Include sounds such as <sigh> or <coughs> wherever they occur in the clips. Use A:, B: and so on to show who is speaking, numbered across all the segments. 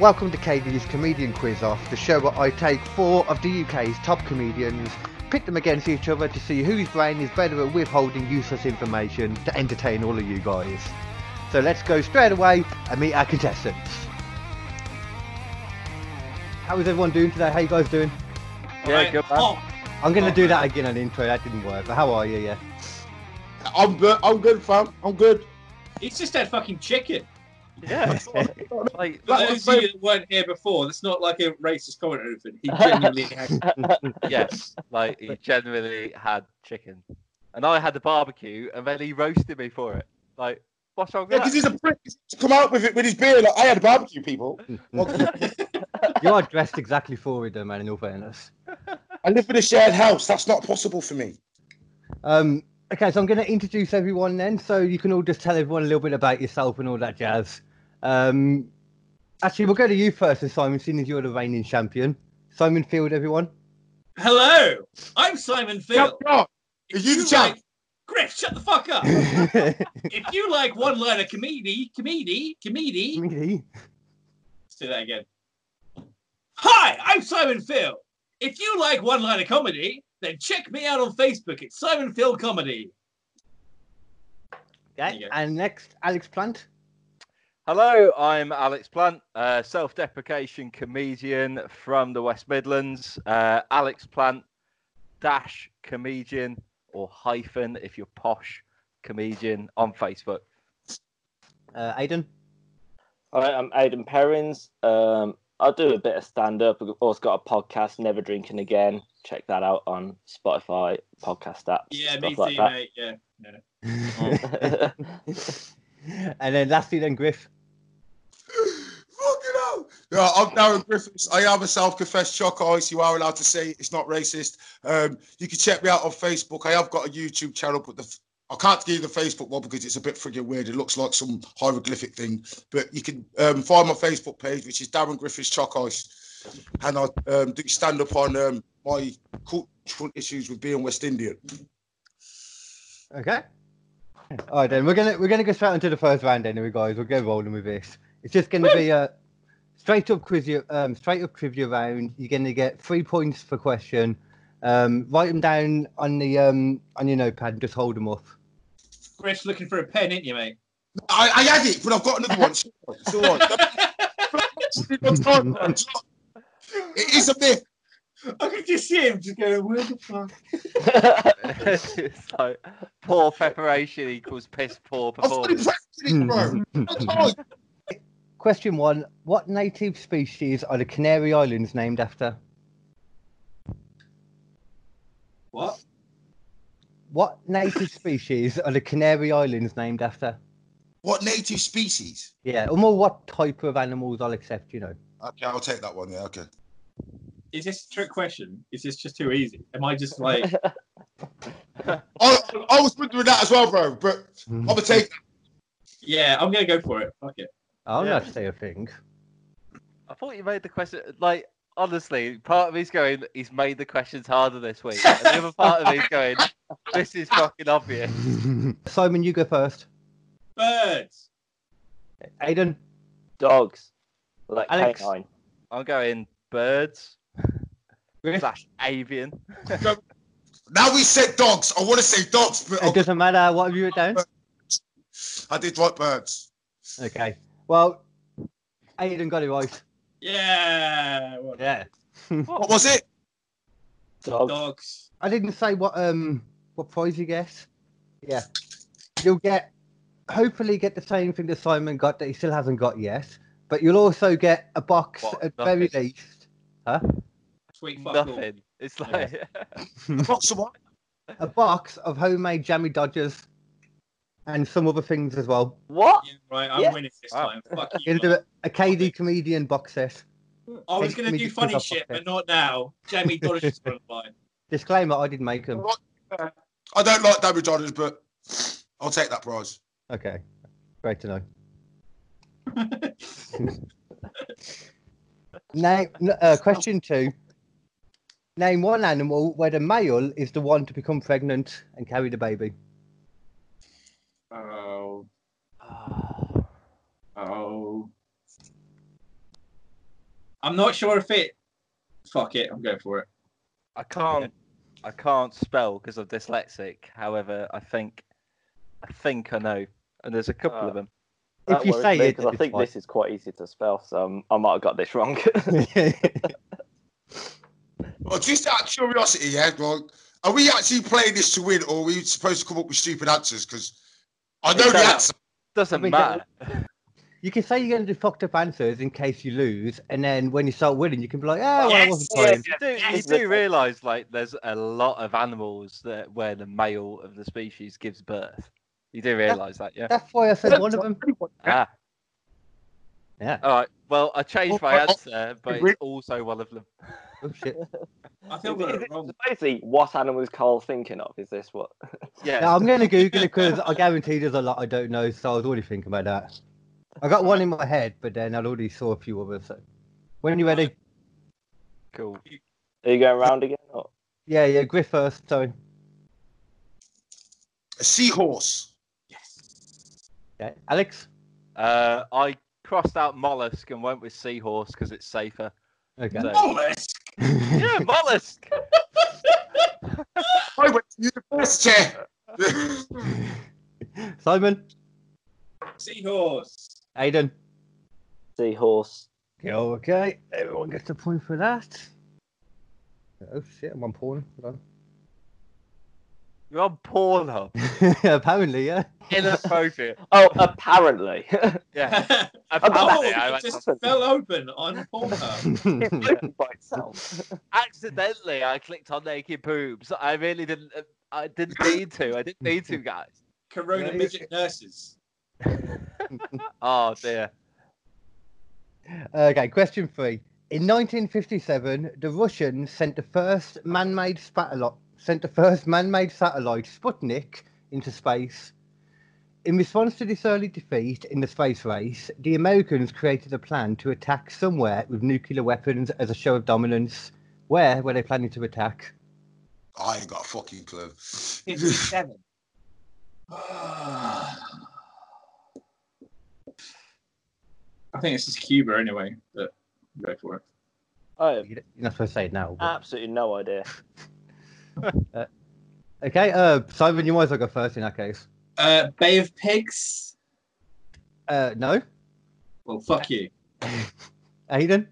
A: Welcome to KV's Comedian Quiz Off, the show where I take four of the UK's top comedians, pit them against each other to see whose brain is better at withholding useless information to entertain all of you guys. So let's go straight away and meet our contestants. How is everyone doing today? How you guys doing?
B: Yeah, good man.
C: Oh,
A: I'm going to do that again on the intro. That didn't work. But how are you? Yeah. <laughs>
D: I'm good. I'm good, fam. I'm good.
C: it's just that fucking chicken.
B: Yeah. <laughs> like,
C: For
D: That was
C: those
D: so-
C: of you that weren't here before, that's not like a racist comment or anything. He genuinely had
B: <laughs> yes, like he generally had chicken, and I had the barbecue, and then he roasted me for it. Like, what's wrong
D: Yeah,
B: with
D: because
B: that?
D: he's a prick. He's come out with it with his beer. Like I had barbecue, people.
A: You are dressed exactly for it, though, man. In all fairness.
D: I live in a shared house. That's not possible for me.
A: Um, okay, so I'm going to introduce everyone then, so you can all just tell everyone a little bit about yourself and all that jazz. Um, actually, we'll go to you first, then, Simon, seeing as you're the reigning champion. Simon Field,
C: <laughs>
A: everyone.
C: Hello, I'm Simon Field.
D: Champion.
C: If
D: you the champ?
C: like- Griff, shut the
A: <laughs>
C: fuck up.
A: Really?
C: if you like one liner comedy, comedy, comedy, let's do that again. Hi, I'm Simon Field. If you like one liner comedy, then check me out on Facebook. It's Simon Field Comedy.
A: okay,
C: you go.
A: and next, Alex Plant.
B: Hello, I'm Alex Plant, uh, self-deprecation comedian from the West Midlands. Uh, Alex Plant dash comedian or hyphen if you're posh comedian on Facebook.
A: Uh, Aidan.
E: Hi, I'm Aidan Perrins. Um, I do a bit of stand up. I've also got a podcast, Never Drinking Again. Check that out on Spotify, podcast apps.
C: Yeah,
E: stuff
C: me too,
E: like
C: mate. Yeah. Oh.
E: that.
A: <laughs> and then lastly, then Griff.
D: Fucking hell. Yeah, I'm Darren Griffiths. I am a self-confessed shock artist. You are allowed to say it. it's not racist. Um, you can check me out on Facebook. I have got a YouTube channel, but the f- I can't give you the Facebook one because it's a bit friggin' weird. It looks like some hieroglyphic thing. But you can um, find my Facebook page, which is Darren Griffiths Chalk Ice. And I um, do stand up on um, my cultural issues with being West Indian.
A: Okay. <laughs> All right, then we're gonna we're gonna go straight into the first round. Anyway, guys, we'll get rolling with this. It's just gonna be a straight up quiz, um, straight up trivia round. You're gonna get three points per question. Um, write them down on the um on your notepad and just hold them up.
C: Griff's looking for a pen, ain't you, mate?
D: I, I had it, but I've got another one. It's all right. It's all right. It is a myth.
C: I could just see him just going, where the fuck?
B: <laughs> it's like poor preparation equals piss
D: <laughs>
B: poor
D: I've fully
B: performance.
D: practiced it,
A: Hmm.
D: <laughs> bro. Oh,
A: Question one: What native species are the Canary Islands named after?
C: What?
A: What native species are the Canary Islands named after?
D: What native species?
A: Yeah, or more, what type of animals? I'll accept, you know.
D: Okay, I'll take that one. Yeah, okay.
C: Is this a trick question? Is this just too easy? Am I just like,
B: <laughs>
D: I, I was wondering that as well, bro. But I'm gonna take.
C: yeah, I'm going to go for it. Fuck it.
A: I'll
B: Yeah.
A: not say a thing.
B: I thought you made the question like honestly. Part of me's going, he's made the questions harder this week. And the other part of me's going, this is fucking obvious.
A: <laughs> Simon, you go first.
C: Birds.
A: Aidan.
E: Dogs. Like
A: Alex.
E: canine.
B: I'm going birds
A: Griff?
B: slash avian.
D: Now we said dogs. I want to say dogs, but
A: It
D: I,
A: doesn't matter. What have you written down?
D: I did write birds.
A: Okay. Well, Aidan got it right.
C: Yeah. What?
A: Yeah.
D: What was it?
E: Dogs.
C: Dogs.
A: I didn't say what um what prize you get. Yeah. You'll get hopefully get the same thing that Simon got that he still hasn't got yet. But you'll also get a box
B: What?
A: at very
B: Nothing.
A: least. Huh?
C: Sweet fuck all.
B: Nothing. It's like <laughs>
D: Box of what?
A: A box of homemade jammy dodgers and some other things as well.
E: What?
C: Yeah, right, I'm
E: Yeah.
C: winning this
B: Wow.
C: time. Fuck you.
A: You'll do
C: man.
A: a, a KD comedian box set.
C: I was
A: Take
C: going
A: me
C: to do
A: to
C: funny
A: the
C: shit,
A: fucking-
C: but not now. Jamie Dodge is on the
B: <laughs>
C: line.
A: Disclaimer: I did make them.
D: I don't like David Johnson, but I'll take that prize.
A: Okay, great to
E: <laughs>
A: know. now, n- uh, question two. Name one animal where the male is the one to become pregnant and carry the baby.
C: Oh. Oh. I'm not sure if it. Fuck it, I'm going for it.
B: I can't I can't spell because I'm dyslexic. However, I think I think I know, and there's a couple
E: Ah.
B: of them.
E: That
A: If you
E: worries
A: say
E: me,
A: it,
E: 'cause I
A: it's
E: think
A: fine.
E: this is quite easy to spell, so um, I might have got this wrong. <laughs>
D: Well, just out of curiosity, yeah, well, are we actually playing this to win, or are we supposed to come up with stupid answers? Because I know
B: It's
D: the
B: out.
D: answer.
B: Doesn't
A: I mean,
B: matter.
A: <laughs> you can say you're going to do fucked up answers in case you lose, and then when you start winning, you can be like, "Oh, well, I
C: Yes,
A: wasn't
C: yes.
A: playing."
B: You do, you
C: Yes.
B: do realize like there's a lot of animals that where the male of the species gives birth. You do realize that, yeah?
A: That's why I said one of them.
B: Ah.
A: Yeah.
B: All right. Well, I changed my
D: Oh, oh,
B: answer, but it's also one of them.
A: Oh shit!
C: I
E: <laughs>
C: think I
E: Is
C: got
B: <laughs>
E: it-
C: it wrong.
E: so basically, what animal is Carl thinking of? Is this what?
B: Yeah.
A: Now, I'm going to Google it because I guarantee there's a lot I don't know, so I was already thinking about that. I got one in my head, but then I already saw a few others. So. When you ready?
B: Cool.
E: Are you going round again? Or?
A: Yeah, yeah, Griff first. Sorry.
D: A seahorse.
A: Yeah. Alex?
B: Uh, I crossed out mollusk and went with seahorse because it's safer.
D: <laughs>
A: Okay.
B: No.
D: Oh,
C: Mollusk.
B: <laughs> Yeah, mollusk.
D: I went to university.
B: <laughs>
A: Simon?
B: <laughs>
C: Seahorse.
A: Aiden?
E: Seahorse.
A: Yeah, okay. Everyone gets a point for that. Oh shit, I'm on porn. Hold
B: You're on Pornhub.
A: on. <laughs> Apparently, yeah.
B: Inappropriate.
E: Oh,
A: <laughs>
E: apparently. <laughs>
B: <laughs> Yeah.
C: <laughs> oh,
B: Apparently, I
C: it
B: went
C: just
E: happened.
C: fell open on Pornhub.
E: It's open by itself.
B: accidentally I clicked on naked boobs. I really didn't. I didn't need to. I didn't need to, guys.
C: Corona
A: Yeah, you-
C: midget nurses.
B: Oh dear.
A: okay, question three. In 1957, the Russians sent the first man-made satellite sent the first man-made satellite Sputnik into space. In response to this early defeat in the space race, the Americans created a plan to attack somewhere with nuclear weapons as a show of dominance. Where were they planning to attack?
D: I ain't got a fucking clue. <laughs>
C: 57. <sighs> I think it's just Cuba anyway, but go for it.
E: I have
A: You're not supposed to say it now. but-
E: absolutely no idea.
A: Okay, uh, Simon, you might as well go first in that case.
C: Uh, Bay of Pigs.
A: Uh, no,
C: Well, fuck you.
A: Aiden.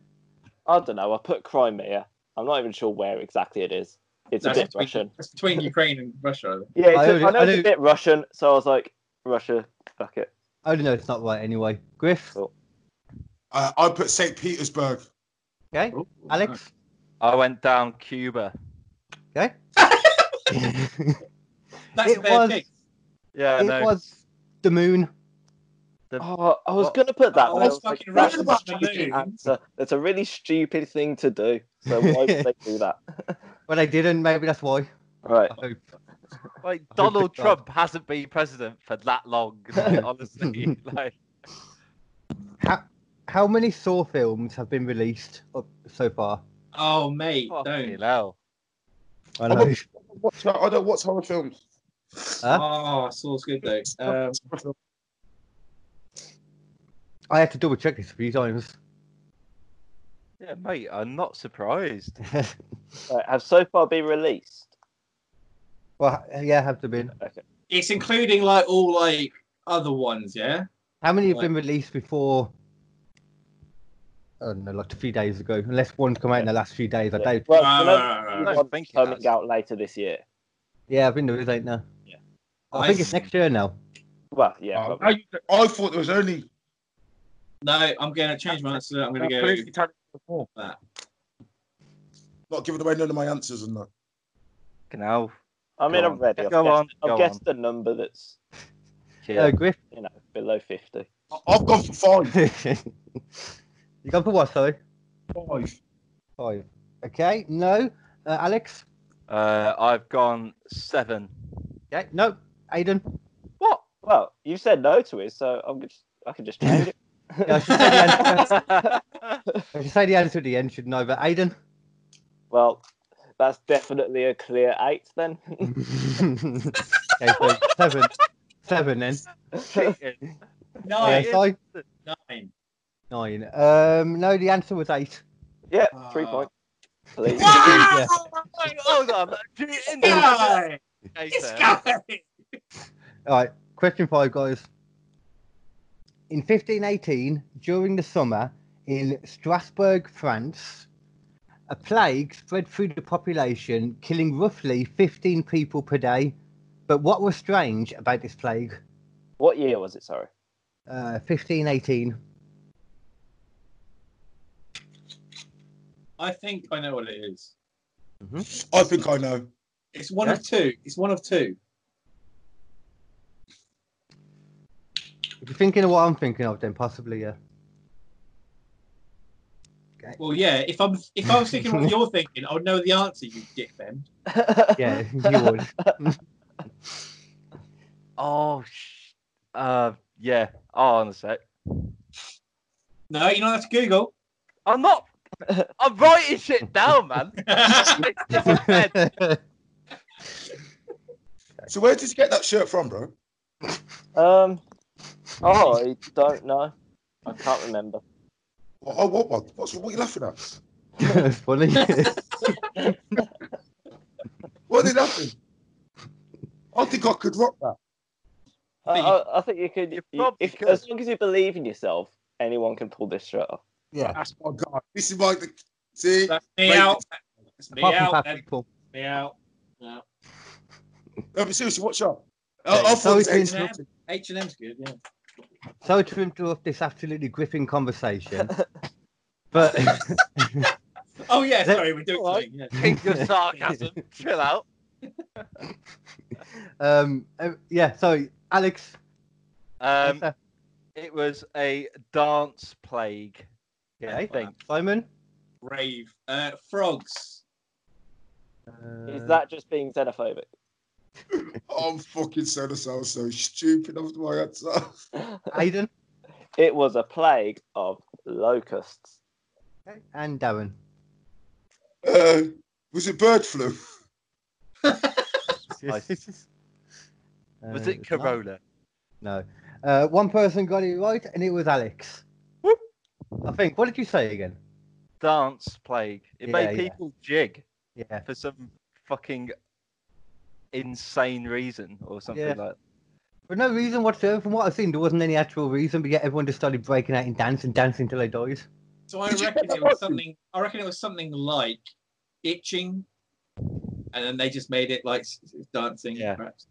E: I don't know. I put Crimea. I'm not even sure where exactly it is. It's a
C: That's
E: bit
C: between-
E: Russian.
C: That's between Ukraine and Russia.
E: Yeah, it's
A: I
E: a-
A: only-
E: I know
A: I
E: it's
A: only-
E: a bit Russian, so I was like, Russia, fuck it.
A: Oh no, it's not right anyway. Griff.
E: Cool.
D: Uh, I put St. Petersburg.
A: Okay,
C: Oh,
A: Alex.
B: I went down Cuba.
A: Okay.
C: That's
A: It
C: a Bay
A: was-
C: of Pigs.
B: Yeah.
A: it
B: no.
A: was the moon.
E: Oh, I was
B: What?
E: gonna put that.
C: Oh,
E: but I
C: it's
E: was like,
C: fucking
E: that's
D: Russian
E: a stupid
C: balloon.
E: answer. That's a really stupid thing to do. So why would they do that?
A: Well, they didn't. Maybe that's why.
E: Right.
A: I hope.
B: Like
A: hope
B: Donald
A: to
B: Trump hasn't been president for
A: <laughs>
B: that long. like, honestly, <laughs> like
A: How, how many Saw films have been released up so far?
C: Oh, mate,
B: fucking
C: don't.
B: hell.
A: I
D: I'm
A: know.
D: not- What's that? I don't watch horror films.
A: Huh?
C: Oh, Saul's good though. Um,
A: I had to double check this a few times. <laughs>
B: Yeah, mate. I'm not surprised.
E: Right, Have so far been released?
A: well, yeah, have to been.
C: it's including like all like other ones, yeah.
A: How many have been released before? I don't know, like a few days ago. Unless one's come out in the last few days, I
E: Yeah.
A: doubt.
E: Well,
C: Right,
E: you know,
C: Ah, right, right, right.
B: I
E: you
B: don't
E: want
B: think it
E: coming
B: has.
E: out later this year.
A: Yeah, I think there is eight now.
E: Yeah.
A: I think it's
C: I-
A: next year now.
E: Well, yeah.
D: Uh,
E: probably.
D: I, I thought there was only.
C: No, I'm gonna change my answer. I'm gonna go.
D: Not giving away none of my answers and that.
B: Fucking hell.
E: I mean,
B: go
E: I'm
B: on.
E: ready. I've
B: Go
E: guessed,
B: on,
E: I've
B: go
E: guessed a number that's
A: Uh,
B: Yeah.
A: Griff. <laughs>
E: you know below fifty.
D: I- I've gone for five.
A: you gone for what, sorry?
D: Five.
A: Five. Okay, no. Uh, Alex?
B: Uh, I've gone seven.
A: Okay, no. Aiden?
B: What?
E: Well, you said no to it, so I'm just I can just change it.
A: <laughs> Yeah, I, should say the answer,
B: <laughs>
A: <laughs> I should say the answer at the end, shouldn't I? But Aiden?
E: well, that's definitely a clear eight then. <laughs>
A: okay, so seven. Seven then.
B: Cheating.
A: Uh,
C: Nine,
A: sorry,
C: nine.
A: nine. Um, no, the answer was eight.
E: Yeah, three
C: Uh,
E: points.
B: <laughs>
E: Please.
A: Yeah.
B: Wait, hold on. Do you- in the-
C: Guy!
B: Okay,
C: This
B: sir.
C: guy!
A: All right, question five, guys. In 1518, during the summer in Strasbourg, France, a plague spread through the population, killing roughly 15 people per day. But what was strange about this plague?
E: What year was it? Sorry.
A: Uh, 1518.
C: I think I know what it is.
D: I think I know.
C: It's one of two. It's one of two.
A: If you're thinking of what I'm thinking of, then possibly, yeah.
C: Well, yeah. If I'm if I was thinking what you're thinking, I would know the answer. You dick then.
A: Yeah, you would.
B: Oh, sh- uh, yeah. Oh, on a sec.
C: No, you know that's <laughs> Google.
B: I'm not. I'm writing shit down, man.
A: <laughs>
B: It's in my head.
D: So where did you get that shirt from, bro?
E: Um. Oh, I don't know. I can't remember.
D: What, oh, what, what, what's, what are you laughing at?
A: That's funny.
D: What are they laughing? I think I could rock that.
E: I,
C: But you-
E: I, I think you could,
B: you
E: you-
B: probably
E: if,
B: could.
E: as long as you believe in yourself, anyone can pull this shirt off.
D: Yeah, that's my guy. This is like the see.
C: That's me
D: Right.
C: out. That's me
A: Apart from
C: out.
A: fat
C: That's
A: people.
C: me out.
D: No, but seriously, watch out.
A: Hey,
D: I,
A: so
D: I thought it
A: it's
D: was
C: been-
D: H&M.
C: Oh, H and M's good. Yeah.
A: Sorry to interrupt this absolutely gripping conversation. But <laughs>
C: Oh yeah.
A: Let-
C: Sorry, we're doing
B: All right.
C: something. Yeah.
B: King
A: <laughs>
B: of sarcasm. Chill out.
A: um, uh, yeah, sorry, Alex. <laughs>
B: Um,
A: okay.
B: it was a dance plague. Yeah,
A: <laughs>
B: I think.
A: Simon.
C: Rave. Uh, frogs.
E: Is
A: Uh,
E: that just being xenophobic? <laughs>
D: I'm fucking so so so stupid off my answer.
A: Aiden
E: It was a plague of locusts.
A: and Darren?
D: Uh, was it bird flu?
B: Nice.
A: <laughs> Uh,
B: Was it
A: it's not-
B: Corona?
A: No. Uh, one person got it right, and it was Alex.
B: Whoop.
A: I think. What did you say again?
B: Dance plague. It made
A: Yeah, yeah.
B: people jig
A: Yeah.
B: for some fucking insane reason or something
A: Yeah.
B: like.
A: For no reason whatsoever. From what I've seen, there wasn't any actual reason, but yet everyone just started breaking out in dance and dancing till they died.
C: So I
D: Did you
C: reckon
D: get
C: it was
D: that?
C: something. I reckon it was something like itching, and then they just made it like s- s- dancing.
B: Yeah.
C: Perhaps.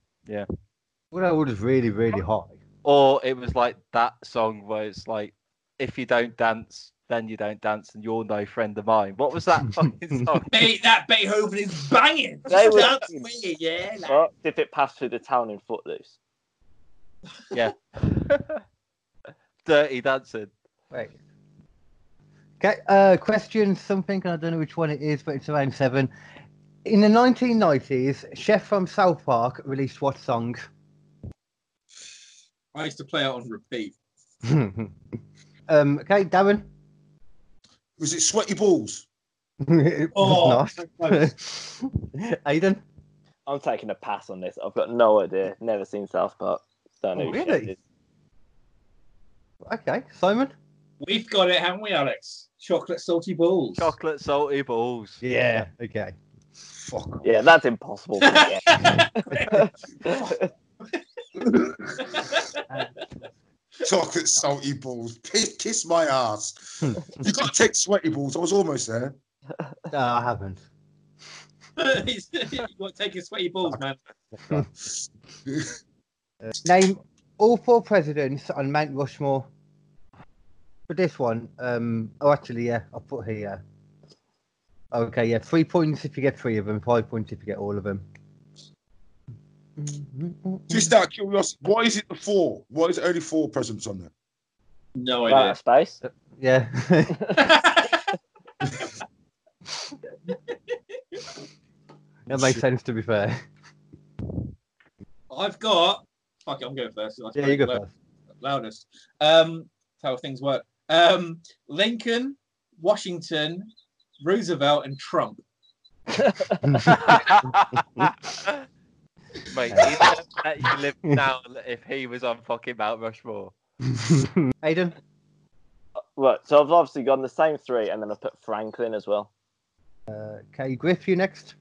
A: Well, that was really, really
C: Oh.
A: high.
B: Or it was like that song where it's like, if you don't dance, then you don't dance, and you're no friend of mine. What was that
A: <laughs>
B: fucking song?
C: Be- that Beethoven is banging.
E: They were-
C: Dance with you, yeah. like-
E: Well, if it passed through the town in Footloose.
B: Dirty dancing.
A: Right. Okay, uh, question something, and I don't know which one it is, but it's around seven. In the 1990s, Chef from South Park released what song?
C: <laughs> I used to play it on repeat.
A: um, okay, Darren. <laughs>
D: Was it sweaty balls?
A: It
C: Oh,
A: was
C: so
A: not.
C: close.
A: <laughs> Aiden.
E: I'm taking a pass on this. I've got no idea. Never seen South Park. Don't know.
A: Oh,
E: who Chef
A: really?
E: is.
A: Okay, Simon.
C: We've got it, haven't we, Alex? Chocolate salty balls. <laughs>
B: Chocolate salty balls.
A: Yeah. Okay.
D: Fuck.
E: Yeah, that's
C: <laughs>
E: impossible. to get.
D: Chocolate salty balls. Kiss, kiss my ass. you got to take sweaty balls. I was almost there.
A: No, I haven't.
C: He's- <laughs> you got to take your sweaty balls, man.
A: Uh, name all four presidents on Mount Rushmore. For this one, um, oh, actually, yeah, I'll put here. Okay, yeah, three points if you get three of them, five points if you get all of them.
D: Just out of curiosity, what is it the four? What is it only four presents on there?
C: No
E: Right,
C: idea.
E: space.
A: Yeah. <laughs> that makes sense, to be fair.
C: <laughs> I've got. Fuck it, I'm going first. I
A: Yeah,
C: spoke
A: you go
C: lou-
A: first.
C: Loudest. Um, that's how things work. Um, Lincoln, Washington, Roosevelt, and Trump.
A: <laughs>
B: Mate, he'd never let you live down if he was on fucking Mount Rushmore.
A: Aiden?
E: Right, so I've obviously gone the same three, and then I put Franklin
C: <laughs>
E: as well.
A: Okay, uh, Griff, you next.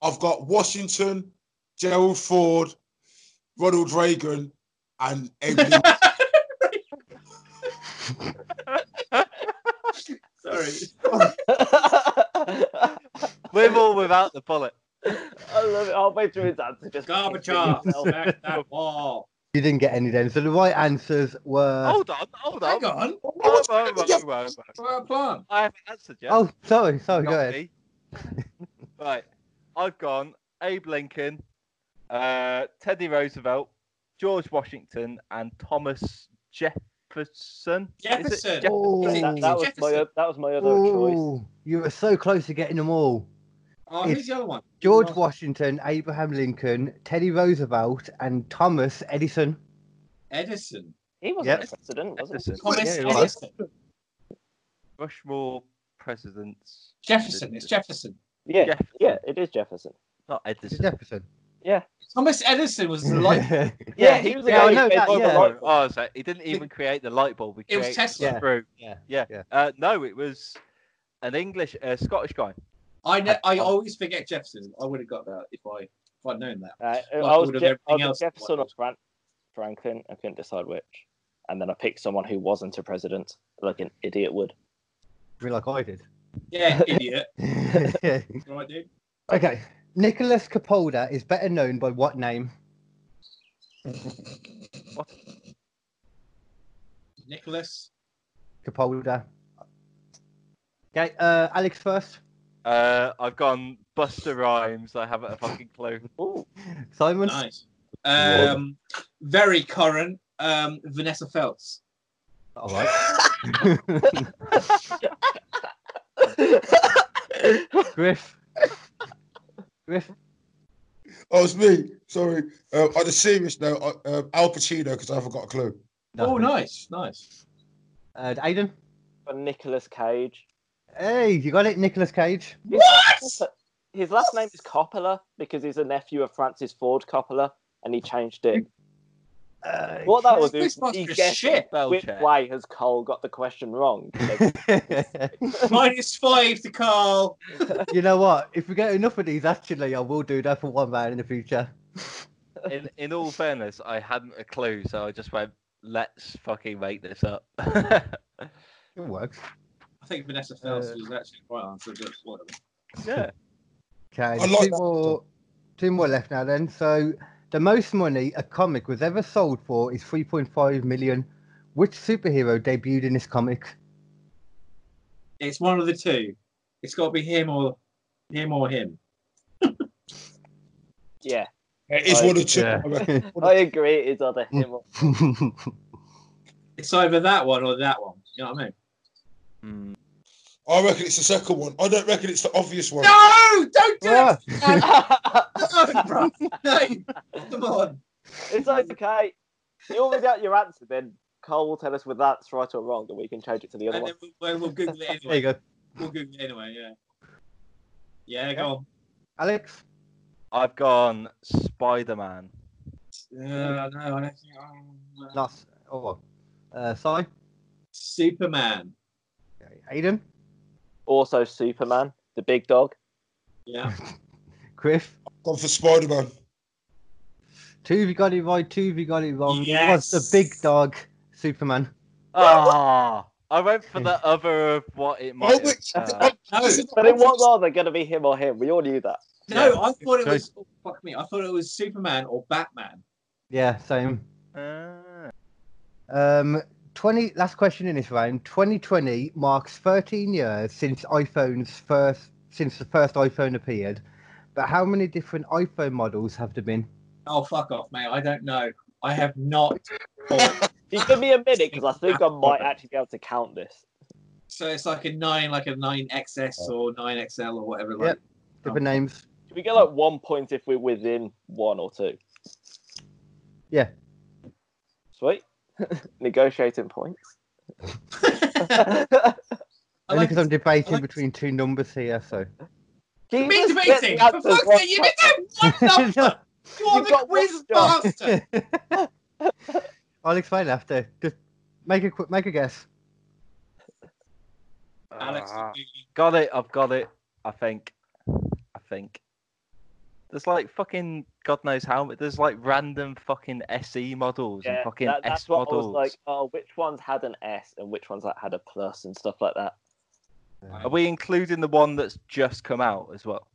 D: I've got Washington, Gerald Ford, Ronald Reagan, and Emily.
C: Sorry.
E: I
B: With or without the bullet.
E: love it. Halfway through his answer, just
C: Garbage off.
E: himself.
C: Back that wall.
A: You didn't get any then. So the right answers were.
B: Hold on, hold on.
C: Hang on.
B: Whoa, whoa, whoa,
D: Yeah.
B: whoa, whoa.
C: For a plan.
B: I haven't answered yet.
A: Oh, sorry, sorry.
B: Not
A: Go ahead.
B: me. right. I've gone Abe Lincoln, uh, Teddy Roosevelt, George Washington, and Thomas Jefferson. Is it
C: Jefferson.
B: Jeff-
A: Oh,
E: That, that was my that was my other choice.
A: oh, you were so close to getting them all.
C: Oh,
A: It's
C: who's the other one?
A: George
C: Washington.
A: Washington, Abraham Lincoln, Teddy Roosevelt, and Thomas Edison.
C: Edison.
E: He wasn't
A: Yep.
E: a president, was he?
B: Jefferson.
C: Thomas
A: Yeah, he was.
C: Edison.
B: Rushmore presidents.
C: Jefferson. It's Jefferson.
E: Yeah,
B: Jefferson.
E: yeah, it is Jefferson.
B: Not
A: Is it <laughs>
B: Edison.
A: Jefferson?
C: Thomas Edison was the <laughs> light.
E: Yeah,
B: Yeah,
E: he was the
A: yeah, I
E: guy
A: know that,
E: who made
B: Oh,
E: all the
A: yeah.
E: light
B: no.
E: bulbs.
B: oh, so he didn't even create the light bulb. He
C: It was
B: created
C: Tesla.
B: it through.
A: Yeah.
B: yeah.
A: Yeah.
B: Uh, no, it was an English, uh, Scottish guy.
C: I ne- I always forget Jefferson. I would have got that if I if I'd known that.
E: Uh, I
C: Like,
E: was,
C: would have
E: Je- I
C: everything
E: was
C: else
E: Jefferson or
C: liked.
E: Fran- Franklin. I couldn't decide which. And then I picked someone who wasn't a president, like an idiot would.
A: Be like I did. <laughs>
C: <laughs> Yeah, idiot.
A: okay.
C: Right, dude.
A: Nicholas Capaldi is better known by what name?
C: Nicholas.
A: Capaldi. Okay, uh, Alex first.
B: Uh, I've gone Buster Rhymes. I haven't a fucking
A: <laughs>
B: clue.
E: Ooh,
A: Simon.
C: Nice. Um, very current. Um, Vanessa Feltz.
A: All right.
E: <laughs>
A: Griff. Griff.
D: oh, it's me. Sorry. Uh, on a serious note, uh, uh, Al Pacino, because I haven't got a clue.
C: Oh, nice, nice.
A: Uh, Aiden.
E: for Nicolas Cage.
A: Hey, you got it, Nicholas Cage.
E: His last- His last name is Coppola because he's a nephew of Francis Ford Coppola, and he changed it.
A: Uh,
E: What
A: <laughs>
E: that was,
C: This
E: he
C: monster's
E: guessed
C: shit.
B: Spell
E: which
B: check.
E: way has Cole got the question
C: <laughs>
E: wrong. Like,
C: Minus five to Carl.
A: you know what? If we get enough of these, actually, I will do that for one round in the future.
B: In in all fairness, I hadn't a clue, so I just went, "Let's fucking make this up." <laughs>
A: It works.
C: I think Vanessa Feltz
A: Uh,
C: was actually quite answer, but whatever.
B: yeah.
A: Okay,
D: I like
A: two
D: that.
A: more, two more left now. Then, so the most money a comic was ever sold for is 3.5 million. Which superhero debuted in this
D: <laughs>
A: comic?
C: It's one of the two. It's got to be him or him or him.
E: yeah,
D: It is
E: Right.
D: one of two.
A: Yeah.
D: I reckon.
E: I agree. It is either
C: Mm.
E: him or
C: It's either that one or that one. You know what I mean?
B: Hmm.
D: I reckon it's the second one. I don't reckon it's the obvious one.
C: No, don't do
A: <laughs> Ah,
C: it. No, bro. No, come on.
E: <laughs>
C: <laughs>
E: it's okay. You already out your answer, then Cole will tell us whether that's right or wrong, and we can change it to the other
C: And
E: one.
C: then we'll, well, we'll Google it
A: there you
C: anyway.
A: go,
C: We'll Google it anyway. Yeah. Yeah, go
A: Alex.
B: I've gone Spider Man.
C: on. Uh, no, I don't think. Um, uh,
A: Last. Oh, well. uh, Si.
C: Superman.
A: Okay, Aiden.
E: Also, Superman, the big dog.
C: Yeah.
A: Griff.
D: Gone for Spider Man.
A: Two of you got it right. Two of you got it wrong. It was
C: Yes.
A: the big dog, Superman.
B: Ah, I went
A: <laughs>
B: for the other of what it might.
D: Oh,
B: have
D: wait.
A: Uh,
B: turned.
D: Oh,
C: No,
D: this is
E: But it
D: obvious.
E: was either going to be him or him. We all knew that.
C: no, I thought it was. Oh, fuck me. I thought it was Superman or Batman.
A: Yeah, same.
B: Ah.
A: Um, 20 last question in this round. 2020 marks 13 years since iPhone's first since the first iPhone appeared. But how many different iPhone models have there been?
C: Oh, fuck off, mate. I don't know. I have not.
E: You give me a minute because I think
C: <laughs>
E: I might actually be able to count this.
C: So it's like a nine, like a nine XS or nine XL or whatever. Like.
A: Yep. Different
C: Oh.
A: names.
E: Can we get like one point if we're within one or two?
A: Yeah.
E: Sweet. <laughs> Negotiating points.
C: I
A: Only
C: like
A: because
C: it.
A: I'm debating
C: like-
A: between two numbers here,
C: <laughs>
A: so
E: Jesus,
C: Me
E: get the
C: debating. For
E: answers
C: fuck's
E: right.
C: sake, you did that one number. You are
E: You've
C: the
E: got
C: quiz
E: one
A: <laughs>
C: master.
A: I'll explain after. Just make a quick make a guess.
C: Alex.
B: Ah. Got it. I've got it. I think. I think. There's like fucking God knows how. many- There's like random fucking SE models and fucking
E: that- that's
B: S
E: what I
B: models.
E: was like. Oh, which ones had an S and which ones like, had a plus and stuff like that.
B: Are we including the one that's just come out as well?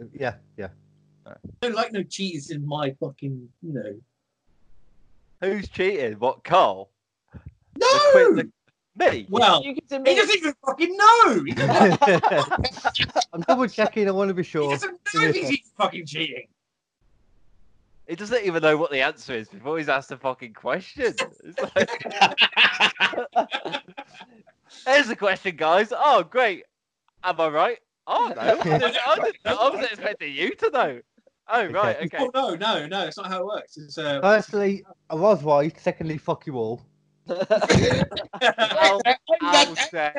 A: Uh, Yeah, yeah. <laughs>
C: I don't like no cheaters in my fucking, you know.
B: Who's cheating? What, Carl? The
C: No!
B: quit- the- me?
C: Well,
E: You can
C: Oh. he doesn't even fucking know. He doesn't,
A: I'm double checking. I want to be
C: he
A: sure.
C: doesn't know if he's even fucking cheating.
B: He doesn't even know what the answer is before he's asked a fucking question. It's like, <laughs> here's the question, guys. Oh, great. Am I right? Oh, no. I didn't, I didn't- I wasn't expecting you to know. Oh, right. Okay.
C: Oh, no, no, no. That's not how it works. It's, uh,
A: Firstly, I was right. Secondly, fuck you all.
B: I'll, I'll say.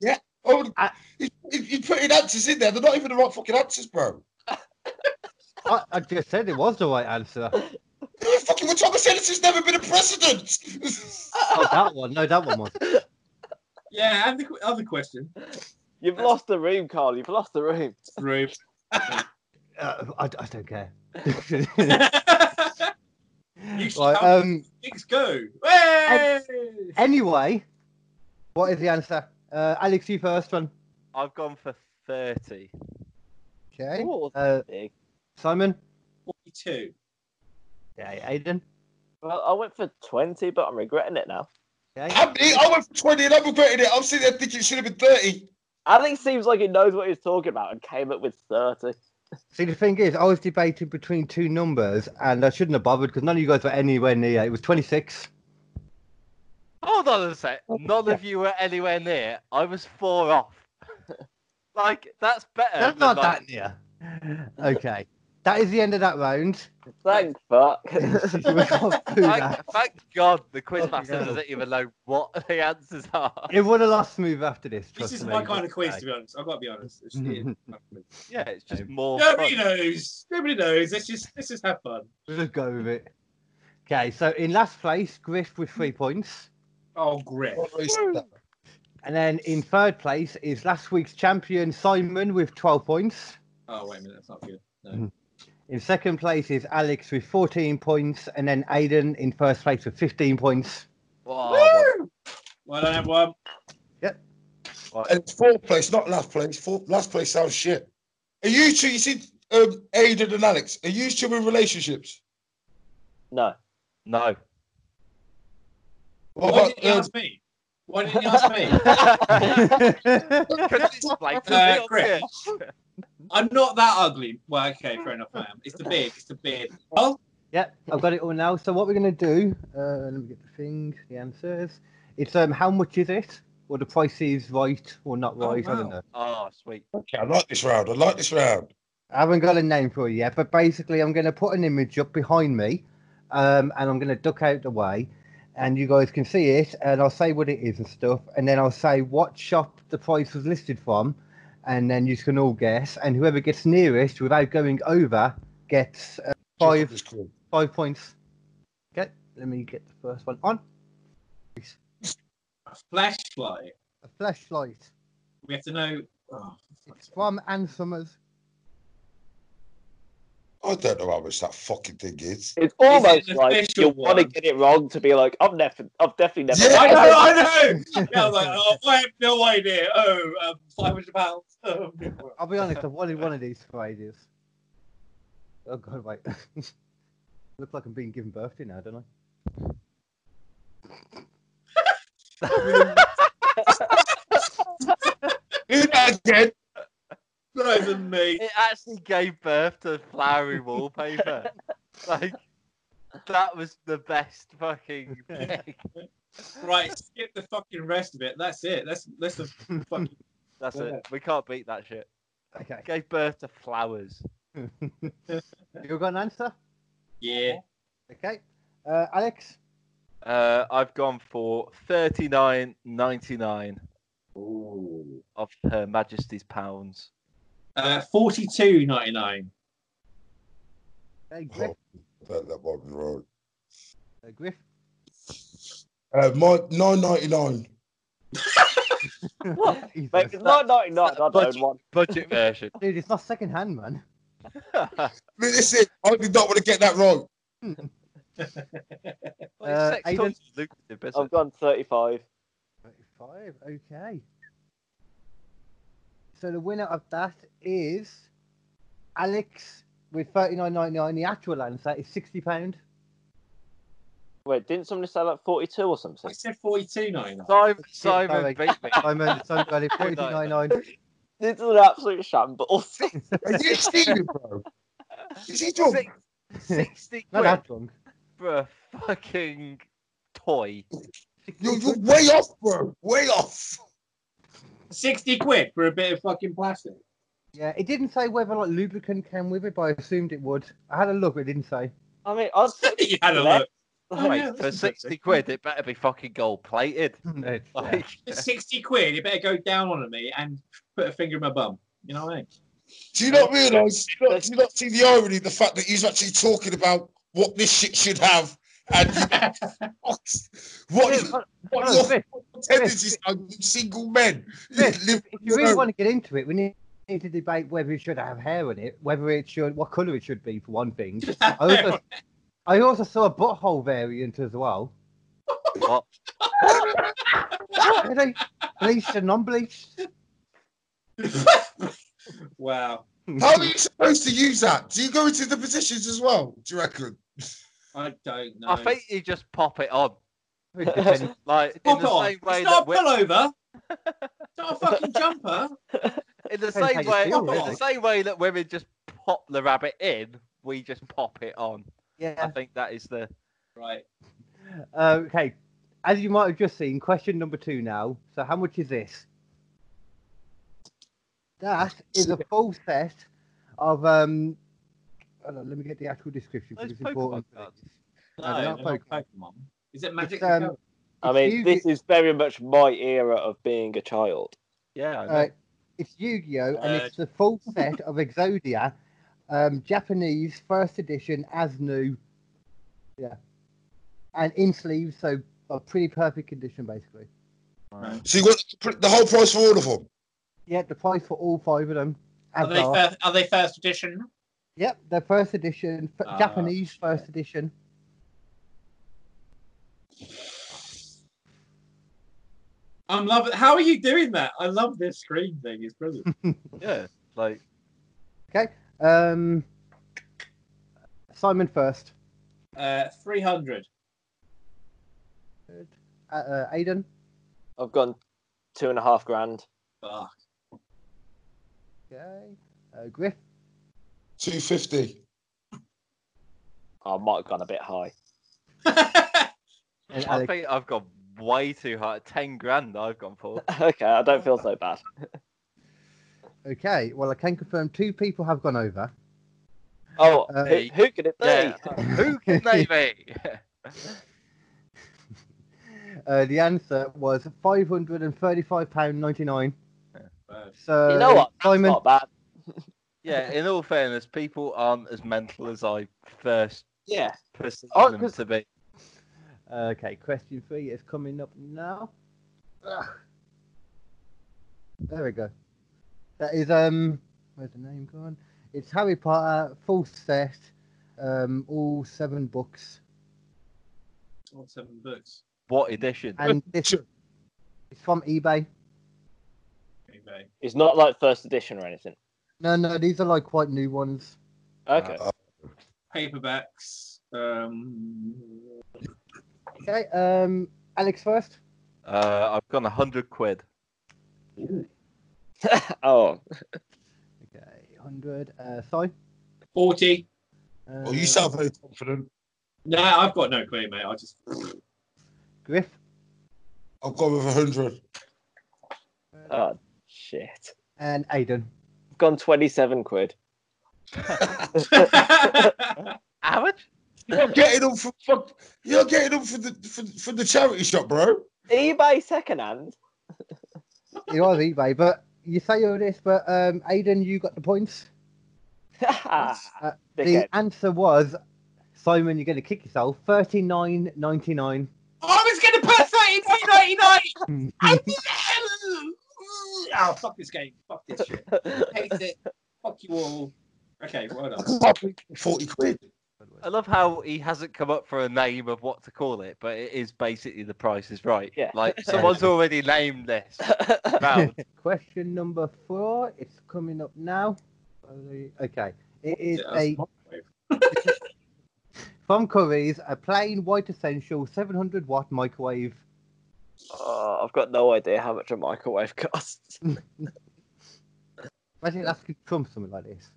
D: Yeah. Oh,
A: I-
D: he's, he's putting answers in there. They're not even the right fucking answers, bro.
A: I, I just said it was the right answer.
D: Who the fucking, we're trying to say this has never been a precedent.
A: Oh, that one. No, that one was.
C: yeah, and the qu- other question.
E: You've lost the room, Carl. You've lost the room.
C: Rube. <laughs>
A: Uh, I, I don't care.
C: Things
A: right. Um.
C: go. Hey!
A: Anyway, what is the answer? Uh, Alex, you first one.
B: I've gone for 30.
A: Okay.
E: Ooh,
A: Uh,
E: big.
A: Simon.
C: 42.
A: Yeah, Aiden.
E: Well, I went for twenty, but I'm regretting it now.
A: Okay.
D: I, mean, I went for 20 and I'm regretting it. I'm sitting there thinking it should have been 30.
E: Alex seems like he knows what he's talking about and came up with thirty.
A: See, the thing is, I was debating between two numbers, and I shouldn't have bothered because none of you guys were anywhere near. It was 26.
B: Hold on a sec. None of you were anywhere near. I was four off. <laughs> like, that's better.
C: Uh,
A: That's
B: than,
A: not
B: like-
A: that near. Okay. That is the end of that
C: <laughs>
A: round.
E: Thank fuck. <laughs>
A: We can't do
B: Thank,
A: that.
B: thank God the
A: Fucking
B: quizmaster
A: hell.
B: doesn't even know what the answers are.
A: It would have lost smooth after this.
C: This
A: trust
C: is
A: me.
C: my kind of quiz, to be honest. I've got to be honest. It's- it-
B: Yeah, it's
A: Um,
B: just more.
C: Nobody
B: Fun.
C: knows. Nobody knows. Let's just let's just have fun.
A: We'll just go with it. Okay, so in last place, Griff with three points.
C: Oh, Griff.
A: And then in third place is last week's champion, Simon, with 12 points.
C: Oh, wait a minute. That's not good.
A: In second place is Alex with 14 points, and then Aiden in first place with 15 points. <laughs>
B: Wow.
C: Well done, everyone.
D: And it's fourth place, not last place. Fourth, last place sounds shit. Are you two, you see, um, Aidan and Alex, are you two in relationships?
E: no.
A: <laughs>
B: No.
D: What
C: Why
D: about,
C: didn't you ask me? Why didn't you ask me?
B: Could you explain to
C: Uh,
B: me on
C: Chris.
B: here?
C: I'm not that ugly. Well, okay, fair enough. I am. It's the beard. It's the beard. Oh,
A: yep, I've got it all now. So what we're going to do? Uh, let me get the thing, the answers. It's um, how much is it? Or the price is right or not
C: Oh,
A: right? I don't
C: wow.
A: know.
B: Oh, sweet.
D: um, okay, I like this round. I like this round.
A: I haven't got a name for it yet, but basically, I'm going to put an image up behind me, um, and I'm going to duck out the way, and you guys can see it, and I'll say what it is and stuff, and then I'll say what shop the price was listed from, and then you can all guess, and whoever gets nearest without going over gets uh, five
D: It's cool.
A: five points. Okay, let me get the first one on.
C: a flashlight.
A: A flashlight.
C: We have to know. Oh,
A: It's from Ann Summers.
D: I don't know how much that fucking thing is.
E: It's almost
C: an
E: like
C: official
E: you want to
C: one?
E: get it wrong to be like, I've never, I've definitely never.
D: Yeah,
C: I know, I know. Yeah, I was like, oh, I have no idea. Oh, um, 500 pounds. Oh, no.
A: I'll be
E: <laughs>
A: honest, I've wanted one of these for ages. Oh god, wait. <laughs> Look like I'm being given birth to now, don't I?
D: Do that again.
C: That was amazing.
B: It actually gave birth to flowery wallpaper. <laughs> like, that was the best fucking thing.
C: Right, skip the fucking rest of it. That's it. That's that's the fucking.
B: That's it. We can't beat that shit.
A: <laughs> Okay. <laughs>
B: Gave birth to flowers.
A: You got an answer?
C: Yeah.
A: Okay. Uh, Alex?
B: Uh, I've gone for thirty nine ninety nine of Her Majesty's pounds.
C: Uh, Forty-two ninety-nine.
A: Okay, Griff?
D: Oh, that, that one was wrong.
A: Uh, Griff?
D: Um, Uh, my nine ninety nine.
A: <laughs>
E: What?
A: Jesus.
E: Mate, it's not not not not
B: Budget.
E: own one.
B: Budget <laughs> version.
A: Dude, it's not secondhand, man.
D: Listen, I did not want to get that wrong.
A: Uh,
B: Well, six
A: Aidan-
B: tons is lucrative, isn't
E: I've
B: it?
E: gone thirty-five.
A: 35, okay. So the winner of that is Alex with 39.99. The actual answer is
E: <laughs>
A: £60.
E: Wait, didn't somebody say like forty-two or something?
C: I said 42 nine.
B: Simon,
A: Sorry.
B: Simon beat me.
A: I'm on the sun got it 49.99.
E: This is an absolute shambles. <laughs>
D: Are you cheating, bro? Is he drunk?
B: Six- 60
A: <laughs> Not
B: quid
A: that drunk.
B: for a fucking toy.
D: You're, you're way off, bro. Way off.
C: 60 quid for a bit of fucking plastic. <laughs>
A: Yeah, it didn't say whether like lubricant came with it, but I assumed it would. I had a look, but it didn't say.
E: I mean, I was
C: <laughs> you had a
E: <laughs>
C: look. Oh,
B: Mate,
C: yeah,
B: for
C: that's
B: 60
C: interesting.
B: quid, it better be fucking gold plated.
A: It's- yeah.
B: Like, <laughs>
C: It's 60 quid. You better go down on me and put a finger in my bum. You know what I mean?
D: Do you not realise? Do, you not- do you not see the irony? The fact that he's actually talking about what this shit should have and <laughs> what, what,
A: Yeah, but-
D: what
A: but
D: your
A: Vic,
D: tendencies are, you single men.
A: Vic,
D: Live
A: if you really
D: alone.
A: want to get into it, we need, need to debate whether it should have hair in it, whether it should, what colour it should be, for one thing. I
C: <laughs>
A: also, I also saw a butthole variant as <laughs> well.
B: What?
A: Are they bleached and <laughs> non-bleached?
C: wow.
D: How are you supposed to use that? Do you go into the positions as well? Do you reckon?
C: I don't know.
B: I think you just pop it on.
A: Depending-
B: Like in
C: Pop it
B: the
C: on.
B: same way
C: It's not
B: that
C: a
B: wi-
C: pullover.
B: <laughs>
C: it's not a fucking jumper.
B: in the
A: Depends how
B: same
A: you
B: way
A: feel,
B: in the
A: really.
B: same way that women just pop the rabbit in, we just pop it on. I
A: yeah.
B: think that is the
C: Right.
A: Uh, okay. As you might have just seen, question number two now. So how much is this? That is a full set of um. Hold on, let me get the actual description because
B: those
A: it's
B: Pokemon
A: important.
B: cards.
C: No,
A: No, they're not
C: they're not Pokemon. Is it Magic?
A: It's, um,
C: the
E: I
A: If
E: mean,
A: you
E: this is very much my era of being a child.
B: Yeah, I know.
A: Uh, it's Yu-Gi-Oh, and
C: Uh,
A: it's the full set of Exodia, um, Japanese first edition as new. Yeah, and in sleeves, so a pretty perfect condition, basically.
C: Right.
D: So you want pr- the whole price for all of them?
A: Yeah, the price for all five of them.
C: Are
A: as
C: they,
A: are.
C: first, are they first edition?
A: Yep, the first edition, f-
C: Ah,
A: Japanese
C: shit.
A: first edition.
C: I'm loving. How are you doing that? I love this screen thing. It's brilliant.
A: <laughs>
B: yeah. Like
A: Um, Simon first.
C: Uh, 300.
A: Uh, uh, Aiden.
E: I've gone two and a half grand.
C: Fuck. <laughs>
A: Okay. Uh, Griff.
D: Two fifty.
E: I might have gone a bit high. <laughs>
A: And
B: I
A: Alex.
B: think I've gone way too high. Ten grand I've gone
A: <laughs>
B: for.
E: okay, I don't feel so bad.
A: Okay. Well, I can confirm two people have gone over.
E: Oh,
A: Uh,
E: who, who could it be?
B: Yeah. Who can they be?
A: <laughs> Uh, the answer was five hundred and thirty-five pound ninety-nine. So
E: You know what? That's
A: Uh, Simon.
E: not bad.
B: yeah, in all fairness, people aren't as mental as I first
E: Yeah.
B: perceived
E: Oh,
B: them
E: 'cause-
B: to be.
A: Okay. Question three is coming up now. Ugh. There we go. That is um. Where's the name gone? It's Harry Potter full set, um, all seven books,
C: All seven books.
B: What edition?
D: <laughs>
A: and this
D: Sure.
A: it's from eBay.
C: Okay.
E: It's not like first edition or anything.
A: No, no, these are like quite new ones.
E: Okay.
C: Paperbacks. Um,
A: Okay, um, Alex first.
B: Uh, I've gone a hundred quid.
E: oh,
A: Okay, hundred. Uh, sorry.
C: 40.
A: Uh,
D: Well, Oh, you sound very confident.
C: Nah, I've got no clue, mate. I just.
A: Griff.
D: I'll go with hundred.
E: oh, shit.
A: And Aiden.
E: I've gone 27 quid.
B: How much?
C: <laughs>
D: You're getting them from fuck. You're getting them from the from, from the charity shop, bro.
E: eBay secondhand? <laughs>
A: It was eBay, but you say all this, but um, Aiden, you got the points. Uh,
E: Dickhead.
A: The answer was Simon. You're going to kick yourself. Thirty-nine ninety-nine.
C: I was going to put 39.99. I oh, fuck this game. Fuck this shit. Hate it. Fuck you all. Okay, well done.
D: Forty quid.
B: I love how he hasn't come up for a name of what to call it, but it is basically the price is right.
E: Yeah.
B: Like someone's already named this. round.
A: Question number four. It's coming up now. Okay. It is
C: Yeah,
A: a from Curry's a plain white essential 700 watt microwave.
E: <laughs> Oh, I've got no idea how much a microwave <laughs> costs.
A: Imagine asking Trump something like this.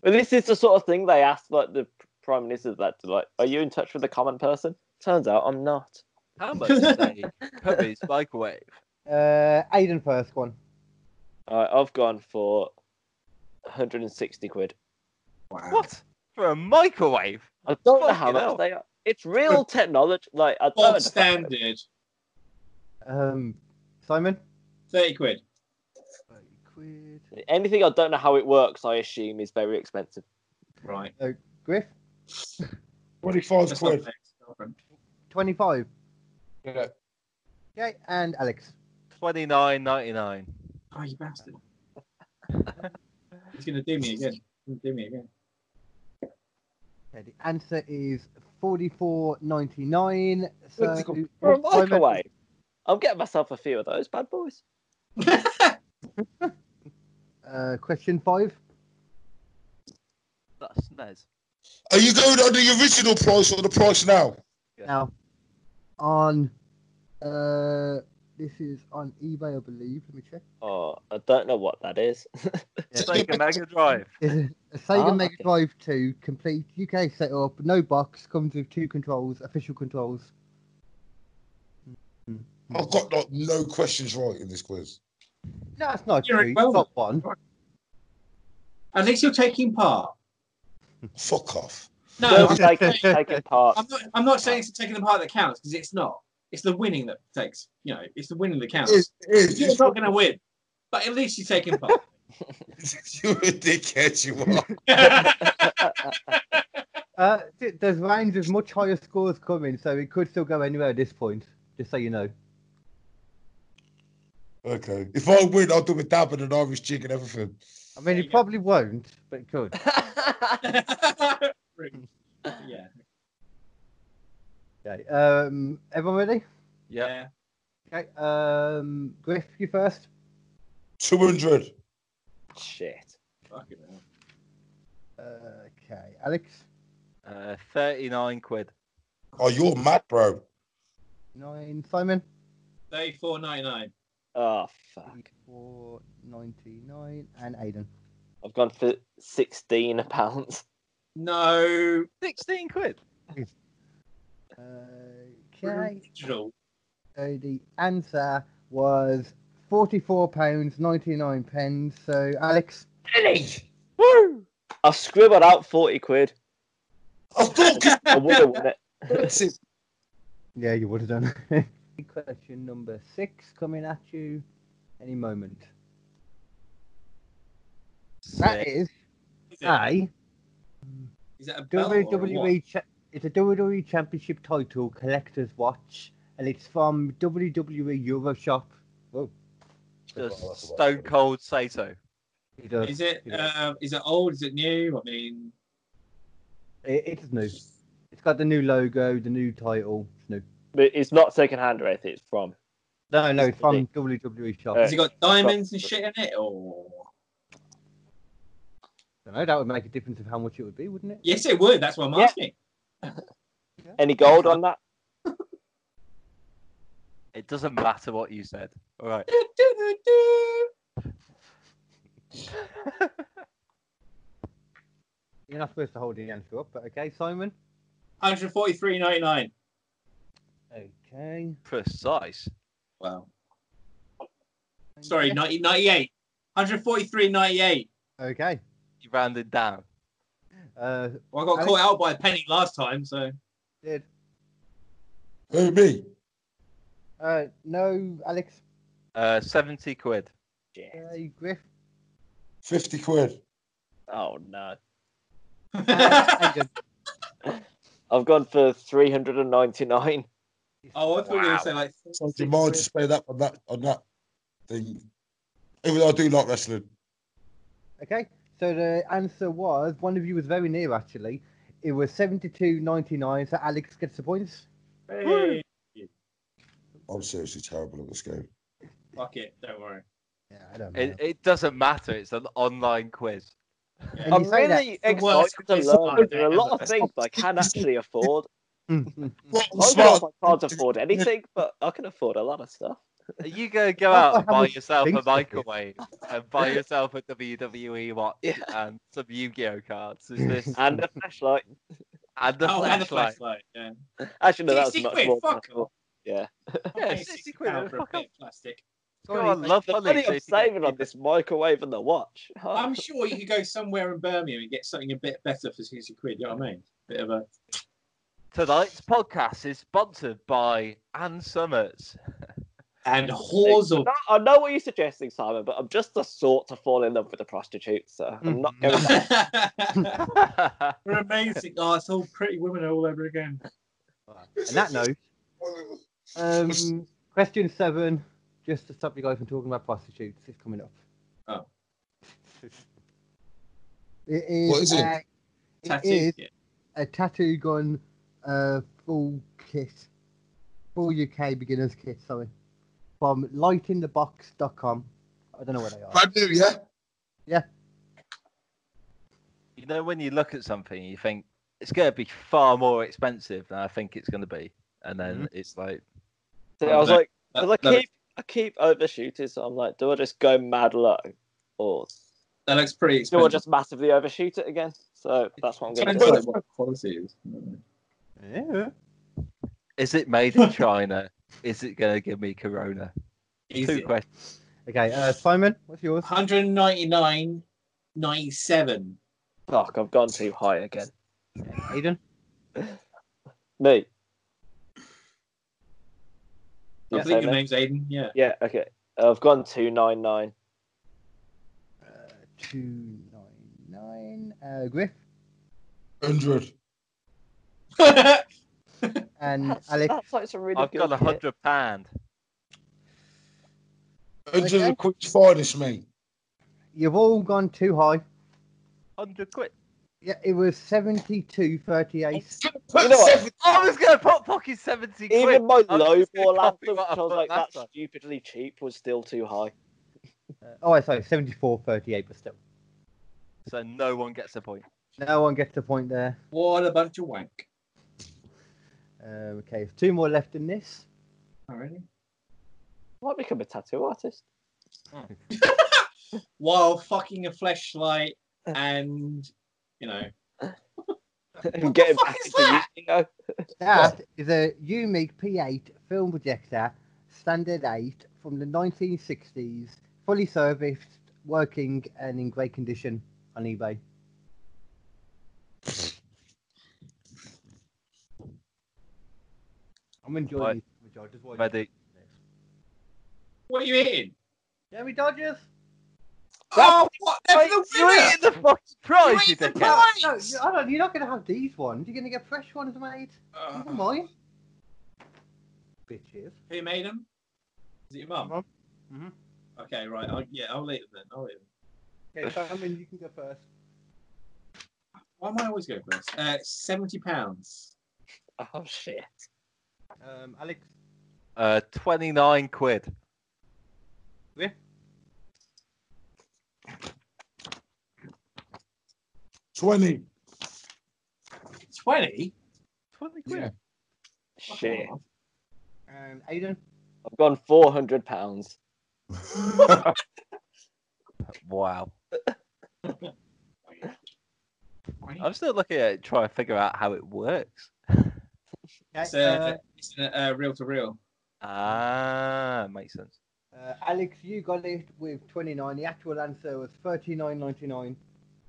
E: But this is the sort of thing they ask, like the prime minister, that like, are you in touch with the common person? Turns out I'm not.
B: How much is a Cubby's microwave?
A: Uh, Aiden first one.
E: Alright, I've gone for 160 quid.
D: Wow.
B: What? For a microwave?
E: I don't know
B: Fucking
E: how much
B: hell.
E: they are. It's real technology. Like I don't know.
C: Bog standard.
A: Um, Simon.
C: 30 quid.
A: Quid.
E: Anything I don't know how it works, I assume is very expensive.
C: Right.
A: Griff.
D: Twenty-five
C: That's not
D: quid.
C: fair, girlfriend.
A: 25.
D: Yeah.
A: Okay. And Alex.
B: Twenty nine ninety nine.
C: Oh, you bastard. He's going to do me again. He's gonna do me again.
A: Okay, the answer is 44.99.
D: Let's
A: So
D: go.
E: For a
A: Simon-
E: microwave. I'm getting myself a few of those bad boys.
A: Uh, question five.
B: That's Nez.
D: Are you going on the original price or the price now?
B: Yeah.
A: Now, on uh, this is on eBay, I believe. Let me check.
E: Oh, I don't know what that is.
A: Yeah.
B: Sega Mega Drive.
A: There's a, a Sega
E: Ah,
A: Mega
E: okay.
A: Drive 2 complete UK setup, no box, comes with two controls, official controls.
D: I've got like, no questions right in this quiz.
A: No, that's not
C: You're
A: true.
C: a
A: You
C: bowler.
A: got one.
C: At least you're taking part. <laughs>
D: Fuck off.
C: No,
E: Don't take it, take it part.
C: I'm not. I'm not saying it's the taking the part that counts because it's not. It's the winning that takes. You know, it's the winning that counts.
D: It's, it's,
C: You're
D: <laughs>
C: not going to win, but at least you're taking part. <laughs>
D: it's- you're a dickhead, you are.
A: Uh, th- there's rounds with much higher scores coming, so it could still go anywhere at this point, just so you know.
D: Okay. If I win, I'll do a dab and an Irish jig and everything.
A: I mean,
C: you
A: it
C: go.
A: probably won't, but it could.
C: yeah.
A: Okay. Um, everyone ready?
B: Yeah.
A: Okay. Um, Griff, you first.
D: 200.
E: Shit.
C: Fucking hell.
A: Uh, okay. Alex,
B: Uh, thirty nine quid.
D: Oh, you're mad, bro.
A: nine. Simon,
C: Thirty-four ninety-nine.
E: Oh fuck.
A: four ninety-nine, and Aiden.
E: I've gone for 16 pounds.
C: No.
B: Sixteen quid.
A: Uh, Okay.
C: Digital.
A: So the answer was forty-four pounds ninety-nine pence. So Alex,
E: Woo! I've scribbled out 40 quid.
D: I thought
E: I would have won it.
C: <laughs>
E: <laughs>
D: expensive.
A: yeah, you would have done. <laughs> Question number six coming at you any moment. That
B: Sick.
A: is
C: Is it-
A: a
C: is that a belt or a what?
A: WWE. E Cha- it's Oh, a WWE Championship title collector's watch, and it's from WWE Euroshop. Whoa,
B: Just Stone Cold Sato.
A: he does.
C: Is it?
A: he does.
C: Um, is it old? Is it new? I mean,
A: It- it's new. It's got the new logo, the new title. It's new.
E: But it's not secondhand or anything. It's from.
A: No, no,
E: It's
A: it's from WWE shop.
E: Uh,
C: has it got diamonds and shit in it, or?
A: I don't know. That would make a difference of how much it would be, wouldn't it?
C: Yes, it would. That's what I'm
E: Yeah.
C: asking.
E: Any gold on that?
B: It doesn't matter what you said. All right.
A: You're not supposed to hold the answer up, but okay, Simon.
C: Hundred forty-three ninety-nine.
A: Okay.
B: Precise.
C: Wow. Sorry, 90, 98. 143.98.
A: Okay.
B: You rounded down.
A: Uh,
C: Well, I got
A: Alex?
C: caught out by a penny last time, so
A: did
D: Who, me?
A: uh, no, Alex,
B: Uh, seventy quid.
E: Shit.
A: uh, Griff,
D: 50 quid.
E: Oh no.
C: Oh,
A: and Aiden.
E: I've gone for 399.
C: oh, I thought you were going to say like
D: So do you mind to spend that on that on that thing. Even though I do like wrestling.
A: Okay, so the answer was one of you was very near actually. It was seventy-two ninety-nine, so Alex gets the points.
C: Hey,
D: I'm seriously terrible at this game.
C: fuck it, don't worry.
A: Yeah, I don't know.
B: It, it doesn't matter. It's an online quiz.
A: And
E: I'm
A: you say that-
E: really
C: the worst
E: excited
C: quiz
E: to learn.
C: I've
E: There are a lot of
C: ever-
E: things I can actually afford.
A: Mm. <laughs>
C: Mm.
D: Well, I'm
E: I
C: Oh,
E: don't know
D: smart.
E: if I can't afford anything, but I can afford a lot of stuff.
B: Are you gonna go
A: Oh, <laughs>
B: out
A: I
B: and buy
A: haven't
B: yourself
A: think
B: a
A: of it.
B: microwave and buy yourself a WWE
A: <laughs>
B: watch
E: Yeah.
B: and some Yu-Gi-Oh cards? Is this
E: And a flashlight.
B: and the
C: oh, and the
B: flashlight?
C: flashlight. Yeah.
E: Actually, no, that was
C: 60
E: much
C: quid,
E: more. than I
C: fuck
E: thought. Yeah.
B: Yeah,
C: Pay
B: 60
C: 60
B: quid,
C: pound for a
B: fuck
C: bit of plastic.
B: Go on, love
E: the
B: money.
E: money
B: so
E: I'm
B: you can
E: saving on
B: keep
E: this microwave and the watch.
C: I'm sure you could go somewhere in Birmingham and get something a bit better for 60 quid. You know what I mean? Bit of a.
B: it. Tonight's podcast is sponsored by Ann
A: <laughs>
B: Summers. <laughs>
C: And whores
E: I
C: of.
E: know- I know what you're suggesting, Simon, but I'm just the sort to fall in love with a prostitute, so I'm not
C: Mm-hmm. <laughs>
E: going back.
C: We're amazing. Oh, it's all pretty women all over again.
A: on that note, um, <laughs> question seven, just to stop you guys from talking about prostitutes, it's coming up.
C: Oh.
A: <laughs> It is,
D: What is it?
A: A, it
C: Tattoo
A: is
C: kit.
A: a tattoo gun uh, full kit, full UK beginner's kit, sorry, from lightinthebox.com. I don't know where they are.
D: Brand new, yeah?
B: you know, when you look at something, you think it's going to be far more expensive than I think it's going to be, and then
E: Mm-hmm.
B: it's like,
E: So I was
C: No,
E: like,
C: That-
E: 'cause I
C: that,
E: keep, I keep overshooting, so I'm like, do I just go mad low, or
C: that looks pretty
E: do I
C: expensive.
E: just massively overshoot it again? So that's what I'm going
C: Depends
E: to do.
C: on what quality it is.
A: Yeah.
B: is it made in China? is it going to give me corona? Two
C: Easy.
B: questions.
A: Okay, uh, Simon, what's yours?
C: 199.97.
E: Fuck, I've gone too high again.
A: Uh, Aiden?
E: Me.
C: I
E: You say
C: think your
E: me?
C: name's Aiden. Yeah.
E: Yeah. Okay. I've gone two nine nine.
A: Uh, 299. Uh, Griff
D: 100.
A: and
E: That's,
A: Alex.
E: that's like some really
B: I've
E: good
B: got a
E: kit.
B: hundred pound.
D: 100
A: Okay.
D: is Queen's finest, mate.
A: You've all gone too high.
B: Hundred quid.
A: Yeah, it was 72 38.
B: <laughs>
E: You know what?
D: Seven-
B: I was going to put fucking seventy quid.
E: Even my
B: I was
E: low
B: just gonna
E: ball
B: copy
E: anthem,
B: what
E: which
B: I
E: I was
B: put
E: like,
B: last
E: that's
B: time.
E: stupidly cheap, was still too high.
A: Oh, I sorry, 74 38, but still.
B: So no one gets a point.
A: No one gets a point there.
C: What a bunch of wank.
A: Uh, okay, there's two more left in this.
C: Already?
E: Might become a
C: <laughs>
E: tattoo artist.
C: While fucking a fleshlight and, you know.
E: and get him
C: fuck
E: back
C: is
E: into
C: that?
E: you, you know?
A: That is a Umic P8 film projector, standard 8 from the 1960s, fully serviced, working, and in great condition on eBay. I'm enjoying
B: Right.
A: these, George. Just watch
B: Medic.
C: What are you eating?
A: Jeremy Dodgers.
C: Oh, what? They're for the
B: You're
C: winner!
B: eating the fucking
C: You
B: prize, you
C: eat the
B: dickhead.
A: No,
C: prize!
A: you- hold on, you're not going to have these ones. You're going to get fresh ones made.
C: Uh,
A: Never mind. Bitches.
C: who made them? Is it your mum?
A: Mum. Mhm.
C: Okay, right. I'll, yeah, I'll leave them then. I'll leave them.
A: Okay, Simon, you can go first.
C: Why am I always going first? Uh, seventy pounds.
E: Oh shit.
A: Um, Alex.
B: Uh, twenty nine quid.
C: <laughs>
D: Twenty.
C: Twenty.
B: Twenty quid.
D: Yeah.
E: Shit.
A: Um, Aiden.
E: I've gone four hundred pounds.
B: Wow. I'm still looking at it, trying to figure out how it works.
A: Okay,
C: It's,
A: uh,
C: uh, it's uh, real to real.
B: Ah, makes sense.
A: uh, Alex, you got it with 29. The actual answer was 39.99.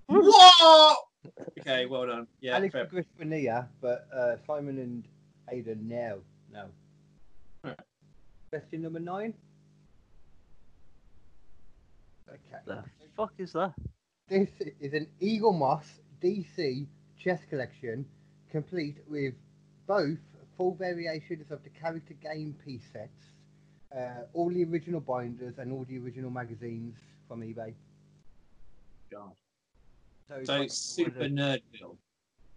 C: What? Okay, well done. Yeah,
A: Alex
C: fair.
A: and Griff were near, but uh, Simon and Aiden, no. No.
C: Alright.
A: Question number nine. Okay.
B: The fuck is that?
A: This is an Eagle Moss DC chess collection, complete with both full variations of the character game piece sets uh, all the original binders and all the original magazines from eBay.
C: God.
A: So it's,
C: So
A: like
C: it's
A: one of
C: super
A: those-
C: nerdville.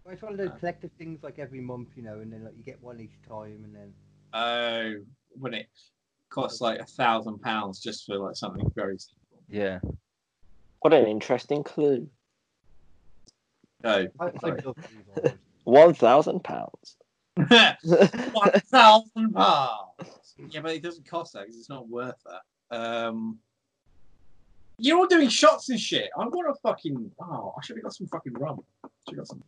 A: well, it's one of those
C: Ah.
A: collective things like every month, you know, and then like you get one each time, and then
C: Oh, when it costs like a thousand pounds just for like something very
B: <laughs>
C: simple.
B: Yeah.
E: What an interesting clue.
C: No. <laughs>
A: I, I
C: Sorry.
A: love these
C: <laughs>
A: ones.
E: One thousand pounds. <laughs>
C: One thousand pounds. Yeah, but it doesn't cost that 'cause it's not worth that. Um, you're all doing shots and shit. I'm gonna fucking. Oh, I should have got some fucking rum. Should have got some.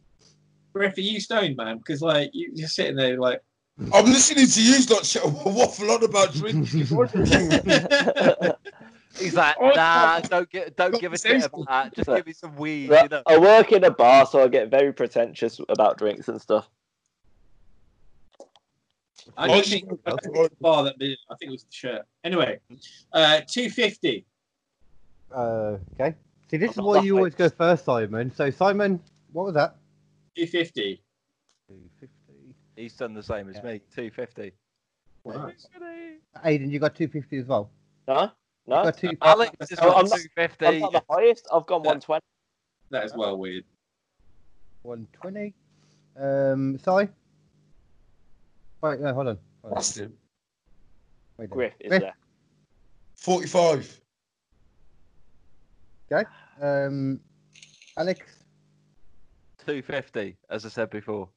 C: Griff, are you stoned, man? Because like you, you're sitting there like.
D: I'm listening to you lot shit, waffle on about drinks. <laughs>
B: He's like,
D: Oh,
B: nah, don't get, don't give a shit
D: Conversation.
B: about that. Just
E: Right.
B: give me some weed. You know?
E: Well, I work in a bar, so I get very pretentious about drinks and stuff.
C: <laughs> I
D: Oh,
C: don't
D: she-
C: think I don't think it was the bar that did. it. I think it was the shirt. Anyway, uh, two fifty.
A: Uh, okay. See, this is
E: Not
A: why
E: that
A: you
E: high.
A: always go first, Simon. So, Simon, what was that?
C: Two fifty.
B: He's done the same as
A: Yeah.
B: me. Two fifty.
A: Aiden, you got 250 as well.
E: No,
A: You
E: no.
A: got two,
B: Alex has
E: I'm
B: got
E: not-
B: two
E: I'm
B: fifty.
E: not the highest. I've gone
B: Yeah.
E: one twenty.
C: That is well weird.
A: 120. Um, Si? Wait, no, hold on. Hold on.
D: That's it.
A: Wait there.
E: Griff is
A: Griff.
E: there.
C: <laughs>
E: <laughs>
D: 45.
A: Um, Alex? <laughs>
B: Two fifty, as I said before.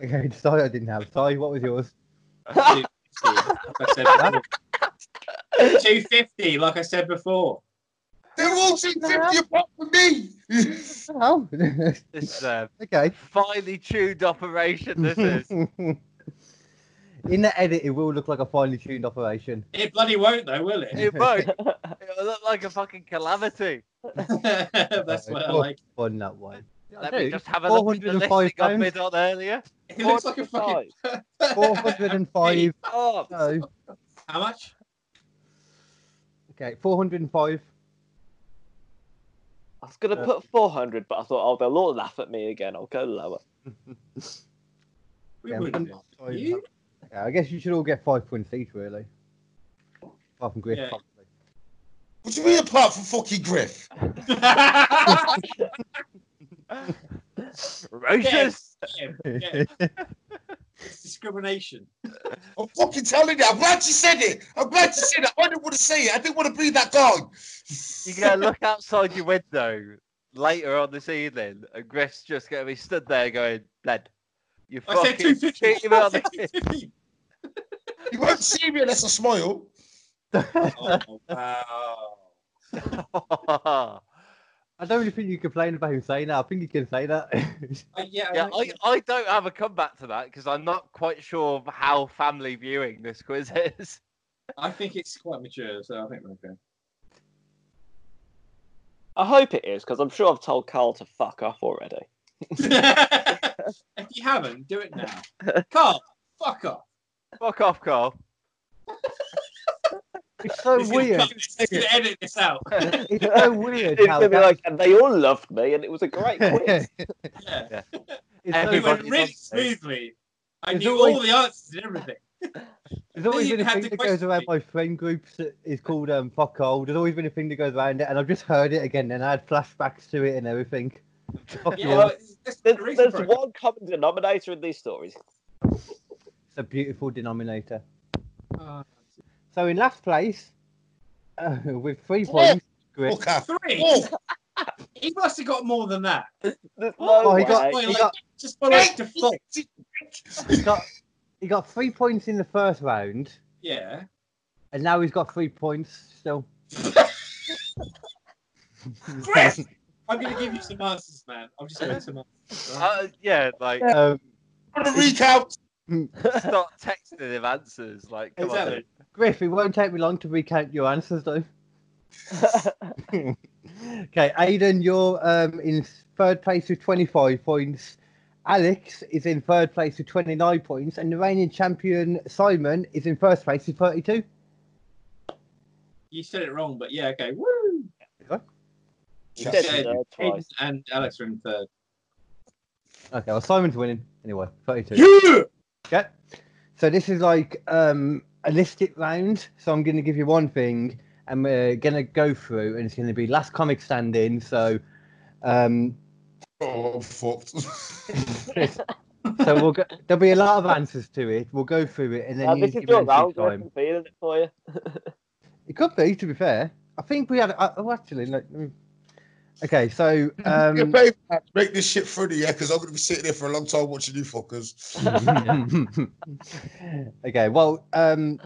A: Okay, Si I didn't have. Si, what was yours?
C: Two fifty. Two fifty, like I said before.
D: They're all 250 apart from me. <laughs>
A: Oh,
B: This is
E: <laughs>
B: a
A: <laughs> okay.
B: finely tuned operation. This
A: <laughs>
B: is.
A: In the edit, it will look like a finely tuned operation.
C: It bloody won't though, will it?
B: It won't. It'll look like a fucking calamity.
C: <laughs> That's what I
A: Oh,
C: like.
A: Fun that way.
B: Let
A: I
B: me
A: do.
B: just have a look at the
A: 405
B: listing I
A: pounds.
B: bid on earlier.
C: It looks like a fucking.
B: <laughs>
A: 405.
E: Oh,
A: So,
C: <laughs> How much?
A: okay, 405.
E: I was gonna put four hundred, but I thought, oh, they'll all laugh at me again. I'll go lower.
C: We
A: Yeah,
C: wouldn't.
A: <laughs> fun-
C: You?
A: Yeah, I guess you should all get five points each, really. Apart from Griff,
C: Yeah.
A: probably.
D: What do you mean apart from fucking Griff?
C: Get
B: Rocious.
C: him, get him. It's discrimination.
D: I'm fucking telling you. I'm glad you said it. I'm glad you said it. I didn't want to say it. I didn't want to be that guy.
B: You're gonna look outside your window later on this evening, and Griff's just gonna be stood there going, "Led, you
C: I said
B: fucking
C: 250.
B: cheating me
C: <laughs>
B: on the head."
C: 250.
D: You won't see me unless I smile.
C: Oh, wow.
A: I don't really think you complain about him saying that. I think you can say that. <laughs>
C: Uh, yeah,
B: <laughs> yeah,
C: know.
B: I, I don't have a comeback to that because I'm not quite sure of how family viewing this quiz <laughs> is.
C: I think it's quite mature, so I think we're okay. <laughs>
E: I hope it is because I'm sure I've told Carl to fuck off already.
C: if you haven't, do it now. Carl, fuck off.
B: Fuck off, Carl.
A: it's
C: <laughs>
A: so
C: He's gonna
A: weird.
C: cut this, he's gonna edit this out.
A: <laughs> It's so weird.
E: It's
A: how
E: gonna be
A: that-
E: like, and they all loved me, and it was a great
C: Yeah.
E: quiz.
A: <laughs> it's so-
C: It went
B: Everybody- Everybody's on
C: really
B: stage.
C: smoothly. I
A: There's
C: knew
A: always-
C: all the answers and everything.
A: There's always
C: you
A: been a
C: had
A: thing
C: to
A: that goes
C: question
A: around
C: me.
A: my friend groups that is called um, fuck all. There's always been a thing that goes around it, and I've just heard it again, and I had flashbacks to it and everything. Fuck
C: Yeah,
A: all.
C: well, that's the
E: There's,
C: reason
E: there's
C: for it.
E: one common denominator in these stories.
A: It's a beautiful denominator.
C: Uh,
A: So in last place, <laughs> uh, with three points, Griff.
D: Look at
C: Three.
D: Oh,
C: <laughs> He must have got more than that.
E: There's no
A: Oh, he
E: way.
A: got-
C: Like,
A: he
C: like,
A: got-
C: just by like default.
A: He got, he got three points in the first round,
C: Yeah.
A: and now he's got three points still.
C: Griff! <laughs> I'm going to give you some answers, man. I'm just going to some answers. right?
B: Uh, yeah, like
A: Um,
D: I'm going to recount.
B: start texting him answers. Like, come on,
C: Exactly.
B: dude.
A: <laughs> Griff, it won't take me long to recount your answers, though. okay, Aidan, you're um, in third place with 25 points. Alex is in third place with 29 points, and the reigning champion Simon is in first place with 32.
C: You said it wrong, but yeah, okay. Woo!
E: He said
C: Yeah,
E: no
C: Aiden
E: twice.
C: and Alex are in third.
A: Okay, well, Simon's winning anyway, 32.
D: Yeah.
A: Okay. So this is like um, a listed round. So I'm going to give you one thing, and we're going to go through, and it's going to be last comic standing. So, um,
D: Oh, I'm fucked.
A: so we'll go, there'll be a
E: <laughs>
A: lot of answers to it. We'll go through it, and then
E: Uh,
A: you
E: this is
A: give
E: your
A: your answer
E: round.
A: each time.
E: I'm feeling it for you. <laughs>
A: It could be, to be fair. I think we had. uh, Oh, actually, no. let me- Okay, so
D: <laughs> Yeah,
A: um, <laughs>
D: babe, make this shit funny, yeah, because I'm going to be sitting here for a long time watching you fuckers.
A: okay, well, um,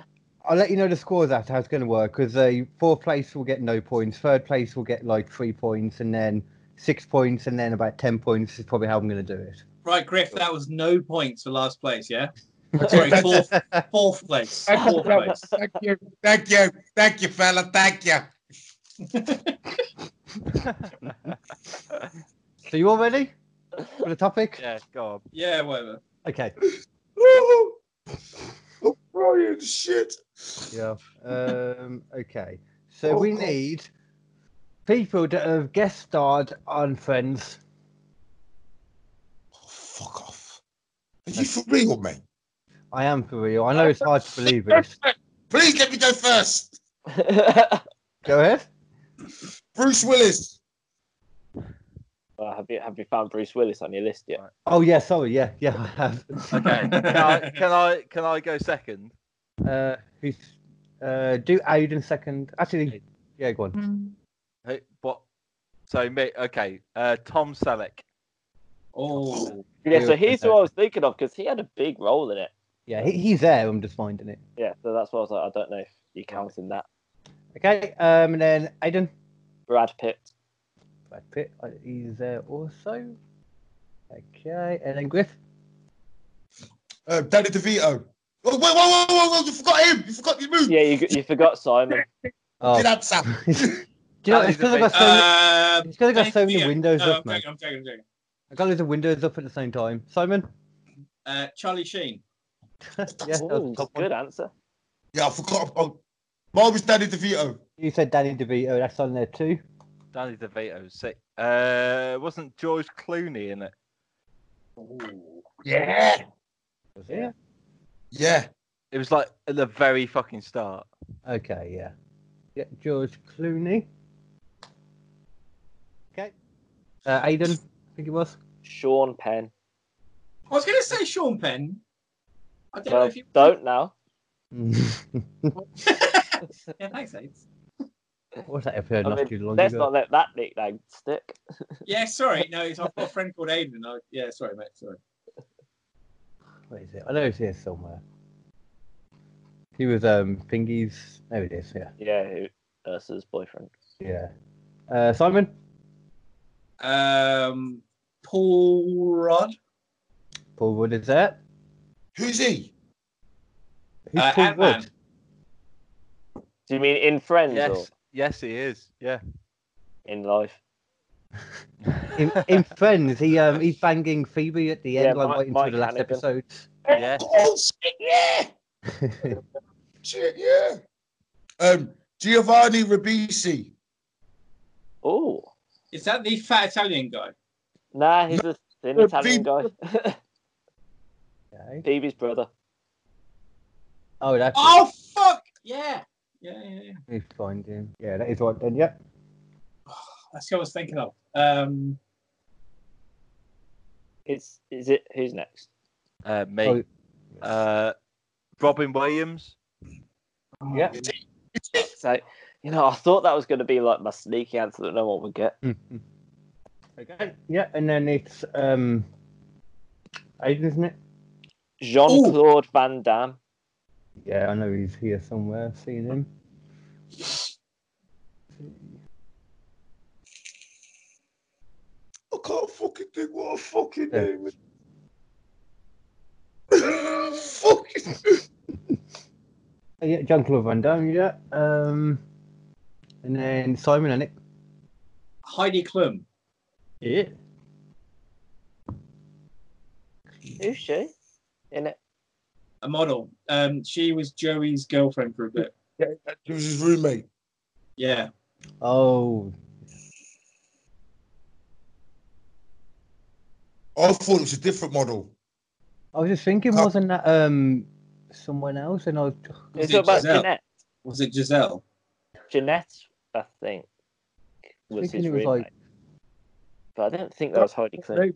A: I'll let you know the scores after how it's going to work because the fourth place will get no points, third place will get like three points, and then six points, and then about ten points is probably how I'm going to do it.
C: <laughs> Right, Griff, that was no points for last place, yeah?
D: Okay,
C: Sorry,
D: thank,
C: fourth, fourth place. Fourth place.
D: thank you, thank you, thank you, fella, thank you.
A: So you all ready for the topic?
B: Yeah, go on.
C: Yeah, whatever.
A: Okay.
D: Woo! I'm crying, shit.
A: Yeah. Um, okay. So
D: Oh,
A: we
D: God.
A: need people that have guest starred on Friends.
D: Oh, fuck off. Are you for real, mate?
A: I am for real. I know it's hard to believe it.
D: Please let me go first.
A: Go ahead.
D: Bruce Willis.
E: Well, have you have you found Bruce Willis on your list yet?
A: Oh yeah, sorry. Yeah, yeah, I have.
B: Okay. Can I can I, can I go second?
A: <laughs> Uh, who's uh, do Aiden second? Actually, yeah, go on.
B: Who- What? So me. Okay. Uh, Tom Selleck.
C: <laughs> Oh,
E: Yeah, so
A: Yeah,
E: he's who
A: okay.
E: I was thinking of because he had a big role in it.
A: Yeah, he, he's there. I'm just finding it.
E: Yeah, so that's why I was like, I don't know if you count in that.
A: Okay. Um, and then Aiden,
E: Brad Pitt.
A: Brad Pitt, uh, he's there also. Okay, and then Griff.
D: Uh, Danny DeVito. Oh, wait, whoa, whoa, whoa, whoa, you forgot him. You forgot your move.
E: Yeah, you you forgot Simon.
A: Oh,
D: Good answer.
A: do you know what, it's because I got so many,
C: uh,
A: it's 'cause I got so many
C: yeah.
A: windows
C: no,
A: up,
C: I'm
A: man.
C: joking, I'm joking, I'm joking.
A: I got loads of windows up at the same time. Simon.
C: Uh, Charlie Sheen.
A: <laughs> yeah, that was
E: Ooh,
A: the top one.
E: good answer.
D: Yeah, I forgot. Oh, mine was Danny DeVito.
A: You said Danny DeVito. That's on there too.
B: Danny DeVito. Sick. Uh, wasn't George Clooney in it?
D: Yeah.
A: Was
E: Yeah.
A: it?
D: Yeah.
B: It was like at the very fucking start.
A: Okay, yeah. Yeah, George Clooney. Okay. Uh, Aiden, I think it
E: <laughs>
A: was.
E: Sean Penn.
C: I was going to say Sean Penn. I don't know
E: Well,
C: if you.
E: don't now.
C: <laughs> Yeah, thanks, Ace.
A: What's that episode
E: I
A: not
E: mean,
A: too long
E: Let's
A: ago?
E: not let that nickname stick.
C: Yeah, sorry. No, it's, I've got a friend called Aiden. I, yeah, sorry, mate. Sorry.
A: Where is it? I know it's here somewhere. He was um Pingy's. There it is. Yeah.
E: Yeah, who, Ursa's boyfriend.
A: Yeah. Uh, Simon.
C: Um, Paul Rudd.
A: Paul Wood is there.
D: Who's he?
A: Who's
C: Uh,
A: Paul
C: Ant-Man.
A: Wood?
E: Do you mean in Friends or
B: Yes. Yes, he is. Yeah.
E: in life?
A: In, in Friends, he um he's banging Phoebe at the
E: Yeah,
A: end, like
E: Mike-
A: right into
E: Mike
A: the last
E: Hannigan.
A: episode. <laughs>
B: Yeah.
D: Oh, shit, yeah. Shit, yeah. Um, Giovanni Ribisi.
E: Oh,
C: Is that the fat Italian guy?
E: nah, he's a thin
D: No,
E: Italian guy.
A: okay.
E: Phoebe's brother.
A: Oh, that's. it.
C: Oh fuck! Yeah. Yeah, yeah, yeah.
A: Let me find him. Yeah, that is right then. Yep.
C: That's what I was thinking of. Um,
E: It's is it? Who's next?
B: Uh,
A: Oh,
B: me. Uh, Robin Williams.
A: yeah.
E: So, you know, I thought that was going to be like my sneaky answer that no one would get.
A: Mhm. okay. Yeah, and then it's um, Aiden, isn't it?
E: Jean Claude Van Damme.
A: Yeah, I know he's here somewhere. I've seen him.
D: I can't fucking think what a fucking
A: Yeah.
D: name is. <laughs> fucking.
A: Uh, yeah, John Claude Van Damme. Yeah. Um, and then Simon and it.
C: Heidi Klum.
A: Yeah.
E: Who's she? In it.
C: a model. Um, she was Joey's girlfriend for a bit.
D: He was his roommate.
C: Yeah.
A: Oh,
D: I thought it was a different model.
A: I was just thinking,
D: Oh.
A: wasn't that um, someone else, and I was
C: Was
E: It's
C: it
E: about
C: Giselle?
E: Jeanette.
C: Was it Giselle?
E: Jeanette, I think, was
A: thinking
E: his
A: it was
E: roommate.
A: like
E: But I don't think that was Heidi Klum.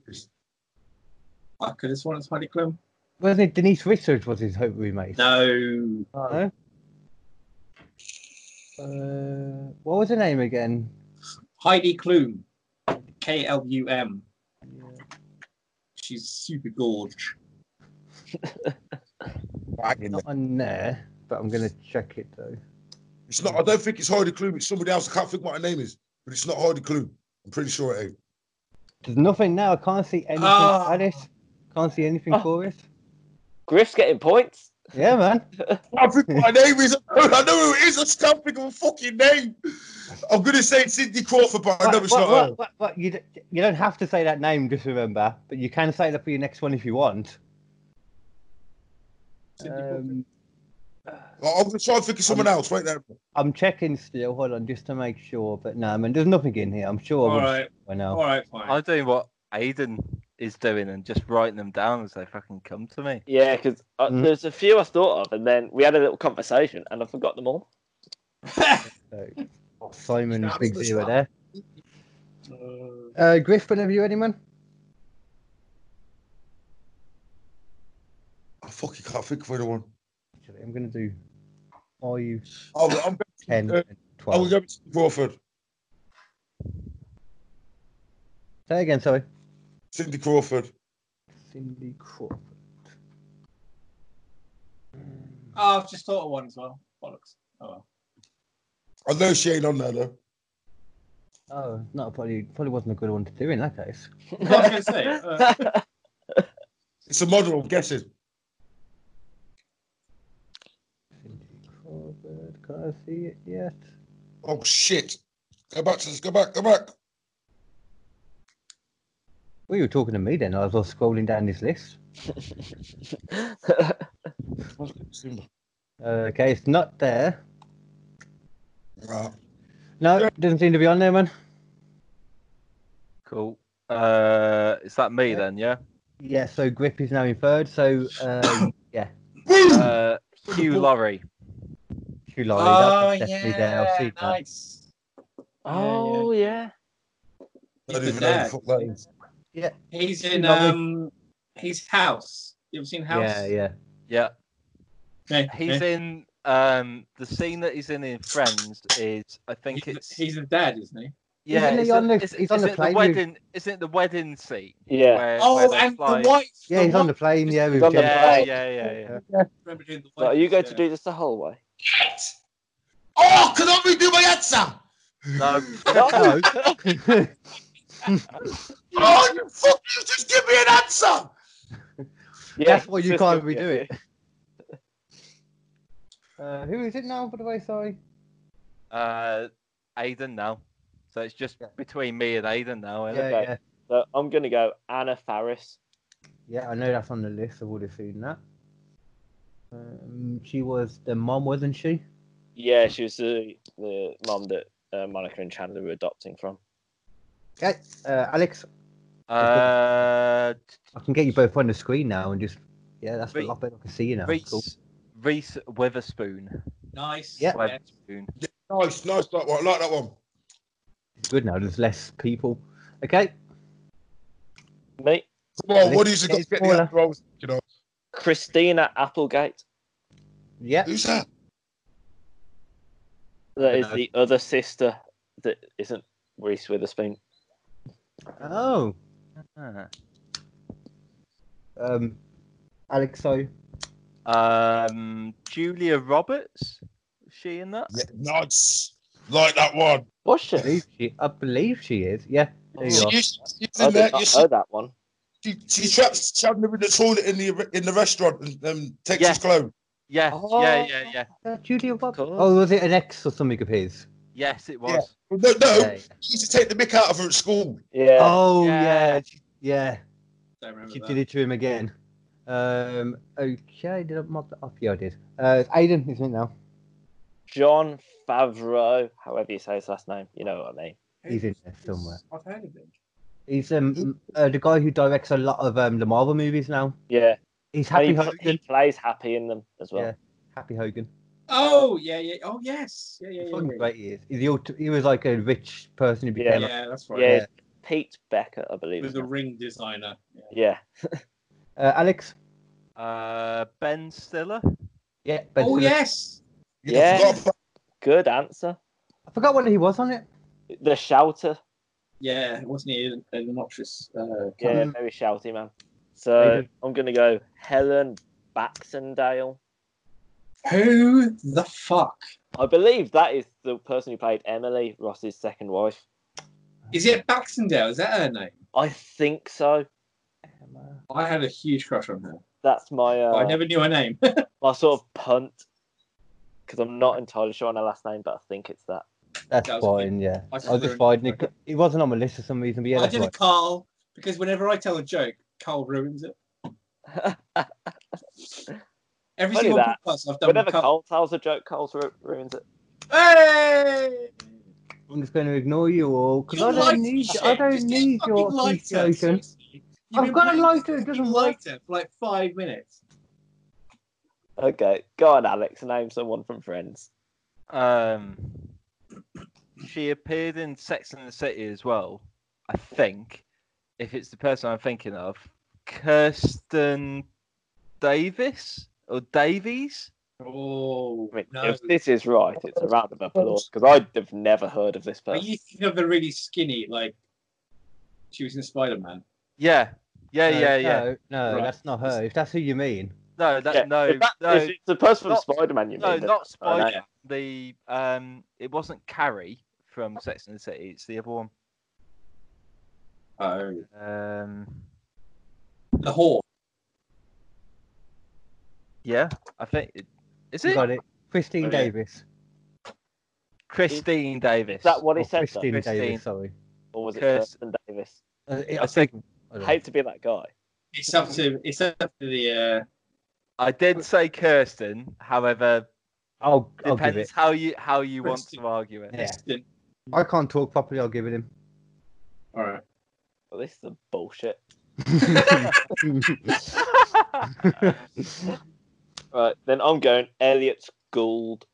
C: I could have sworn it's Heidi Klum.
A: wasn't it Denise Richards was his hope roommate?
C: No.
A: No? Uh, what was her name again?
C: Heidi Klum. K L U M. She's super gorge.
A: Not on there, but I'm gonna check it though.
D: It's not. I don't think it's Heidi Klum. It's somebody else. I can't think what her name is, but it's not Heidi Klum. I'm pretty sure it ain't.
A: There's nothing now. I can't see anything.
C: Ah.
A: Alice, can't see anything
E: Oh.
A: for us.
E: Griff's getting points.
A: Yeah,
C: <laughs>
A: man.
D: I think my name is. <laughs> I know who it is. I just can't think of a fucking name. I'm gonna say it's Sidney Crawford, but I know
A: What-
D: it's
A: what-
D: not
A: what-
D: her.
A: what- what- you, d- you don't have to say that name, just remember, but you can say that for your next one if you want. Um,
D: Like, I'm gonna try and think of someone else. Wait there.
A: I'm checking still. Hold on, just to make sure. But no, I mean, there's nothing in here. I'm sure.
C: All right.
A: I know.
C: All right, fine.
B: I'm doing what Aiden is doing and just writing them down as they fucking come to me.
E: Yeah, because uh,
A: Mm.
E: there's a few I thought of, and then we had a little conversation, and I forgot them all. <laughs>
A: So, Simon,
D: Shout
A: big
D: out to
A: zero
D: Sean.
A: there. Uh, Griffin, have you anyone?
D: I fucking can't think of anyone.
A: Actually, I'm gonna do. Are you
D: I'm, I'm,
A: ten and
D: Uh, I'm
A: twelve?
D: gonna go with Sidney Crawford.
A: Say again, sorry.
D: Cindy Crawford.
A: Cindy Crawford.
C: Oh, I've just thought of one as well. Bollocks. Oh, well.
D: I know she ain't on there though.
A: Oh, no, probably probably wasn't a good one to do in that case.
C: I was going to
A: <laughs>
C: say. Uh,
D: It's a model. I'm guessing.
A: Cindy Crawford, can I see it yet?
D: Oh shit! Go back to this. Go back. Go back.
A: Well, you were talking to me then. I was all scrolling down this list. Uh, okay, it's not there.
D: Right.
A: No, it doesn't seem to be on there, man.
B: Cool. Uh, is that me then? Yeah.
A: Yeah, so Grip is now in third. So,
C: <coughs>
A: um,
B: Uh,
A: <laughs>
B: Hugh Laurie.
A: Hugh
C: oh,
A: Laurie, that was definitely there. I've
C: yeah.
A: seen that.
C: Nice.
E: oh yeah.
D: Don't
C: He's
D: even
C: the
D: know who the
C: dad.
D: fuck that is.
C: He's in
A: Lovely.
C: um, he's House. You ever seen House?
A: Yeah, yeah.
B: Yeah.
C: Okay,
B: He's
C: okay.
B: in. Um, the scene that he's in in Friends is, I think
C: He's,
B: it's.
C: he's the dad, isn't he?
B: yeah,
A: Isn't he
B: it's
A: on the-
B: it's-
A: he's on
B: is
A: the
B: it
A: plane with-
B: wedding. Isn't it the wedding scene?
E: Yeah.
B: Where, where
C: Oh,
B: they
C: and
B: fly-
C: the wife.
A: Yeah, he's on the plane. Yeah,
E: He's
A: with
E: on the
A: Jennifer.
B: Yeah, yeah,
E: plane.
B: yeah, yeah.
C: Remember doing the
E: Like, are you
C: wife,
E: going
C: yeah.
E: to do this the whole way?
D: Oh, can I redo my answer?
B: No,
A: No. <laughs>
D: Oh, you fuck! You just give me an answer.
E: Yeah.
A: That's why you can't redo it. <laughs> Uh, who is it now, by the way? Sorry.
B: uh, Aiden now. So it's just
A: Yeah.
B: between me and Aiden now.
A: Yeah,
B: Isn't
E: Okay.
A: yeah.
E: So I'm gonna go Anna Faris.
A: Yeah, I know that's on the list. I've already seen that. Um, she was the mom, wasn't she?
E: Yeah, she was the, the mom that uh, Monica and Chandler were adopting from.
A: Okay. Uh, Alex,
B: it? Uh,
A: I can get you both on the screen now and just. Yeah, that's a
B: Reese-
A: lot better. I can see you now.
B: Reese,
A: Cool.
B: Reese Witherspoon.
C: Nice.
A: Yeah.
B: Witherspoon.
D: Nice, nice that one. I like that one.
A: It's good now. There's less people. Okay.
E: Me,
D: Come on, what is it? Got to get the
A: Smaller.
D: answer I was thinking of.
E: Christina Applegate.
A: Yeah.
D: Who's that?
E: That is
A: No.
E: the other sister that isn't Reese Witherspoon.
A: Oh.
B: Ah.
A: Um, Alex, so
B: Um, Julia Roberts. Is she in that?
D: Yeah, nice. Like that one.
E: Was she?
A: I believe she, I believe she is. Yeah. There you
D: She,
A: are.
D: she's
E: I
D: in there.
E: did not
D: You see-
E: know that one.
D: She, she traps Chandler in the toilet in the in the restaurant and um, takes
B: Yeah.
D: his clothes.
B: Yeah,
E: Oh.
B: yeah, yeah, yeah.
A: Uh, Julia Roberts.
E: course.
A: Oh, was it an ex or something of his?
B: Yes, it was.
D: Yeah. No, no.
A: Yeah.
D: She used to take the mick out of her at school.
E: Yeah.
A: Oh
B: Yeah.
A: yeah, she- yeah.
C: Don't remember
A: She
C: that.
A: did it to him again. Um. Okay. Did I mop that off? Yeah, I did. Uh, it's Aiden, isn't it now?
E: John Favreau, however you say his last name. You know what I mean.
C: Who-
A: He's in there somewhere.
C: I've heard of him.
A: He's um uh, the guy who directs a lot of um the Marvel movies now.
E: Yeah.
A: He's
E: And
A: Happy
E: he, pl- he
A: Hogan.
E: plays happy in them as well.
A: Yeah. Happy Hogan.
C: Oh yeah, yeah. Oh yes, yeah, yeah,
A: He's
C: yeah.
A: fucking
C: yeah.
A: great he is. He's the ulti- he was like a rich person who became
E: Yeah.
A: like,
C: Yeah, that's right.
E: Yeah,
A: Yeah.
E: Pete Becker, I believe.
C: With the ring designer. Yeah.
E: Yeah,
A: uh, Alex.
B: Uh, ben Stiller.
A: Yeah. Ben
C: Oh
A: Stiller.
C: yes.
E: Yeah.
D: forgot about-
E: good answer.
A: I forgot whether he was on it.
E: The shouter.
C: Yeah, wasn't he an, an obnoxious? Uh,
E: Yeah,
A: Mm.
E: very shouty
A: Very
E: man. So I'm gonna go Helen Baxendale.
C: who the fuck
E: I believe that is the person who played Emily Ross's second wife.
C: is it? Baxendale? Is that her name?
E: I think so.
C: I had a huge crush on her.
E: That's my
C: but I
E: uh,
C: never knew her name.
E: my sort of punt because I'm not entirely sure on her last name, but I think it's that.
A: That's
C: That was-
A: fine. Yeah.
C: I
A: I
C: just
A: was just finding it. It wasn't on my list for some reason, but yeah,
C: I
A: that's
C: did a
A: right.
C: Carl because whenever I tell a joke, Carl
A: <laughs>
C: ruins it. Every
E: Funny
C: single
E: that.
C: podcast I've done
E: Whenever
C: with Carl.
E: Cole tells a joke, Cole ru- ruins it.
C: Hey!
A: I'm just going to ignore you all because I
C: lighter
A: don't need.
C: shit.
A: I don't
C: Just get
A: need
C: fucking
A: your
C: lighter,
A: appreciation.
C: seriously. You've
A: I've
C: been
A: got a
C: playing
A: lighter, it
C: fucking
A: doesn't work.
C: lighter for like five minutes.
E: Okay, go on, Alex. Name someone from Friends.
B: Um, she appeared in Sex and the City as well. I think, if it's the person I'm thinking of, Kirsten Davis or Davies.
C: Oh,
E: I mean,
C: no.
E: if this is right, it's a round of applause because I'd have never heard of this
C: Are
E: person.
C: you thinking of the really skinny, like she was in Spider Man?
B: Yeah, yeah,
A: No,
B: yeah, yeah.
A: No, no
C: Right.
A: that's not her. If that's who you mean,
B: No, that
E: Yeah,
B: no,
E: if that-
B: no,
E: if it's the person
B: not-
E: from Spider Man, you
B: no,
E: mean?
B: not
E: Oh, no,
B: Spider. The um, it wasn't Carrie from Sex and the City. It's the other one.
C: Oh,
B: Um,
C: the whore.
B: yeah, I think it, is
A: you
B: it
A: got it. Christine
C: Oh, yeah.
A: Davis.
B: Christine Davis.
E: Is that what he
A: Or
E: said? though?
A: Christine
B: Christine.
A: Davis. Sorry.
E: Or was it
B: Kirsten.
E: Kirsten Davis?
A: Uh, it-
B: I
A: I think. I don't know.
E: Hate to be that guy.
C: It's up to it's up to the. Uh,
B: I did say Kirsten. However,
A: I'll, I'll give
B: depends
A: it.
B: how you how you want
C: Kirsten.
B: to argue it.
A: Yeah.
C: Kristen.
A: I can't talk properly. I'll give it him.
C: All right.
E: Well, this is some bullshit. Right, then I'm going Elliot Gould.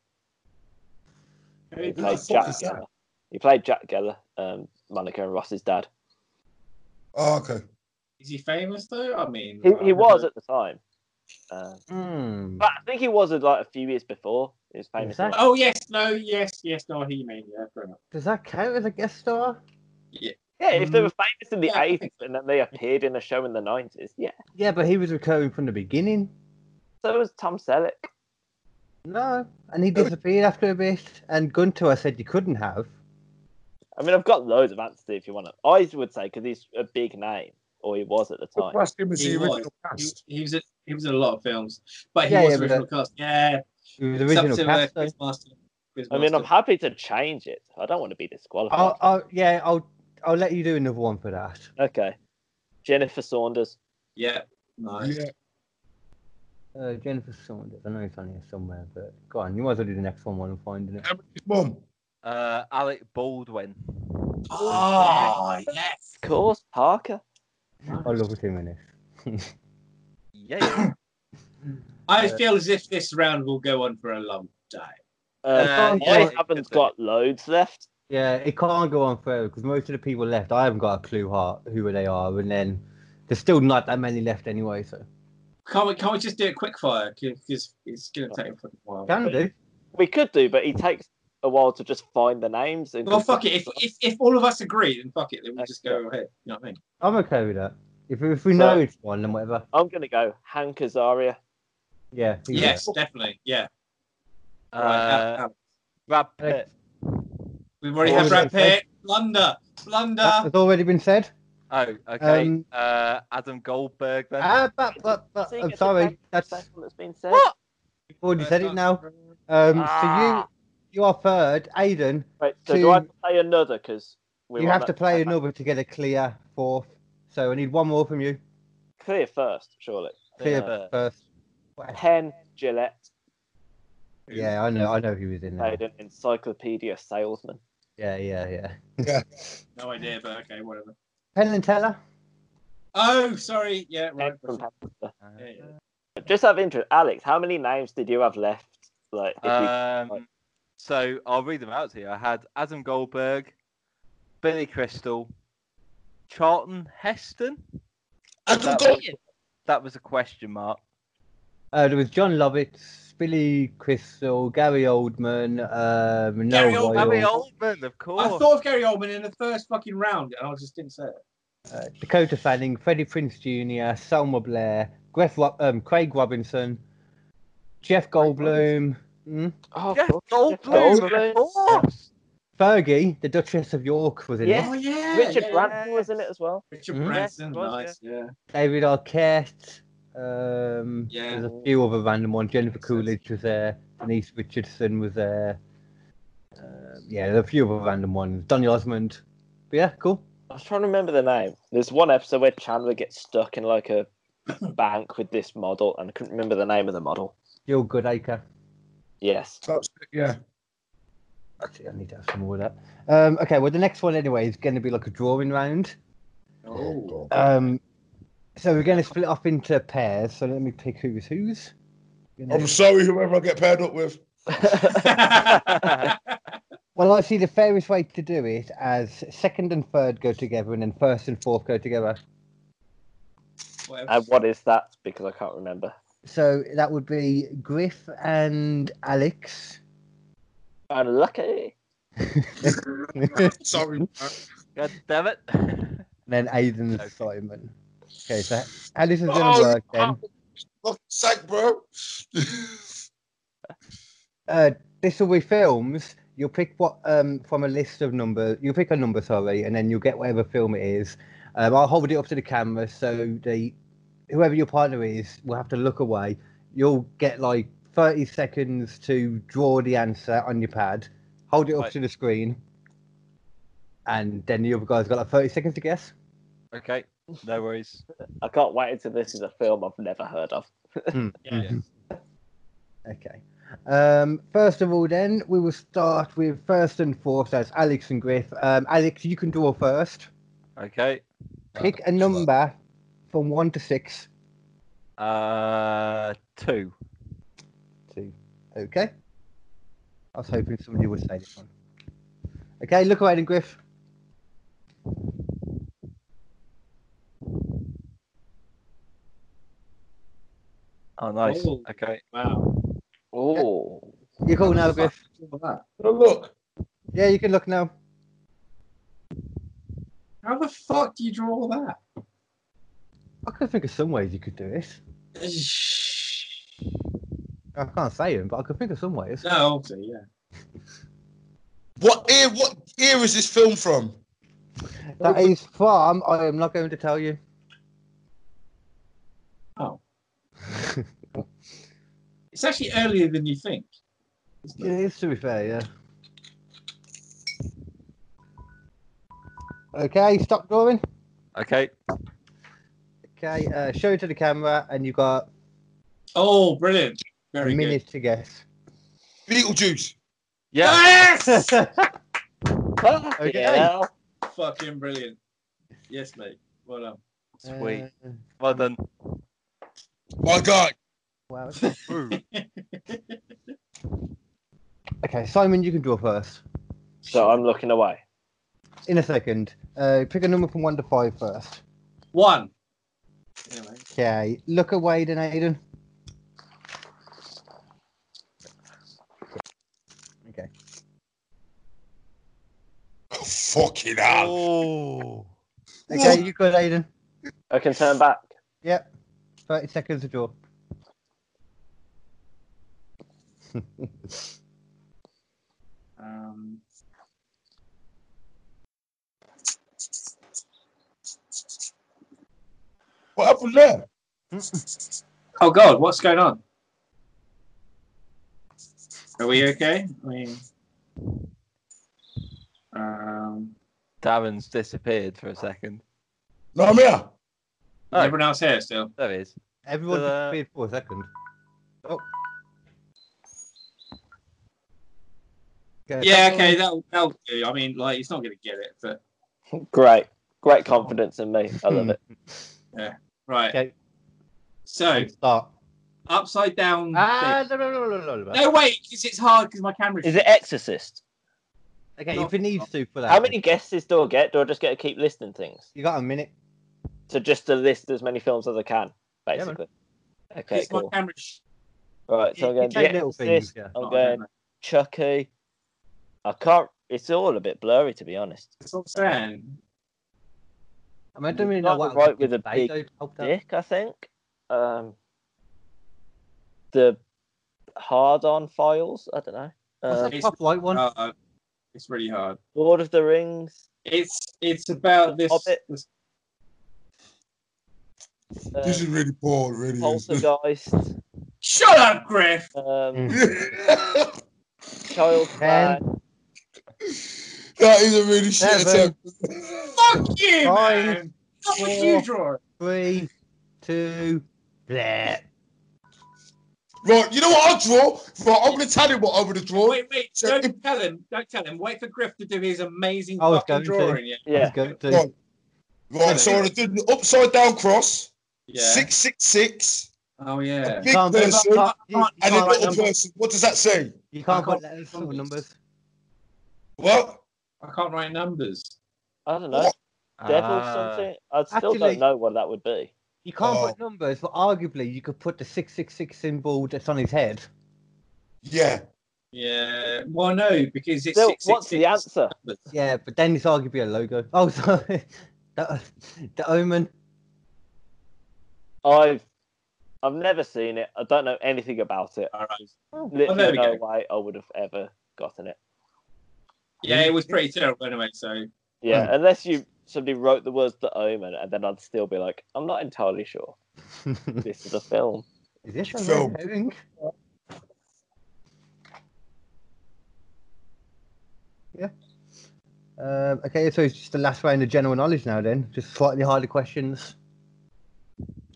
E: He
C: Who the
E: played
D: fuck
E: Jack
D: is that?
E: Geller. He played Jack Geller, um, Monica and Ross's dad.
D: Oh, okay.
C: Is he famous though? I mean,
E: He,
C: I
E: he
C: don't
E: was
C: know.
E: at the time. Um,
A: Hmm.
E: but I think he was uh, like a few years before. He was famous.
A: that-
C: Oh yes, no, yes, yes, no. He made yeah, fair enough.
A: Does that count as a guest star?
E: Yeah, if they were famous in the
C: Yeah, I think
E: 80s and then they appeared in a show in the 90s. Yeah.
A: Yeah, but he was recurring from the beginning.
E: So was Tom Selleck.
A: No, and he disappeared after a bit. And Gunter, I said you couldn't have.
E: I mean, I've got loads of answers if you want to. I would say because he's a big name, or he was at the
D: The
E: time.
D: West Ham is
C: He
D: the
C: was.
D: original
C: He,
D: cast.
C: he was at, he was in a lot of films, but he
A: Yeah,
C: was
A: yeah, but
C: original cast. Yeah,
A: He was
C: it's up
A: original
C: to, uh,
A: cast. though.
C: Quizmaster-
E: I mean, I'm
C: Quizmaster.
E: happy to change it. I don't want to be disqualified.
A: I'll, I'll, yeah, I'll, I'll let you do another one for that.
E: Okay. Jennifer Saunders.
C: yeah, nice.
D: Yeah.
A: Uh, Jennifer Saunders. I know it's on here somewhere, but go on. You might as well do the next one while I'm finding it.
D: His mum.
B: Uh, Alec
A: <coughs>
B: Baldwin.
C: Oh yes.
E: Of course, Parker.
A: I love two minutes.
B: Yeah.
C: I feel as if this round will go on for a long time.
E: Uh,
A: Uh,
E: I
A: yeah.
E: haven't got loads left.
A: Yeah, it can't go on forever because most of the people left, I haven't got a clue how, who they are, and then there's still not that many left anyway. So
C: Can't we? Can't we just do it quick fire? Because it's going to take a fucking while.
A: can do.
E: We could do, but he takes a while to just find the names. And
C: Well, fuck it. If, if if all of us agree, then fuck it. Then we just go ahead. You know what I mean?
A: I'm okay with that. If, if we
E: So-
A: know it's one, then whatever.
E: I'm gonna go Hank Azaria.
A: Yeah. he's
C: Yes, definitely. Yeah. Right,
B: uh,
C: uh,
B: Brad
A: there.
B: Pitt.
C: We've already
A: what
C: had
A: was
C: Brad
A: it said?
C: Pitt. Blunder.
A: That
C: Blunder.
A: has already been said.
B: Oh, okay.
A: Um,
B: uh, Adam Goldberg. Then.
A: Ah, but, but, but,
E: So you
A: I'm
E: get the
A: sorry.
E: same-
A: That's
E: That's all that's been said.
B: What?
A: you've
C: Uh,
A: already said it now. Um,
E: Ah.
A: So you you are third, Aiden.
E: Right, so do I have
A: Two.
E: to play another? Because we
A: You
E: were on
A: have to
E: that-
A: play another to get a clear fourth. So I need one more from you.
E: Clear first, surely.
A: Clear
B: Yeah.
A: first.
E: Penn Gillette.
A: Yeah, I know. I know who was in there.
E: played an encyclopedia salesman.
A: Yeah, yeah, yeah.
C: No idea, but okay, whatever.
A: Penn and Teller.
C: Oh, sorry. Yeah, right.
E: Ed from Pepper.
B: Uh,
A: Ah.
C: Yeah, yeah.
E: Just out of interest, Alex, how many names did you have left? Like, if you-
B: Um, so I'll read them out to you. I had Adam Goldberg, Billy Crystal, Charlton Heston.
D: Adam
B: That
D: Gold,
B: was, that was a question mark.
A: Uh, there was John Lovitz, Billy Crystal, Gary Oldman, um, Noel
C: Gary Oldman,
A: Royal,
B: Abby Oldman, of
C: I
B: course.
C: thought of Gary Oldman in the first fucking round, and I just didn't say it.
A: uh, Dakota Fanning, Freddie Prince Jr., Selma Blair, Gref, Ro- um, Craig Robinson, Jeff Goldblum, hmm?
E: oh,
B: Jeff
E: fuck,
B: Goldblum,
E: Goldblum.
B: of course.
A: Fergie, the Duchess of York, was in
E: Yeah.
A: it.
C: Oh yeah,
E: Richard
C: yeah.
E: Branson was in it as well.
C: Richard
A: Mhm.
C: Branson,
B: Yes, was,
C: nice, yeah.
A: David Arquette. Um,
C: Yeah.
A: There's a few other random ones. Jennifer
C: Makes sense.
A: Coolidge was there. Denise Richardson was there. Um, yeah, there's a few other random ones. Donny Osmond. But yeah, cool.
E: I was trying to remember the name. There's one episode where Chandler gets stuck in like a bank with this model, and I couldn't remember the name of the model.
A: Jill Goodacre.
E: Yes.
D: that's it, yeah.
A: Actually, I need to have some more of that. Um, okay, well, the next one anyway is going to be like a drawing round.
C: Oh,
A: Um, so we're going to split up into pairs. So let me pick who's whose.
D: I'm sorry, whoever I get paired up with.
A: <laughs> Well, I see the fairest way to do it as second and third go together, and then first and fourth go together.
E: and what is that? Because I can't remember.
A: So that would be Griff and Alex. <laughs>
E: Unlucky.
D: <laughs> Sorry. man.
B: <laughs> God damn it. <laughs>
A: And then Aiden's
B: Okay.
A: Simon. Okay, so how this is going to
D: Oh,
A: work then?
D: oh, fucking sack, bro.
A: Uh, this will be films. You'll pick what um, from a list of numbers. You'll pick a number, sorry, and then you'll get whatever film it is. Um, I'll hold it up to the camera so the whoever your partner is will have to look away. You'll get like 30 seconds to draw the answer on your pad. Hold it up
B: Right.
A: to the screen, and then the other guy's got like 30 seconds to guess.
B: okay, no worries.
E: I can't wait until this is a film I've never heard of.
C: yeah.
A: Mm-hmm. Okay. Um, first of all, then we will start with first and fourth. That's Alex and Griff. Um, Alex, you can draw first.
B: Okay.
C: Uh,
A: Pick a number from one to six.
B: Uh, two.
A: Two. Okay. I was hoping somebody would say this one. Okay, look away, then, Griff.
B: Oh, nice.
C: Oh.
B: Okay.
C: Wow.
E: Oh.
A: You cool now, Griff?
D: Now Look,
A: Yeah, you can look now.
C: How the fuck do you draw all that?
A: I could think of some ways you could do it. I can't say them, but I could think of some ways.
C: No, Oh, okay, yeah.
D: what year? What year is this film from?
A: That is from. I am not going to tell you. <laughs>
C: Oh. It's actually earlier than you think.
A: It is to be fair, yeah. Okay, stop drawing.
B: Okay.
A: Okay, uh, show it to the camera, and you got
C: Oh, brilliant.
A: a
C: Very good.
A: minute to
C: <laughs>
A: guess.
D: Beetlejuice.
B: Yeah.
C: Yes!
A: <laughs>
E: Fucking
A: Okay.
E: hell.
C: Fucking brilliant. Yes, mate. Well done.
B: Sweet.
A: Uh,
B: Well done.
D: My God.
A: wow.
B: <laughs>
A: Okay, Simon, you can draw first.
E: So I'm looking away.
A: In a second. Uh, pick a number from one to five first.
C: One. Anyway.
A: Okay, look away then, Aiden. Okay.
D: Oh, fucking hell.
B: Oh.
A: Okay, you good, Aiden.
E: I can turn back.
A: Yep. 30 seconds to draw.
C: Um,
D: What happened there?
C: oh, God. What's going on? Are we okay? I mean, um,
B: Darren's disappeared for a second.
D: No, I'm here.
C: is everyone else here still?
B: There he is.
A: Everyone
B: Ta-da.
A: disappeared for a second. Oh. Okay,
C: Yeah,
A: that's
C: okay,
A: all.
C: that'll, that'll do. I mean, like, he's not going to get it, but
E: Great. Great confidence in me. I love it.
C: right.
A: Okay.
C: So,
A: Start.
C: upside down.
A: Ah,
C: thing.
A: la, la, la, la, la, la.
C: No, wait, because it's hard because my camera.
E: Uh, Is it Exorcist?
A: Okay, if it needs to for that.
E: How many guesses do I get? Do I just get to keep listing things?
A: You got a minute?
E: So just to list as many films as I can,
A: man.
E: basically. okay,
C: Because
E: cool.
C: my camera. sh-
E: Right, so I'm
A: You- you
E: going
A: take
E: The
A: little
E: Exorcist,
A: things, yeah.
E: I'm
C: Oh,
E: going
C: no, no.
E: Chucky. I can't. It's all a bit blurry, to be honest.
C: That's what I'm saying.
A: I, mean, I don't really know
E: Like
A: what.
E: right
A: else you
E: with a
A: can say,
E: big
A: though, help that.
E: Dick, I think. Um, the hard-on files. I don't know.
A: What's
E: Um,
A: that top right one?
C: Uh, it's really hard.
E: Lord of the Rings.
C: It's it's about
E: The
C: this.
E: Hobbit.
C: this-
E: Um,
D: This is really bored, really. is. <laughs>
E: Poltergeist.
C: Shut up, Griff.
E: Um,
D: that
E: Child Play.
A: Mm. Ten.
D: is a really shit
A: Seven.
D: attempt.
C: Fuck you,
A: Fine.
C: man. Not what
A: Four.
C: you draw.
A: Three, two, bleh.
D: Right, you know what I'll draw? Right, I'm going to tell you what I would have drawn.
C: Wait, wait.
D: So
C: Don't
D: if-
C: tell him. Don't tell him. Wait for Griff to do his amazing
A: I was
C: fucking
A: going to.
C: drawing. Yeah.
A: Let's
E: Yeah.
A: go to-
D: Right, right, so I did an upside down cross,
C: Yeah.
D: 666,
C: Oh yeah.
D: big
A: Can't- you
D: person,
A: can't- you- you
D: and a
A: can't write
D: little
A: numbers.
D: person. What does that say?
A: You
C: I
A: can't put
C: can't-
A: letters or numbers.
C: numbers.
D: What?
C: I can't write numbers.
E: I don't know.
D: What?
E: Devil
B: Ah.
E: something. I still
A: Actually-
E: don't know what that would be.
A: You can't
D: Oh.
A: put numbers, but arguably you could put the six six six symbol that's on his head.
D: Yeah.
C: Yeah. Well, no, because it's
E: Still,
C: six, six,
E: what's the
C: six.
E: answer?
A: Yeah, but then it's arguably a logo. <laughs> Oh, sorry, the, the Omen.
E: I've I've never seen it. I don't know anything about it.
C: All right. Well, there
E: Literally
C: we
E: no
C: go.
E: way I would have ever gotten it.
C: Yeah, it was pretty terrible anyway. So
E: Yeah, unless you somebody wrote the words "The Omen" and then I'd still be like, I'm not entirely sure.
A: Is
E: This is a film.
A: this a
D: Film.
A: red herring? Yeah. Um, okay, so it's just the last round of general knowledge now. Then, just slightly harder questions.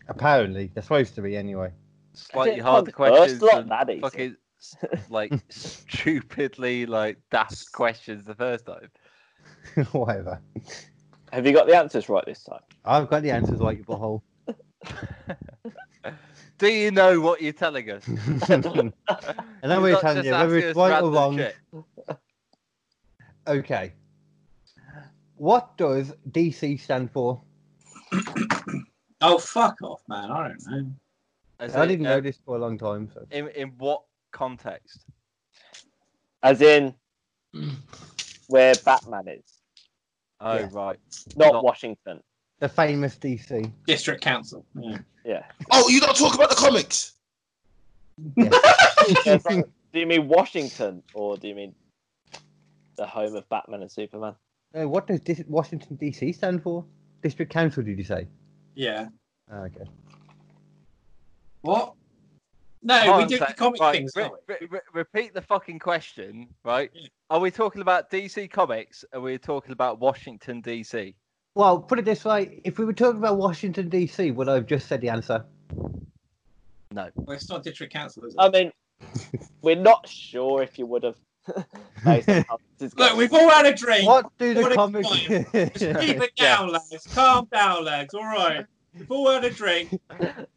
A: Apparently, they're supposed to be anyway. <laughs>
B: Slightly
E: It's
B: harder
E: not
B: questions.
E: Not
B: than
E: that easy.
B: Fucking s- like stupidly like daft questions the first time.
A: Whatever.
E: Have you got the answers right this time?
A: I've got the answers like your butthole. <laughs>
B: Do you know what you're telling us?
A: and then
B: You're
A: we're
B: not
A: telling
B: just
A: you whether
B: asking
A: it's
B: us
A: right or
B: random
A: wrong.
B: shit.
A: Okay. What does DC stand for?
C: oh fuck off, man. I don't know.
B: As
A: I
B: in,
A: didn't
B: uh,
A: know this for a long time. So.
B: In, in what context?
E: As in where Batman is,
B: Oh
A: Yeah.
B: right.
E: not
B: Not-
E: Washington.
A: The famous
C: <laughs>
A: DC.
C: District council. Yeah.
E: Yeah.
D: Oh, you don't talk about the comics?
E: Yeah, so- do you mean Washington or do you mean the home of Batman and Superman?
A: Uh, what does dis- Washington DC stand for? District Council, did you say?
C: Yeah.
A: Ah, okay.
C: What? No, we do the
B: Context-
C: comic
B: right,
C: things.
B: re-
C: don't we?
B: re- re- repeat the fucking question, right?
C: Yeah.
B: Are we talking about DC Comics? Or are we talking about Washington DC?
A: Well, put it this way: if we were talking about Washington DC, would I have just said the answer?
B: No.
C: Well, it's not district council, is it?
E: I mean, we're not sure if you would have. based on how this is
C: Look,
E: going.
C: we've all had a drink.
A: What do the
C: What a
A: comics? <laughs>
C: Just <laughs> keep it
B: Yeah.
C: down, lads. Calm down, lads. All right. We've all had a drink.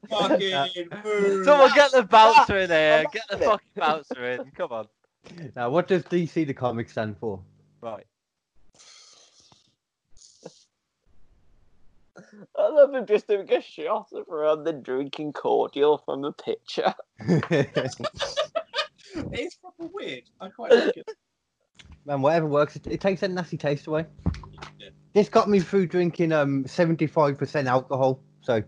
C: Fucking. boo.
B: Someone get the bouncer in there.
E: I'm
B: Get the
E: asking it.
B: fucking bouncer in. Come on.
A: now, what does DC the comics stand for? <laughs>
B: Right.
E: I love him just doing a shot of around the drinking cordial from a picture.
A: Man,
C: It's proper weird. I quite like it.
A: whatever works, it, it takes that nasty taste away.
C: Yeah.
A: This got me through drinking um seventy-five percent alcohol. So
E: Is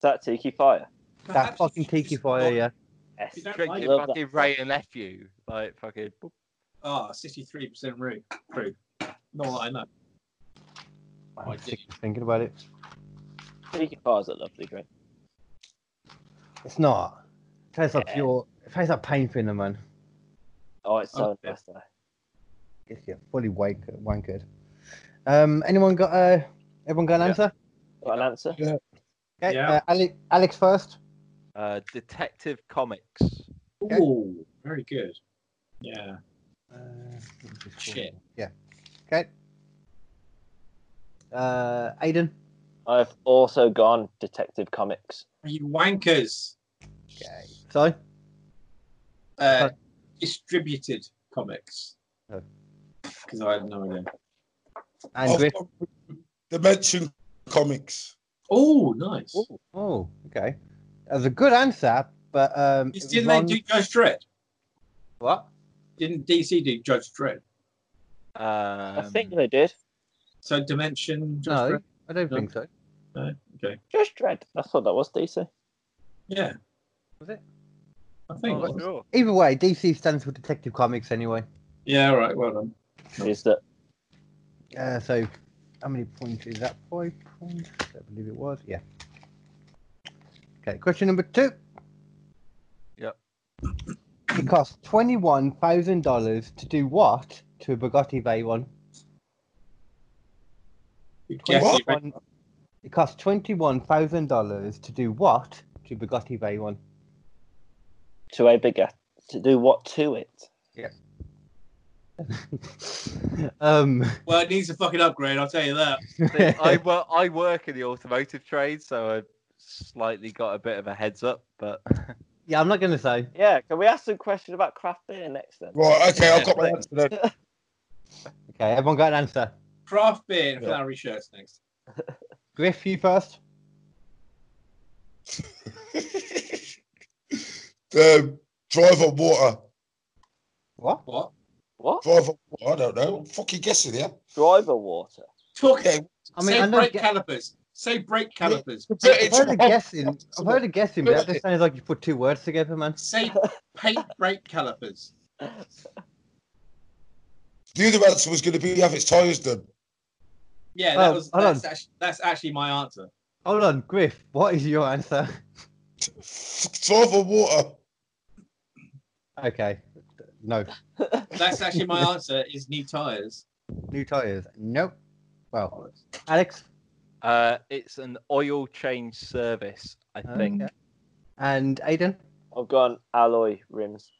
E: that Tiki Fire?
A: that
C: Perhaps
A: fucking
C: you should
A: tiki
C: just
A: fire,
C: not-
A: yeah.
E: Yes.
C: You don't like
B: Drinking
E: Love that.
B: fucking Ray and F you. Like fucking.
C: Ah, 63% root. Proof. Not that I know.
A: I'm
C: I did.
A: sick of thinking about it.
E: Tiki Fire's a lovely drink.
A: It's not. It tastes like
E: Yeah.
A: pure. It tastes like pain thinner, man.
E: Oh, it's so
C: Okay.
E: nice though.
A: Gets you fully wank- wankered. Um, anyone got uh, everyone got an
B: Yeah.
A: answer?
E: Got an answer?
A: Okay.
C: Yeah.
A: Uh, Alex, Alex first.
B: Uh, Detective Comics.
A: Okay.
C: Ooh, very good. Yeah.
A: Uh,
C: Shit.
A: Yeah. Okay. Uh, Aiden.
E: I've also gone Detective Comics.
C: Are you wankers?
A: Okay. So,
C: Uh,
A: Okay.
C: distributed comics.
A: Oh.
C: Because I had no idea.
A: and Griff.
D: Dimension Oh, Comics.
C: Oh, nice.
A: Oh, oh, okay. That was a good answer, but um, it was
C: Didn't
A: wrong-
C: they do Judge Dredd?
A: what?
C: Didn't DC do Judge Dredd?
B: Um,
E: I think they did.
C: So Dimension. Judge
A: No,
C: Dredd?
A: I don't
C: No.
A: think so.
C: Okay.
E: Just Dread. I thought that was DC.
C: Yeah.
A: Was it? Oh,
C: I think.
B: I'm
C: it
B: not
C: was.
B: sure.
A: Either way, DC stands for Detective Comics anyway.
C: Yeah. All right. Well done.
E: Is that
A: Uh, so, how many points is that? Five points? I believe it was. Yeah. Okay, question number two.
B: Yep.
A: It costs twenty-one thousand dollars to do what to a Bugatti Veyron?
C: Guess
D: What?
C: you read-
A: One- It costs twenty-one thousand dollars to do what to Bugatti Veyron? <laughs>
E: to a bigger to do what to it?
A: um.
C: Well, it needs a fucking upgrade. I'll tell you that. <laughs>
B: They- I, wo- I work in the automotive trade, so I've slightly got a bit of a heads up, but
A: <laughs> yeah, I'm not gonna say.
E: Yeah, can we ask some question about craft beer next then?
D: Right, okay, I've got my answer then.
A: <laughs> Okay, everyone got an answer.
C: Craft beer and
D: Yeah.
C: flowery shirts next.
A: Griff, you first.
D: <laughs> um, drive on water.
A: What?
C: What?
E: What?
D: Drive on water. I don't know. I'm fucking guessing here.
E: Driver water.
C: Talking.
D: Okay.
A: I mean,
C: say
A: I know.
C: brake
A: Ga-
C: calipers. Say brake calipers.
A: I've heard of guessing. I've heard of guessing, but that
D: Yeah.
A: just sounds like you put two words together, man. <laughs>
C: Say paint brake calipers.
D: The other answer was going to be have its tyres done.
C: Yeah, that
A: Oh,
C: was
A: hold on.
C: that's actually, that's actually my answer.
A: Hold on, Griff. What is your answer? <laughs>
D: Drive on water.
A: Okay. No.
C: That's actually my answer is new tires.
A: New tires. Nope. Well, Alex
B: uh, it's an oil change service, I think.
A: Okay. and Aiden.
E: I've gone alloy rims.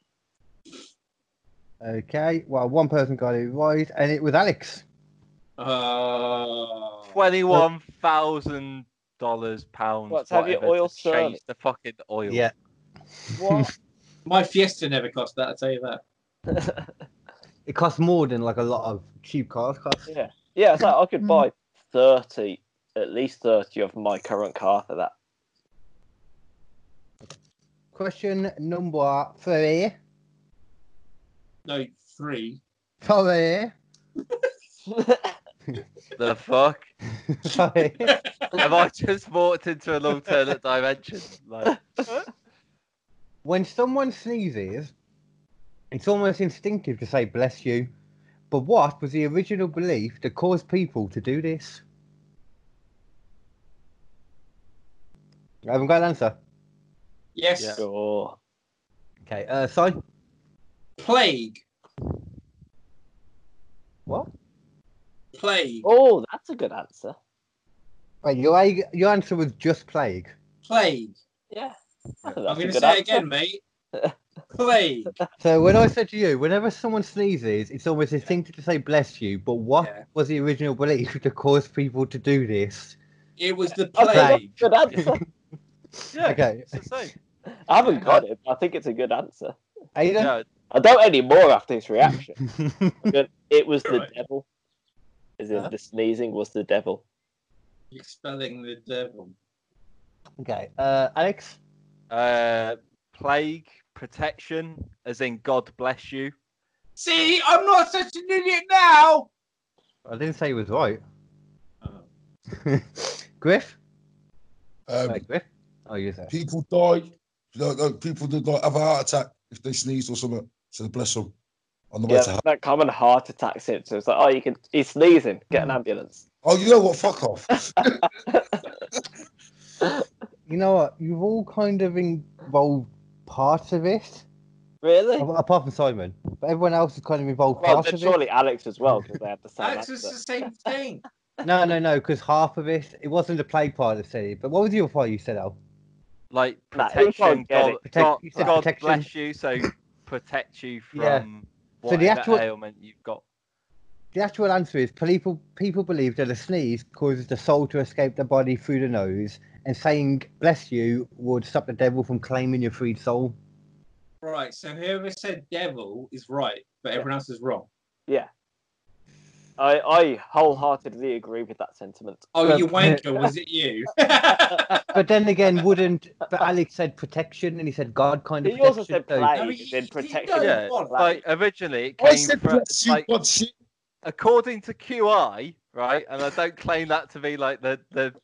A: Okay. Well, one person got it right, and it was Alex.
C: Uh,
B: Twenty-one thousand dollars pounds.
E: What, to have your
B: whatever,
E: oil
B: to change
E: service?
B: the fucking oil.
A: Yeah.
E: What?
C: my Fiesta never cost that. I will tell you that.
A: It costs more than like a lot of cheap cars cost.
E: yeah. <laughs> Yeah, it's like I could buy thirty, at least thirty of my current car for that.
A: Question number three.
C: No three.
A: Sorry.
C: <laughs>
E: <laughs>
B: The fuck?
A: <laughs> Sorry.
B: have I just walked into an alternate dimension? Like,
A: when someone sneezes, it's almost instinctive to say bless you. But what was the original belief that caused people to do this? I haven't got an answer.
C: Yes.
B: Yeah.
E: sure.
A: Okay, uh, sorry.
C: Plague.
A: What?
C: Plague.
E: Oh, that's a good answer.
A: Wait, your a- your answer was just plague.
C: Plague.
E: Yeah. That's
C: I'm
E: a
C: going to
E: good
C: say it
E: answer.
C: again, mate. Plague.
A: So when I said to you, whenever someone sneezes, it's almost instinctive to say bless you. But what
C: Yeah.
A: was the original belief that caused people to do this?
C: It was the
E: I think that's a
C: plague.
E: <laughs> good answer.
B: yeah,
A: Okay,
B: it's the same.
E: I haven't got it. but I think it's a good answer.
A: Ada.
B: Yeah,
E: I don't anymore after
C: <laughs>
E: this reaction. But it was the
C: Right. Uh-huh.
E: devil. Is in
A: Huh?
E: the sneezing was the devil.
C: Expelling the devil.
A: <laughs> okay, uh, Alex.
B: uh, plague protection, as in God bless you.
C: See, I'm not such an idiot now.
A: I didn't say he was right.
C: Oh.
A: <laughs> Griff.
D: Um,
A: Wait, Griff. Oh, you said.
D: people die. No, no, people do not have a heart attack if they sneeze or something. So bless them. On the way to
E: Yeah,
D: hell.
E: that common heart attack symptom. It's like, oh, you can. He's sneezing. Get an ambulance.
D: Oh, you know what? Fuck off.
A: You know what? You've all kind of involved parts of it,
E: Really?
A: a- apart from Simon. But everyone else is kind of involved
E: Well,
A: parts
E: then
A: of
E: surely Alex as well because they had the same
C: That's just
E: answer.
C: the same thing.
E: <laughs>
A: it. No, no, no, because half of it, it wasn't the plague part that said it. But what was your part you said, Al?
B: Like
E: Nah, who
B: protection,
E: can't get
B: God,
E: it?
A: Protect-
B: God,
A: you said
B: God
A: protection.
B: bless you, so protect you from
A: Yeah. So
B: whatever
A: the actual-
B: ailment you've got.
A: The actual answer is people people believe that a sneeze causes the soul to escape the body through the nose, and saying "bless you" would stop the devil from claiming your freed soul.
C: Right. So whoever said devil is right, but everyone else is wrong.
E: I, I wholeheartedly agree with that sentiment.
C: Oh,
A: But-
C: you wanker! Was it you? <laughs>
A: But then again, wouldn't? But Alex said protection, and he said God kind of
E: He also
A: protection,
E: said
A: so-
E: plague,
C: I mean,
E: then
C: he-
E: protection.
C: he
B: Yeah,
E: as
C: does. <laughs>
E: plague.
B: Like originally, it
D: I
B: came
D: said
B: from
D: bless you,
B: like
D: God shit.
B: according to QI, right? And I don't claim that to be like the the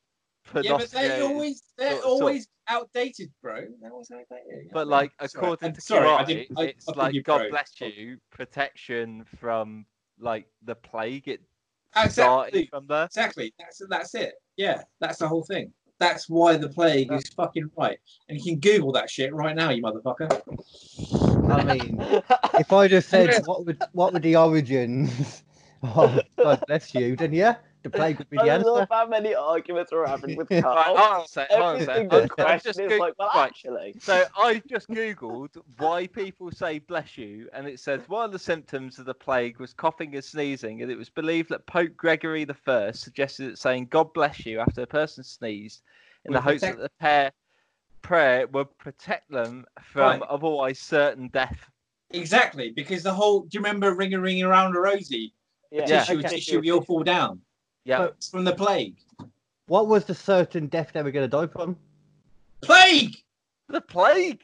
C: yeah, but they
B: pronunciated-
C: always they're
B: sort- sort.
C: always outdated, bro. They're always outdated.
B: But like
C: Sorry,
B: according
C: I'm
B: to
C: sorry, I
B: QI,
C: didn't- I-
B: it's
C: I think you
B: like God
C: broke.
B: bless you, protection from like the plague. It started
C: exactly,
B: from there.
C: exactly. That's that's it. Yeah, that's the whole thing. That's why the plague is fucking right, and you can Google that shit right now, you motherfucker.
A: I mean, if I just said
E: <laughs>
D: Yeah.
A: what would what were the origins? <laughs> Oh, God bless you. Then yeah, the plague would be the
E: I
A: answer.
E: love how many arguments we're having with
A: Yeah.
E: Carl.
B: Right, oh, hold
C: oh,
B: on a sec, hold on a
E: Every
B: sec. <laughs> I've- I've
E: single question
B: just
E: is
B: Goog-
E: like, well,
B: right,
E: actually.
B: So I just googled why people say bless you, and it says one of the symptoms of the plague was coughing and sneezing, and it was believed that Pope Gregory the First suggested that saying God bless you after a person sneezed, in
C: Would
B: the hopes
C: protect-
B: that the pair prayer would protect them from
C: Right.
B: otherwise certain death.
C: Exactly, because the whole. Do you remember ring a ring around a Rosie?
E: Yeah,
B: Yeah.
C: tissue, tissue, we all fall down.
B: Yeah,
A: But-
C: It's from the plague.
A: What was the certain death they were going to die from?
C: Plague.
B: the plague.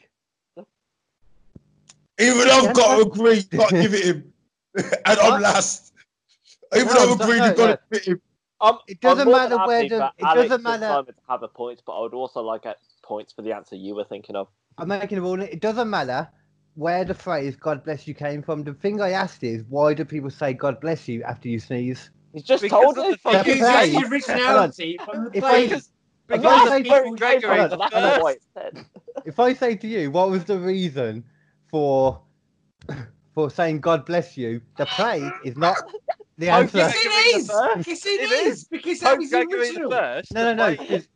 D: Even I've got to agree, you've got to give it him. and I'm
A: What?
D: last. Even
A: No,
D: I've
A: no,
D: agreed,
A: no,
D: you've got to give it him.
E: I'm,
A: It doesn't
E: I'm more than
A: matter where
E: happy
A: the.
E: for
A: It
E: Alex
A: doesn't
E: and
A: matter.
E: Simon to have a point, but I would also like a points for the answer you were thinking of.
A: I'm making a rule. It doesn't matter where the phrase "God bless you" came from. The thing I asked is why do people say "God bless you" after you sneeze?
E: He's just
B: Because
E: told
B: of
E: us.
B: the fucking
C: Because
A: plague.
C: that's the originality from the
A: If I
C: plague.
A: just-
E: That's
A: Because
E: where
A: they-
E: it came
B: Gregory
E: from,
B: the
E: that's not what it said.
A: If I say to you, what was the reason for <coughs> for saying "God bless you"? The plague is not
E: <laughs>
A: the
B: Oh,
A: answer.
B: yeah.
C: Yes,
B: Gregory
C: it
B: the
C: is.
E: First.
C: Yes,
B: It
C: it
B: is.
C: is. Because that
B: Pope
C: was the
B: Gregory the
C: original.
B: First.
A: No,
B: the
A: no, no.
B: plague-
A: 'cause-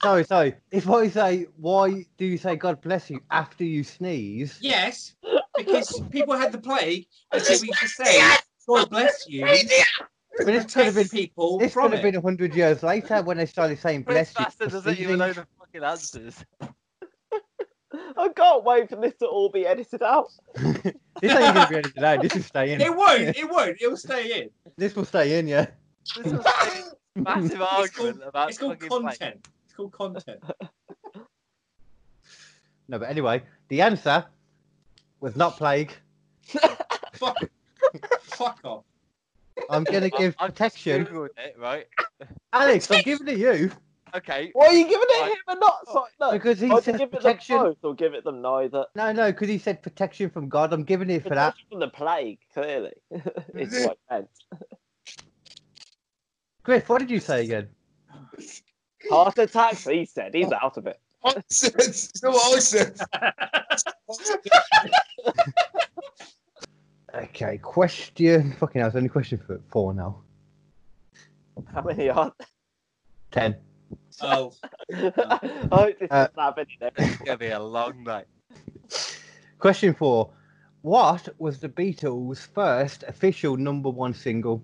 A: Sorry, sorry. If I say, why do you say God bless you after you sneeze?
C: Yes, because people had the plague, and so we just say, God bless you.
D: <laughs>
A: But this could have
C: Protect
A: been
C: people
A: this could
C: from
A: have
C: it.
A: been hundred years later when they started saying
B: This
A: bless you.
B: bastard
A: for
B: doesn't even
A: sneezing.
B: know the fucking answers.
E: I can't wait for this to all be edited out.
A: This ain't gonna be edited out. This is staying.
C: It won't. It won't. It will stay in.
A: This will stay in, yeah.
B: This was a <laughs> massive
C: It's
B: argument
C: called,
B: about
C: it's called
B: fucking plague.
C: content. It's called content.
A: No, but anyway, the answer was not plague.
C: Fuck. Fuck off.
A: I'm
B: <laughs>
A: gonna give
B: I've
A: protection.
B: Googled it, right?
A: Alex, I'm giving it you
B: Okay.
E: Why are you giving it
B: Right.
E: him and not? So, no.
A: because he
E: Either
A: said
E: give it them
A: protection.
E: both or give it them neither.
A: No, no, because he said protection from God. I'm giving it for that.
E: Protection From the plague, clearly. <laughs> it's what it meant.
A: Griff, what did you say again?
E: Heart attacks, he said. He's out of it. <laughs>
D: I said, you know what I said?
A: Okay, question. Fucking hell, it's only question for four now.
E: How many are
A: Ten.
C: Oh,
E: there? <laughs> I hope this
A: Uh,
E: is happening.
B: It's gonna be a long night.
A: Question four. What was the Beatles' first official number one single?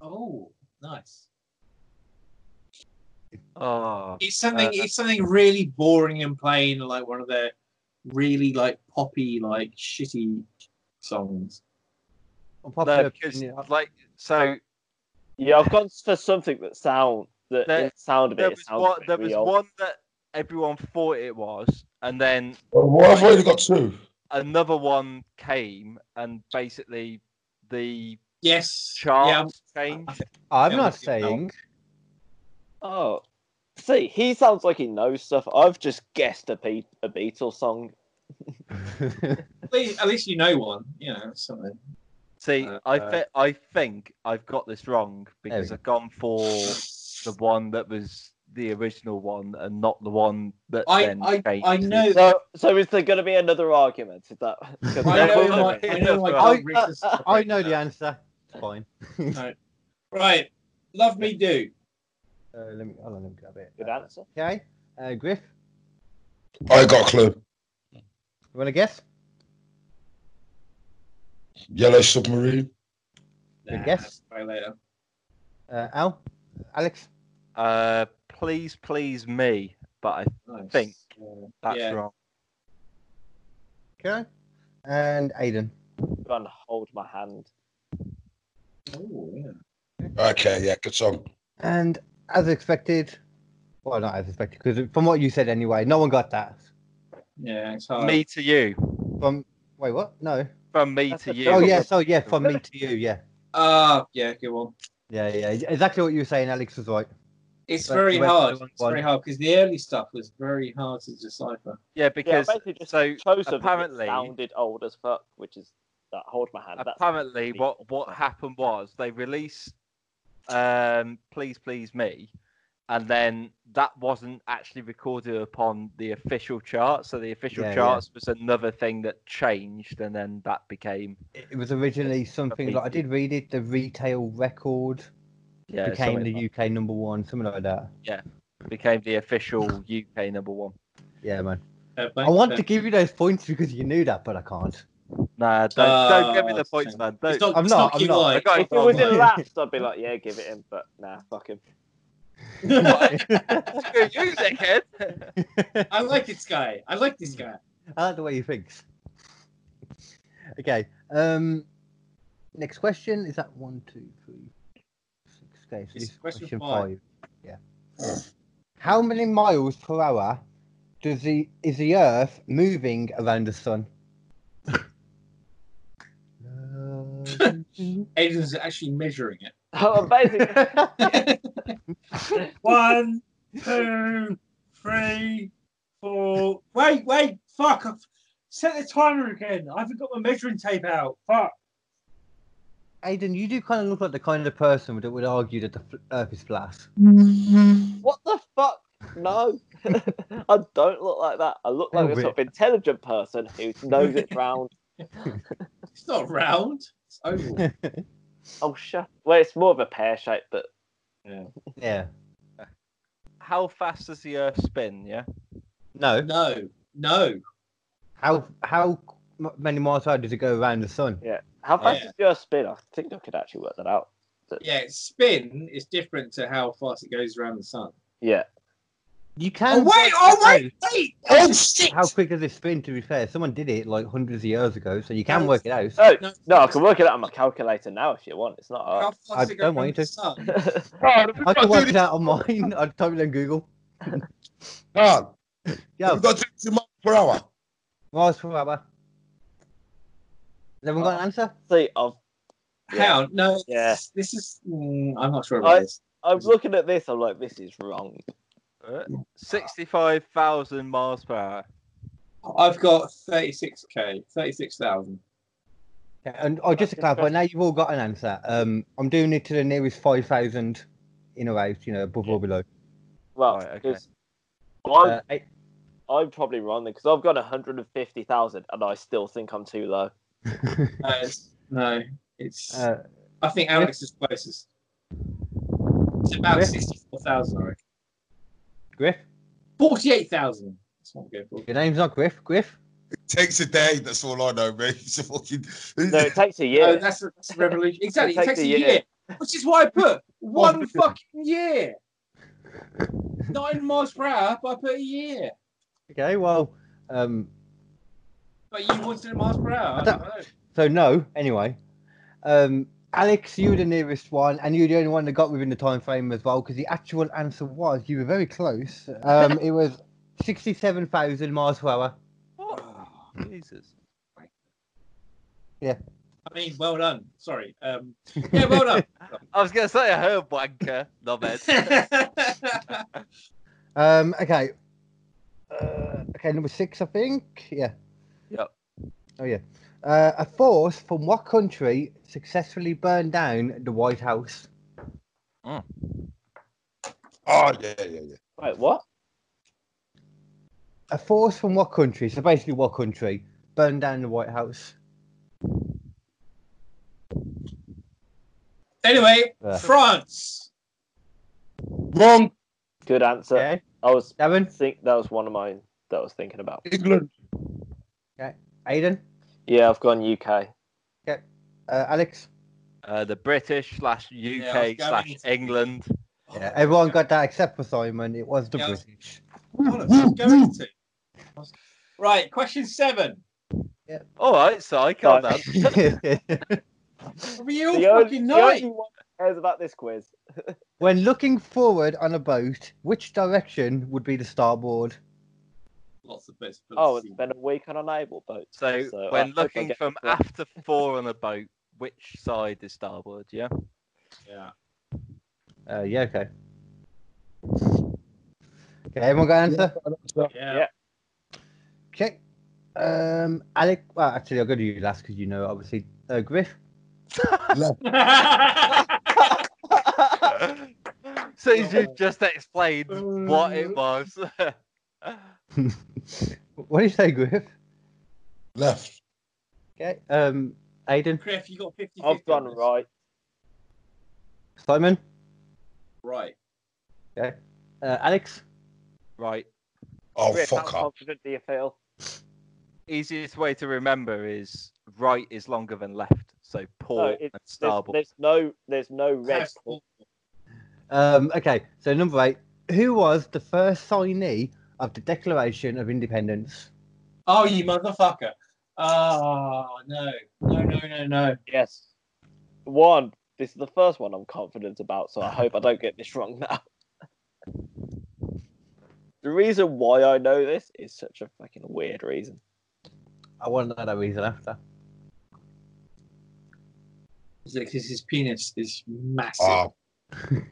C: oh, nice.
B: Oh,
C: It's something.
B: Uh,
C: it's something really boring and plain, like one of their really like poppy, like shitty songs.
A: Unpopular
B: no, because
A: opinion.
B: like so
E: Yeah, I've gone for something that sound that
B: There-
E: the sound of it.
B: there
E: it
B: was
E: sounds
B: one there was
E: very old.
B: one that everyone thought it was, and then
D: Well, why have I only got two?
B: another one came, and basically the
C: Yes.
B: chart changed.
A: I'm
C: Yeah,
A: not
C: we can
A: saying.
E: Oh, see, he sounds like he knows stuff. I've just guessed a, Be- a Beatles song.
C: At least, at least you know one. You know something.
B: See,
C: Uh,
B: I
C: uh,
B: thi- I think I've got this wrong because
A: we
B: I've gone for the one that was the original one and not the one that
C: I-
B: then
C: I-
B: changed.
C: I
B: it.
C: know
E: So, so is there going to be another argument? Is that?
C: I know,
B: Well,
C: in my, I know, in my
B: well,
C: gut reaches-
A: <laughs> I know the answer. It's fine.
C: Right, love me do.
A: Uh, let me. Hold on, let me grab it.
E: Good answer.
A: Okay. Uh, Griff, you
D: I ain't got a clue.
A: want to guess?
D: Yellow submarine.
A: Good
C: Nah,
A: guess.
C: I'll try later.
A: Uh, Al, Alex.
B: Uh, please, please me. But I,
C: Nice.
B: Think.
C: Uh,
B: that's
C: Yeah.
B: wrong.
A: Okay. And Aiden.
E: Go and hold my hand.
C: oh, yeah.
D: Okay, yeah, good song.
A: And as expected, well, not as expected, because from what you said anyway, no one got that.
C: Yeah, it's hard.
B: me to you.
A: From wait, what? No.
B: From me
E: That's
B: to
E: a-
B: you.
A: Oh
E: Yeah.
A: yes, oh yeah, from me to you, yeah,
C: Uh, yeah, good one.
A: yeah, yeah. Exactly what you were saying. Alex was right.
C: It's
A: But
C: very
A: you went for
C: hard.
A: the wrong
C: It's very
A: one.
C: hard because the early stuff was very hard to decipher.
B: Yeah, because
E: yeah, I basically just
B: so
E: chose something that
B: apparently-
E: sounded old as fuck, which is that hold my hand. That's
B: apparently what what
E: Right.
B: happened was they released um please please me and then that wasn't actually recorded upon the official chart so the official
A: Yeah, yeah.
B: charts was another thing that changed and then that became
A: It it was originally something like I did read it. The retail record
B: yeah
A: became
B: something
A: the
B: like-
A: UK number one, something like that.
B: became the official UK number one
A: Yeah, man.
C: Uh,
A: I want to give you those points because you knew that, but I can't.
B: <laughs>
A: <laughs>
B: nah don't, don't give me
C: Oh,
B: the points
C: shame.
B: man
C: It's
B: don't
C: <laughs> not,
A: I'm
C: it's
A: not,
C: not
A: I'm
C: King
A: not.
C: Lie.
B: I got
E: if
B: it
E: it was
B: <laughs>
E: in
B: wrong.
E: laps, I'd be like, yeah, give it him, but nah,
B: <laughs>
E: fuck him. <laughs>
B: Screw you dickhead
C: I like this guy. I like this guy.
A: I like the way he thinks. Okay. Um. Next question is that one, two, three, six. Okay, so
C: It's
A: this is
C: question
A: question
C: five.
A: five. Yeah. How many miles per hour does the is the Earth moving around the
C: <laughs>
A: sun? Uh,
C: Aiden's actually measuring
A: <laughs>
C: it.
E: Oh, basically,
C: One, two, three, four. Wait, wait, fuck. I've set the timer again. I haven't got my measuring tape out. Fuck.
A: Aiden, you do kind of look like the kind of person that would argue that the fl- Earth is flat.
E: what the fuck? No, <laughs> I don't look like that. I look like
A: Little
E: a sort of intelligent person who knows it's round.
C: It's not round. It's oval.
E: Oh shut. Well, it's more of a pear shape, but
A: Yeah.
B: how fast does the earth spin yeah
E: Ah.
A: No.
C: no, no.
A: How how m- many miles per hour does it go around the sun?
E: how fast
C: Yeah.
E: is your spin? I think I could actually work that out.
C: Yeah, its spin is different to how fast it goes around the
A: Um,
C: sun.
E: Yeah.
A: You
C: Oh,
A: can.
C: wait, oh, wait, wait.
D: Oh shit!
A: How quick does it spin? To be fair, someone did it like hundreds of years ago, so you can work it out.
D: Uh,
E: Oh
C: No,
E: no, I can work it out on my calculator now if you want. It's not
C: How
E: hard.
C: fast
A: I
C: it goes
A: don't want
C: around
A: you
C: the
A: to.
C: sun?
D: God, we've
A: I
D: got
A: can
D: to
A: work
D: do
A: it
D: this.
A: out on mine. <laughs> I'd type it in Google.
D: God,
A: Yeah,
D: We've got to do this in miles per hour.
A: miles per hour. Then we got an answer.
E: See, I've Yeah.
C: How? No,
E: Yeah.
C: this, this is. mm, I'm not sure
E: I-
C: about this.
E: I'm looking at this. I'm like, this is wrong.
B: Uh, 65,000 miles per hour
C: I've got 36k, 36,000.
A: Okay, And oh, just to clarify, now you've all got an answer. Um, I'm doing it to the nearest five thousand, in or out, you know, above or below.
E: Well,
B: Right, okay.
E: because
D: Oh.
A: Uh, eight-
E: I'm probably wrong because I've got 150,000 and I still think I'm
C: <laughs>
E: too low.
C: No, Uh, it's, no, it's
A: uh,
C: I think Alex is closest. It's about
A: Griff?
C: 64,000, I reckon.
A: Griff,
C: 48,000. That's what I'm going for.
A: your name's not Griff. Griff.
D: It takes a day. That's all I know, man. <laughs> It's a fucking.
E: No, it takes a
C: No,
E: year.
C: Oh, that's a, that's a revolution. Exactly. It,
E: It
C: takes a year. Which is why I put
E: <laughs>
C: one fucking year. Nine miles per hour, but I put a year.
A: Okay, well, um,
C: But you wanted a miles per hour. I don't know.
A: So no, anyway. Um, Alex, you were the nearest one, and you were the only one that got within the time frame as well, because the actual answer was you were very close. Um, it was sixty-seven thousand miles per hour.
B: What?
E: Ah.
B: Jesus.
C: I mean, well done. Sorry. Um, yeah, well
E: <laughs>
C: done. <laughs>
B: I was going to say I heard wanker. Not bad.
A: Um, okay. Uh, okay, number six, I think. Yeah.
B: Yep.
A: Oh yeah. Uh, a force from what country successfully burned down the White House?
D: Oh yeah, yeah, yeah.
E: Wait, what?
A: A force from what country? So basically, what country burned down the White House?
C: anyway,
A: Uh,
C: France.
D: Wrong.
E: Good answer.
A: okay,
E: I was
A: Devon,
E: think that was one of mine that I was thinking about.
D: England.
A: Aiden,
E: Yeah, I've gone UK.
A: uh, Alex.
B: uh, the British slash
C: Yeah, I was
B: UK slash
C: going to-
B: England.
A: Yeah, everyone got that except for Simon. It was the
C: Yeah.
A: British.
C: What am I going to? Right, question seven.
B: All right, so I can't
E: Right.
B: answer.
C: Were you all
E: The only-
C: fucking
E: the
C: night?
E: only one who cares about this quiz.
A: <laughs> when looking forward on a boat, which direction would be the starboard?
C: Lots of bits. but-
E: Oh, it's been a week on a naval boat.
B: So,
E: So I
B: when
E: hope I
B: looking
E: get
B: from
E: this right.
B: after four on a boat, which side is starboard?
E: <laughs>
B: Yeah.
C: yeah.
A: Uh, yeah, okay. Okay, everyone got an answer?
C: yeah.
E: Yeah.
A: Okay. Um, Alec, well, actually, I'll go to you last because you know, obviously, uh, Griff. <laughs>
C: <laughs>
B: so you just explained what it
E: Mm.
B: was. <laughs>
A: What do you say, Griff?
D: Left.
A: Okay. Um, Aiden,
C: Griff, you got 50
E: I've gone right.
A: Simon,
C: Right.
A: uh, Alex.
B: right.
D: Oh,
E: Rick,
D: fuck
E: how
D: up.
E: confident do you feel?
B: Easiest way to remember is right is longer than left. So port and
E: it- There's,
B: starboard.
E: there's no, there's no red.
C: Cool.
A: Um, okay, so number eight. Who was the first signee of the Declaration of Independence?
C: Oh, you motherfucker. Oh, no. No, no, no, no.
E: Yes. One. This is the first one I'm confident about, so I hope I don't get this wrong now. <laughs> the reason why I know this is such a fucking weird reason. <laughs>
A: I want to know that reason after.
C: It's like, 'cause his penis is massive.
D: Oh,
C: I'm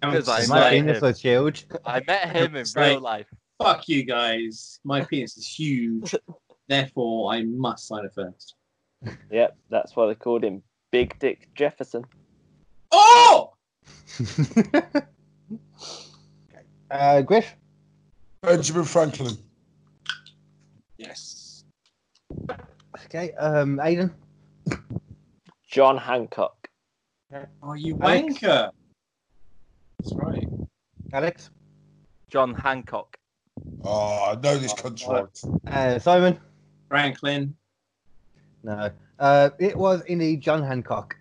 B: Because I
C: just
B: might-
A: My
C: like,
A: penis was huge.
B: I met
C: <laughs>
B: him in
C: It's
B: real
C: like-
B: life.
C: fuck you guys. My penis is huge. Therefore, I must sign it first.
E: Yep, that's why they called him Big Dick Jefferson.
C: Oh!
A: uh, Griff,
D: Benjamin Franklin.
C: Yes.
A: okay. Um, Aiden,
E: John Hancock.
C: Oh, you
A: Alex?
C: wanker. That's right.
A: Alex,
B: John Hancock.
D: Oh, I know this contract.
A: uh, Simon.
C: Franklin.
A: No, uh, it was indeed John Hancock.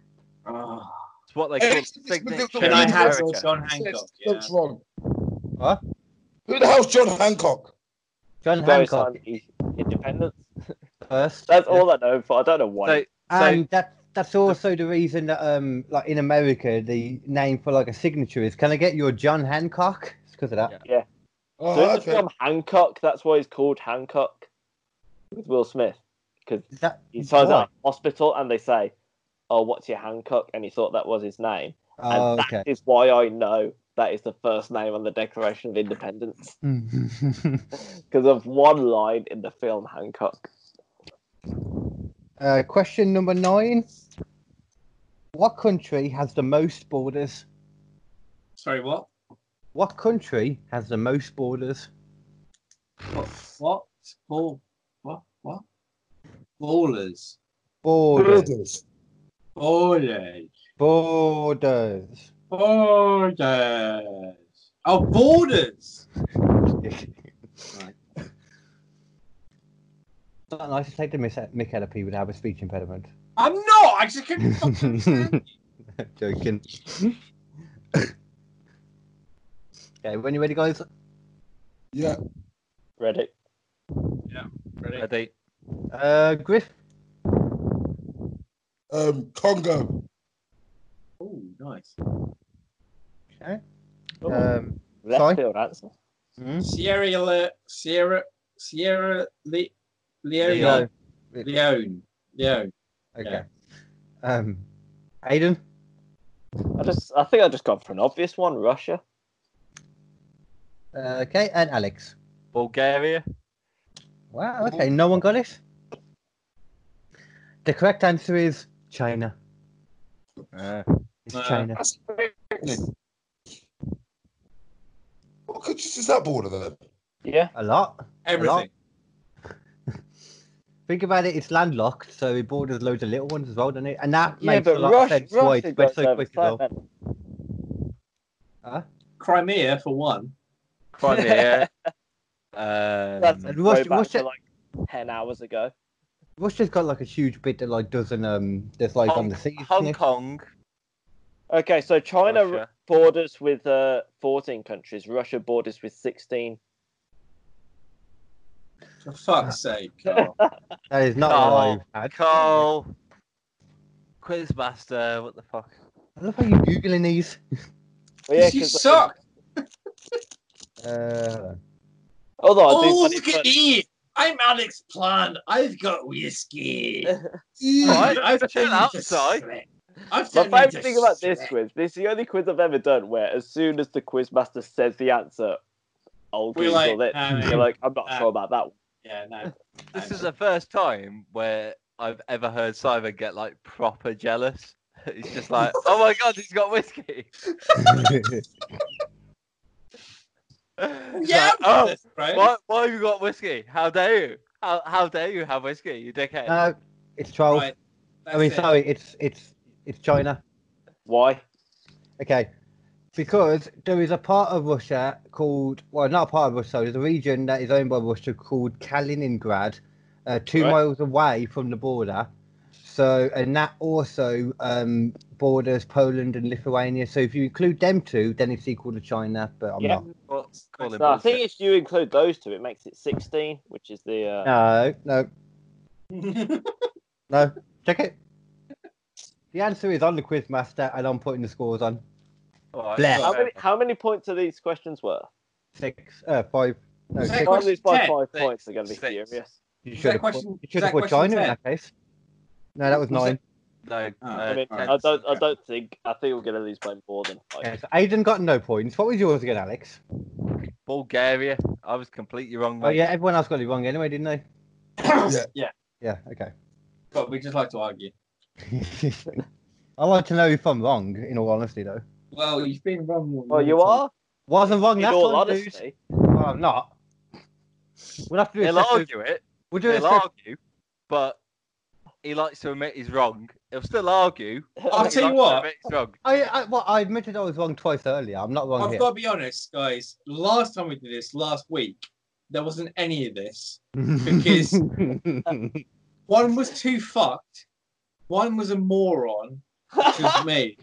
C: Oh.
B: It's what they
D: Hey,
B: call
D: it's- it's-
B: signature.
D: the-
B: in
D: the-
C: And I have
B: America.
C: John Hancock. Yeah.
D: That's wrong.
A: What?
D: Who the hell's John Hancock?
A: John
E: Goes
A: Hancock
E: on e- independence.
A: first.
E: That's
A: Yeah.
E: all I know, but I don't know why.
B: So, so
A: And that that's also the reason that um like in America the name for like a signature is can I get your John Hancock? It's because of that.
B: Yeah.
E: So in
D: Oh,
E: the
D: okay.
E: film Hancock, that's why he's called Hancock with Will Smith.
A: Is that
E: He signs
A: why?
E: up hospital and they say, Oh, what's your Hancock? And he thought that was his name. And
A: Oh, okay.
E: that is why I know that is the first name on the Declaration of Independence
A: <laughs>
E: because of one line in the film Hancock.
A: uh, question number nine. What country has the most borders?
C: Sorry, what?
A: What country has the most borders?
C: What? What? Ball. What? What? Ballers.
A: Borders.
D: Borders.
C: Ballers.
A: Borders.
C: Borders. Oh, borders.
A: It's not nice to take the miss E, Mick out of people that have a speech impediment.
C: I'm not. I just couldn't
E: <laughs>
C: fucking understand.
A: <laughs> Joking. okay, when you ready, guys?
D: Yeah.
E: Read it.
C: Ready?
B: ready?
A: Uh, Griff,
D: Um, Congo.
C: Oh, nice.
E: Oh,
A: um,
E: left
A: sorry?
E: field answer.
A: Hmm?
C: Sierra Le- Sierra Sierra Le-
A: Leo.
C: Leone. Leone. Leone.
A: okay. Um, Aiden,
E: I just, I think I just gone for an obvious one. Russia.
A: uh, okay, and Alex.
B: Bulgaria.
A: Wow, okay, no one got it. The correct answer is China. It's
C: Uh,
A: China.
D: That's What countries is that border then?
E: Yeah.
A: A lot.
C: Everything.
A: <laughs> Think about it, it's landlocked, so it borders loads of little ones as well, doesn't it? And that
E: Yeah,
A: makes a
E: but
A: lot of
E: Russia,
A: sense why
E: Russia
A: it's spread
E: goes
A: so
E: over
A: quick as
E: so
A: well.
E: many.
A: Huh?
C: Crimea for one.
B: Crimea.
C: <laughs>
E: That's
B: um,
A: And Russia-
E: way back to
A: Russia-
E: like ten hours ago.
A: Russia's got like a huge bit that like doesn't um that's like on
B: Hong,
A: the sea.
B: Hong Kong,
E: Okay, so China
B: Russia.
E: borders with uh, 14 countries. Russia borders with 16.
C: For
E: <laughs>
C: fuck's sake. Oh, Carl.
A: That is not
B: Carl.
A: live. I
B: Carl, Quizmaster. What the fuck?
A: love how you're googling these.
E: Well, yeah,
C: you
E: 'cause-
C: suck. <laughs>
A: Uh, <laughs>
E: Although I do
C: Oh,
E: find it
C: look at
E: funny-
C: me. I'm Alex Plant. I've got
E: <laughs>
C: whiskey.
B: Alright,
C: I've
B: check
C: turned
B: out,
C: into
B: Si.
C: Shrek. I've
E: My
C: turned into
E: favourite thing about this
C: Shrek.
E: quiz, this is the only quiz I've ever done where as soon as the quizmaster says the answer, I'll
C: We're
E: Google
C: like,
E: it.
C: nah,
E: You're
C: mate.
E: like, I'm not
C: Nah.
E: sure about that one.
C: Yeah, no.
B: This is the first time where I've ever heard Simon get like proper jealous. <laughs> He's just like, oh my god, he's got whiskey. <laughs> He's
C: Yeah,
B: like, oh,
C: right.
B: why, why have you got whiskey? How dare you? How, how dare you have whiskey, you dickhead?
A: no, it's twelve.
C: Right,
A: I mean,
C: that's it.
A: sorry, it's it's it's China.
E: Why?
A: Okay. Because there is a part of Russia called, well, not a part of Russia, sorry, there's a region that is owned by Russia called Kaliningrad, uh, two
E: Right.
A: miles away from the border. So, and that also um, borders Poland and Lithuania. So, if you include them two, then it's equal to China, but I'm
E: Yeah.
A: not.
B: Well, call him
E: No, I
B: bullshit.
E: think if you include those two, it makes it 16, which is the. Uh,
A: No, no,
C: <laughs>
A: no. Check it. The answer is on the Quizmaster, and I'm putting the scores on
B: All right,
A: Bless.
B: fair
E: how, many,
B: enough.
E: how many points are these questions worth?
A: six, uh, five. No,
C: Is that
A: six.
E: Can't lose by
C: ten.
E: five
B: Six.
E: points. They're going to be
B: Six.
E: furious.
A: You
C: that
A: should have put,
C: question-
A: you
C: is
A: should have
C: that
A: put
C: question
A: China in
C: 10?
A: that case. No, that was
C: Was it-
A: nine.
C: Oh,
B: No, uh,
E: I mean,
B: ten.
E: I don't, I don't think. I think we're going to lose by more than five.
A: Yes, Aiden got no points. What was yours again, Alex?
B: Bulgaria. I was completely wrong. Mate.
A: Oh yeah, everyone else got it wrong anyway, didn't they?
C: yeah,
A: Yeah, okay. <laughs>
C: but we just like to argue.
A: I like to know if I'm wrong. In all honesty, though,
C: Well, you've been wrong. all
E: Well,
C: the
E: you
C: time.
E: are.
A: wasn't wrong.
E: In
A: That's
E: all
A: all, dude.
E: honesty,
A: Well, I'm not. We'll have to do a
B: He'll
A: separate.
B: argue it.
A: We'll do a
B: He'll
A: separate.
B: argue, but he likes to admit he's wrong. He'll still argue.
C: I'll
E: <laughs>
B: but he
C: tell you
B: likes to
C: what.
B: admit he's wrong.
A: I, I, well, I admitted I was wrong twice earlier. I'm not wrong
C: I've
A: here. <laughs>
C: got to be honest, guys. Last time we did this, last week, there wasn't any of this.
A: <laughs>
C: because- One was too fucked. One was a moron, which was me,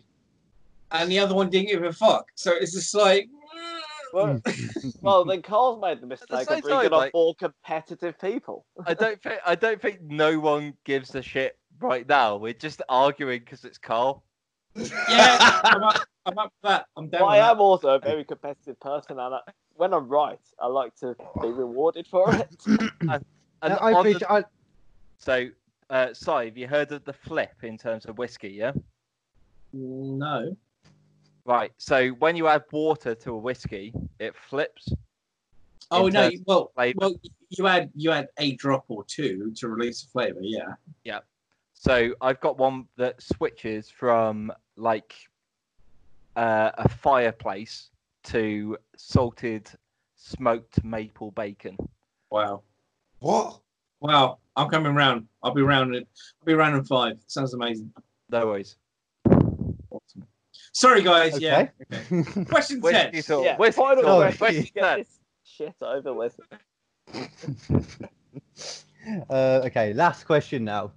C: and the other one didn't give a fuck. So it's just like, mm,
E: well, well, then Carl's made the mistake
B: same
E: of bringing
B: time,
E: up
B: like-
E: all competitive people.
B: I don't think. I don't think no one gives a shit right now. We're just arguing because it's Carl.
C: yeah, I'm up, I'm up for that. I'm down.
E: Well,
C: with
E: I
C: that.
E: am also a very competitive person, and I, when I'm right, I like to be rewarded for it.
B: And
A: No, I
B: on the-
A: appreciate. I,
B: So, uh, Si, have you heard of the flip in terms of whiskey? Yeah.
C: No.
B: Right. So when you add water to a whiskey, it flips.
C: Oh
B: In
C: no.
B: terms
C: you- Well,
B: flavour.
C: well, you had you had a drop or two to release the flavor. Yeah.
B: So I've got one that switches from like uh, a fireplace to salted smoked maple bacon.
C: Wow.
D: What?
C: Wow. I'm coming round. I'll be round. in- I'll be round in five. Sounds amazing.
B: No worries.
C: Awesome. Sorry, guys. Yeah.
A: okay. <laughs>
C: Question ten.
B: Whiskey talk.
E: yeah,
B: Whiskey
E: final
A: no,
B: talk.
E: question.
A: wait,
B: Whiskey
E: Get
B: talk.
E: this shit over with.
A: <laughs> uh, okay. Last question now.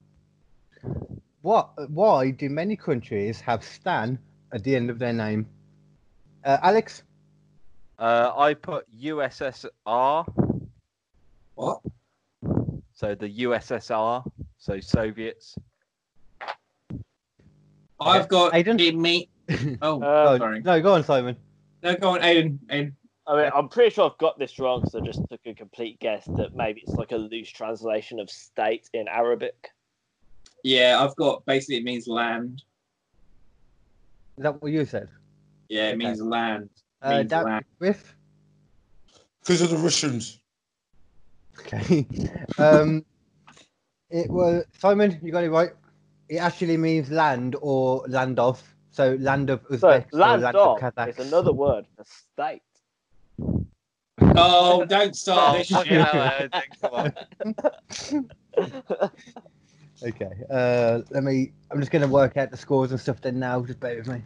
A: What? Why do many countries have Stan at the end of their name? Uh, Alex.
B: Uh, I put USSR.
C: What?
B: So the USSR. So Soviets.
C: I've got.
A: Aiden?
C: Give
B: <laughs>
C: me. Oh,
E: Uh,
C: sorry.
A: No, go on, Simon.
C: No, go on, Aiden. Aiden.
E: I mean, I'm pretty sure I've got this wrong, so I just took a complete guess that maybe it's like a loose translation of state in Arabic.
C: Yeah, I've got. Basically, it means land.
A: Is that what you said?
C: Yeah, it means land. It
A: Uh,
C: means
A: Dan
C: land.
A: Riff.
D: Because of the Russians.
A: Okay. <laughs> um, it was Simon. You got it right. It actually means land or land of. So land of
E: So
A: Uzbek.
E: land,
A: land
E: of
A: Kazakhs.
E: is another word for state. <laughs>
C: Oh, don't start this <laughs>
B: fucking
C: shit.
B: hell, I think, come on.
A: Okay. Uh, let me. I'm just gonna work out the scores and stuff. Then now, just bear with me.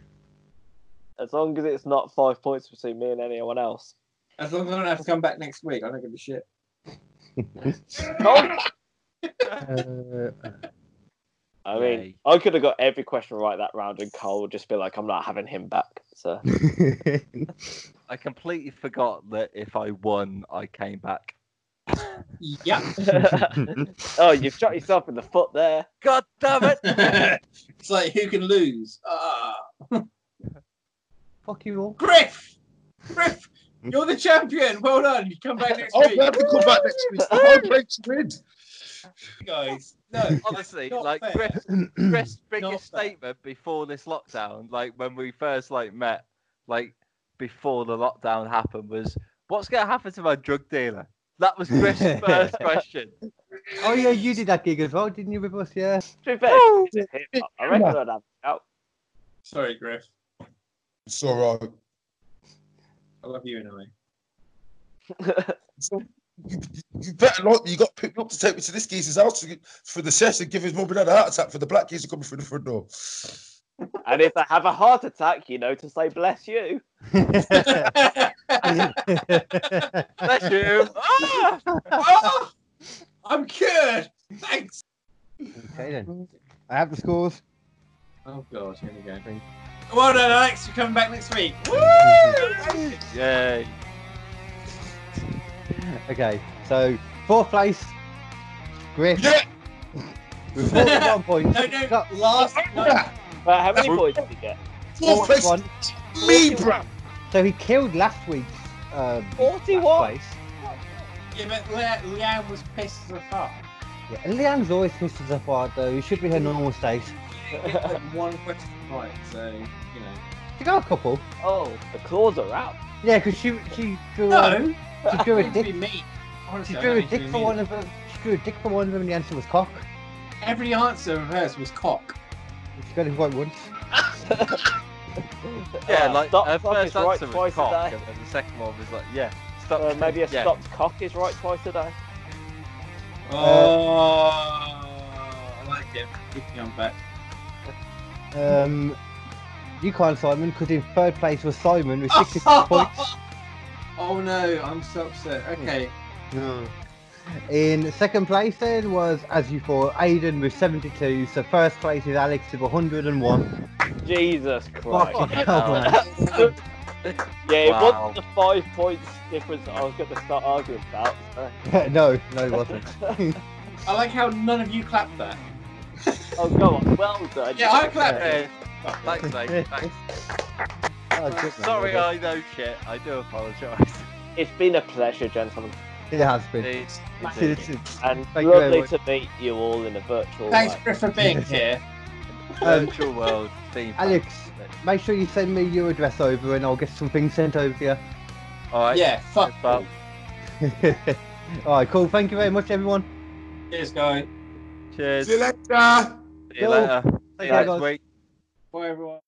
E: As long as it's not five points between me and anyone else.
C: As long as I don't have to come back next week, I don't give a shit.
E: Carl,
A: Uh,
E: I mean,
B: Yay.
E: I could have got every question right that round, and Cole would just be like, "I'm not having him back." So
B: I completely forgot that if I won, I came back.
C: Yeah.
B: <laughs>
E: oh, you've shot yourself in the foot there.
B: God damn it!
E: <laughs>
C: it's like who can lose? Ah,
A: fuck you all.
C: Griff. Griff, you're the champion. Well done. You come back next
A: Oh,
D: I'll
C: week,
D: have to come back next week. I'll play to win.
C: guys. No.
B: Honestly,
C: Not
B: like
C: fair.
E: <clears throat>
B: Chris, Chris' biggest
C: Not fair.
B: statement before this lockdown, like when we first like met, like before the lockdown happened, was what's going to happen to my drug dealer? That was Chris'
E: <laughs>
B: first question.
A: Oh yeah, you did that gig as well, didn't you, with us?
C: <laughs>
A: Yeah.
E: To be fair,
C: Oh,
E: if it was him, I reckon I'd have out.
C: Sorry, Griff.
D: It's all right.
C: I love you anyway.
D: So you, you better not. You got picked up to take me to this geezer's house to, for the session. Give his mum and dad a heart attack for the black geezer coming through the front door.
E: And if I have a heart attack, you know, to say bless you.
B: Bless you. Ah!
C: oh, <laughs> I'm cured. Thanks.
A: Okay then. I have the scores.
C: Oh god, here we go.
A: Thank
C: Well done, Alex. You're coming back next week.
B: Yay.
A: Okay, so fourth place, Griff
D: Yeah,
C: <laughs>
A: with 41 points.
C: No, no,
A: Got
C: last. <laughs> No,
D: yeah.
E: But how many points did you get?
D: Fourth place,
A: 41.
D: me, bruv.
A: So he killed last week's um, last
E: 41.
A: place.
C: yeah, but Le- Leanne was pissed as fuck.
A: Yeah, and Leanne's always pissed us apart though. He should be her normal state.
C: She didn't get like one question right, so you know.
A: She got a couple.
E: Oh, the claws are out.
A: Yeah, because she she drew a,
C: No,
A: she
C: <laughs>
A: drew a
C: it be
A: dick.
C: me.
A: She
C: Honestly, I
A: drew a
C: don't
A: dick
C: mean to <laughs>
A: for
C: be
A: one
C: mean.
A: of them. She drew a dick for one of them, and the answer was cock.
C: Every answer of hers was cock.
A: She got it right once.
B: Yeah,
E: Uh,
B: like
E: stop,
B: her
E: stop
B: first
E: is right
B: answer
E: twice
B: was
E: a
B: cock,
E: day.
B: and then the second one was like, yeah, stop.
E: Uh, maybe a
B: yeah.
E: stopped cock is right twice a day.
C: Oh, I like him. Good thing I'm back.
A: Um, you can't, Simon, because in third place was Simon with 66 points.
C: Oh no, I'm so upset. Okay.
A: In second place then was, as you thought, Aiden with 72. So first place is Alex with 101.
E: Jesus Christ.
A: Fucking
B: hell.
A: hell, man.
E: Yeah, it
B: Wow.
E: wasn't the five points difference that I was going to start arguing about. so.
A: <laughs> no, no, it
B: <laughs>
A: wasn't.
C: I like how none of you clapped that.
E: Oh, go on. Well done.
C: Yeah, I clapped it.
B: Yeah,
E: <laughs>
B: thanks, mate. Thanks.
A: Oh, good, man.
B: Sorry, I know shit. I do apologise.
E: It's been a pleasure, gentlemen,
A: It has been.
B: It's-
A: It's-
B: it's-
A: it's- it's-
E: and
A: Thank you very
E: lovely
A: much.
E: to meet you all in a virtual
C: Thanks,
E: way.
C: Griff, for being here.
A: Um,
B: virtual world theme. park.
A: Alex, make sure you send me your address over and I'll get some things sent over to
B: All right.
C: Yeah, fuck.
B: Well,
A: you. <laughs> Alright, cool. Thank you very much, everyone.
C: Cheers, guys.
B: cheers.
D: See you later.
B: See you later. See you
A: Bye,
B: next
A: guys.
B: week.
C: Bye, everyone.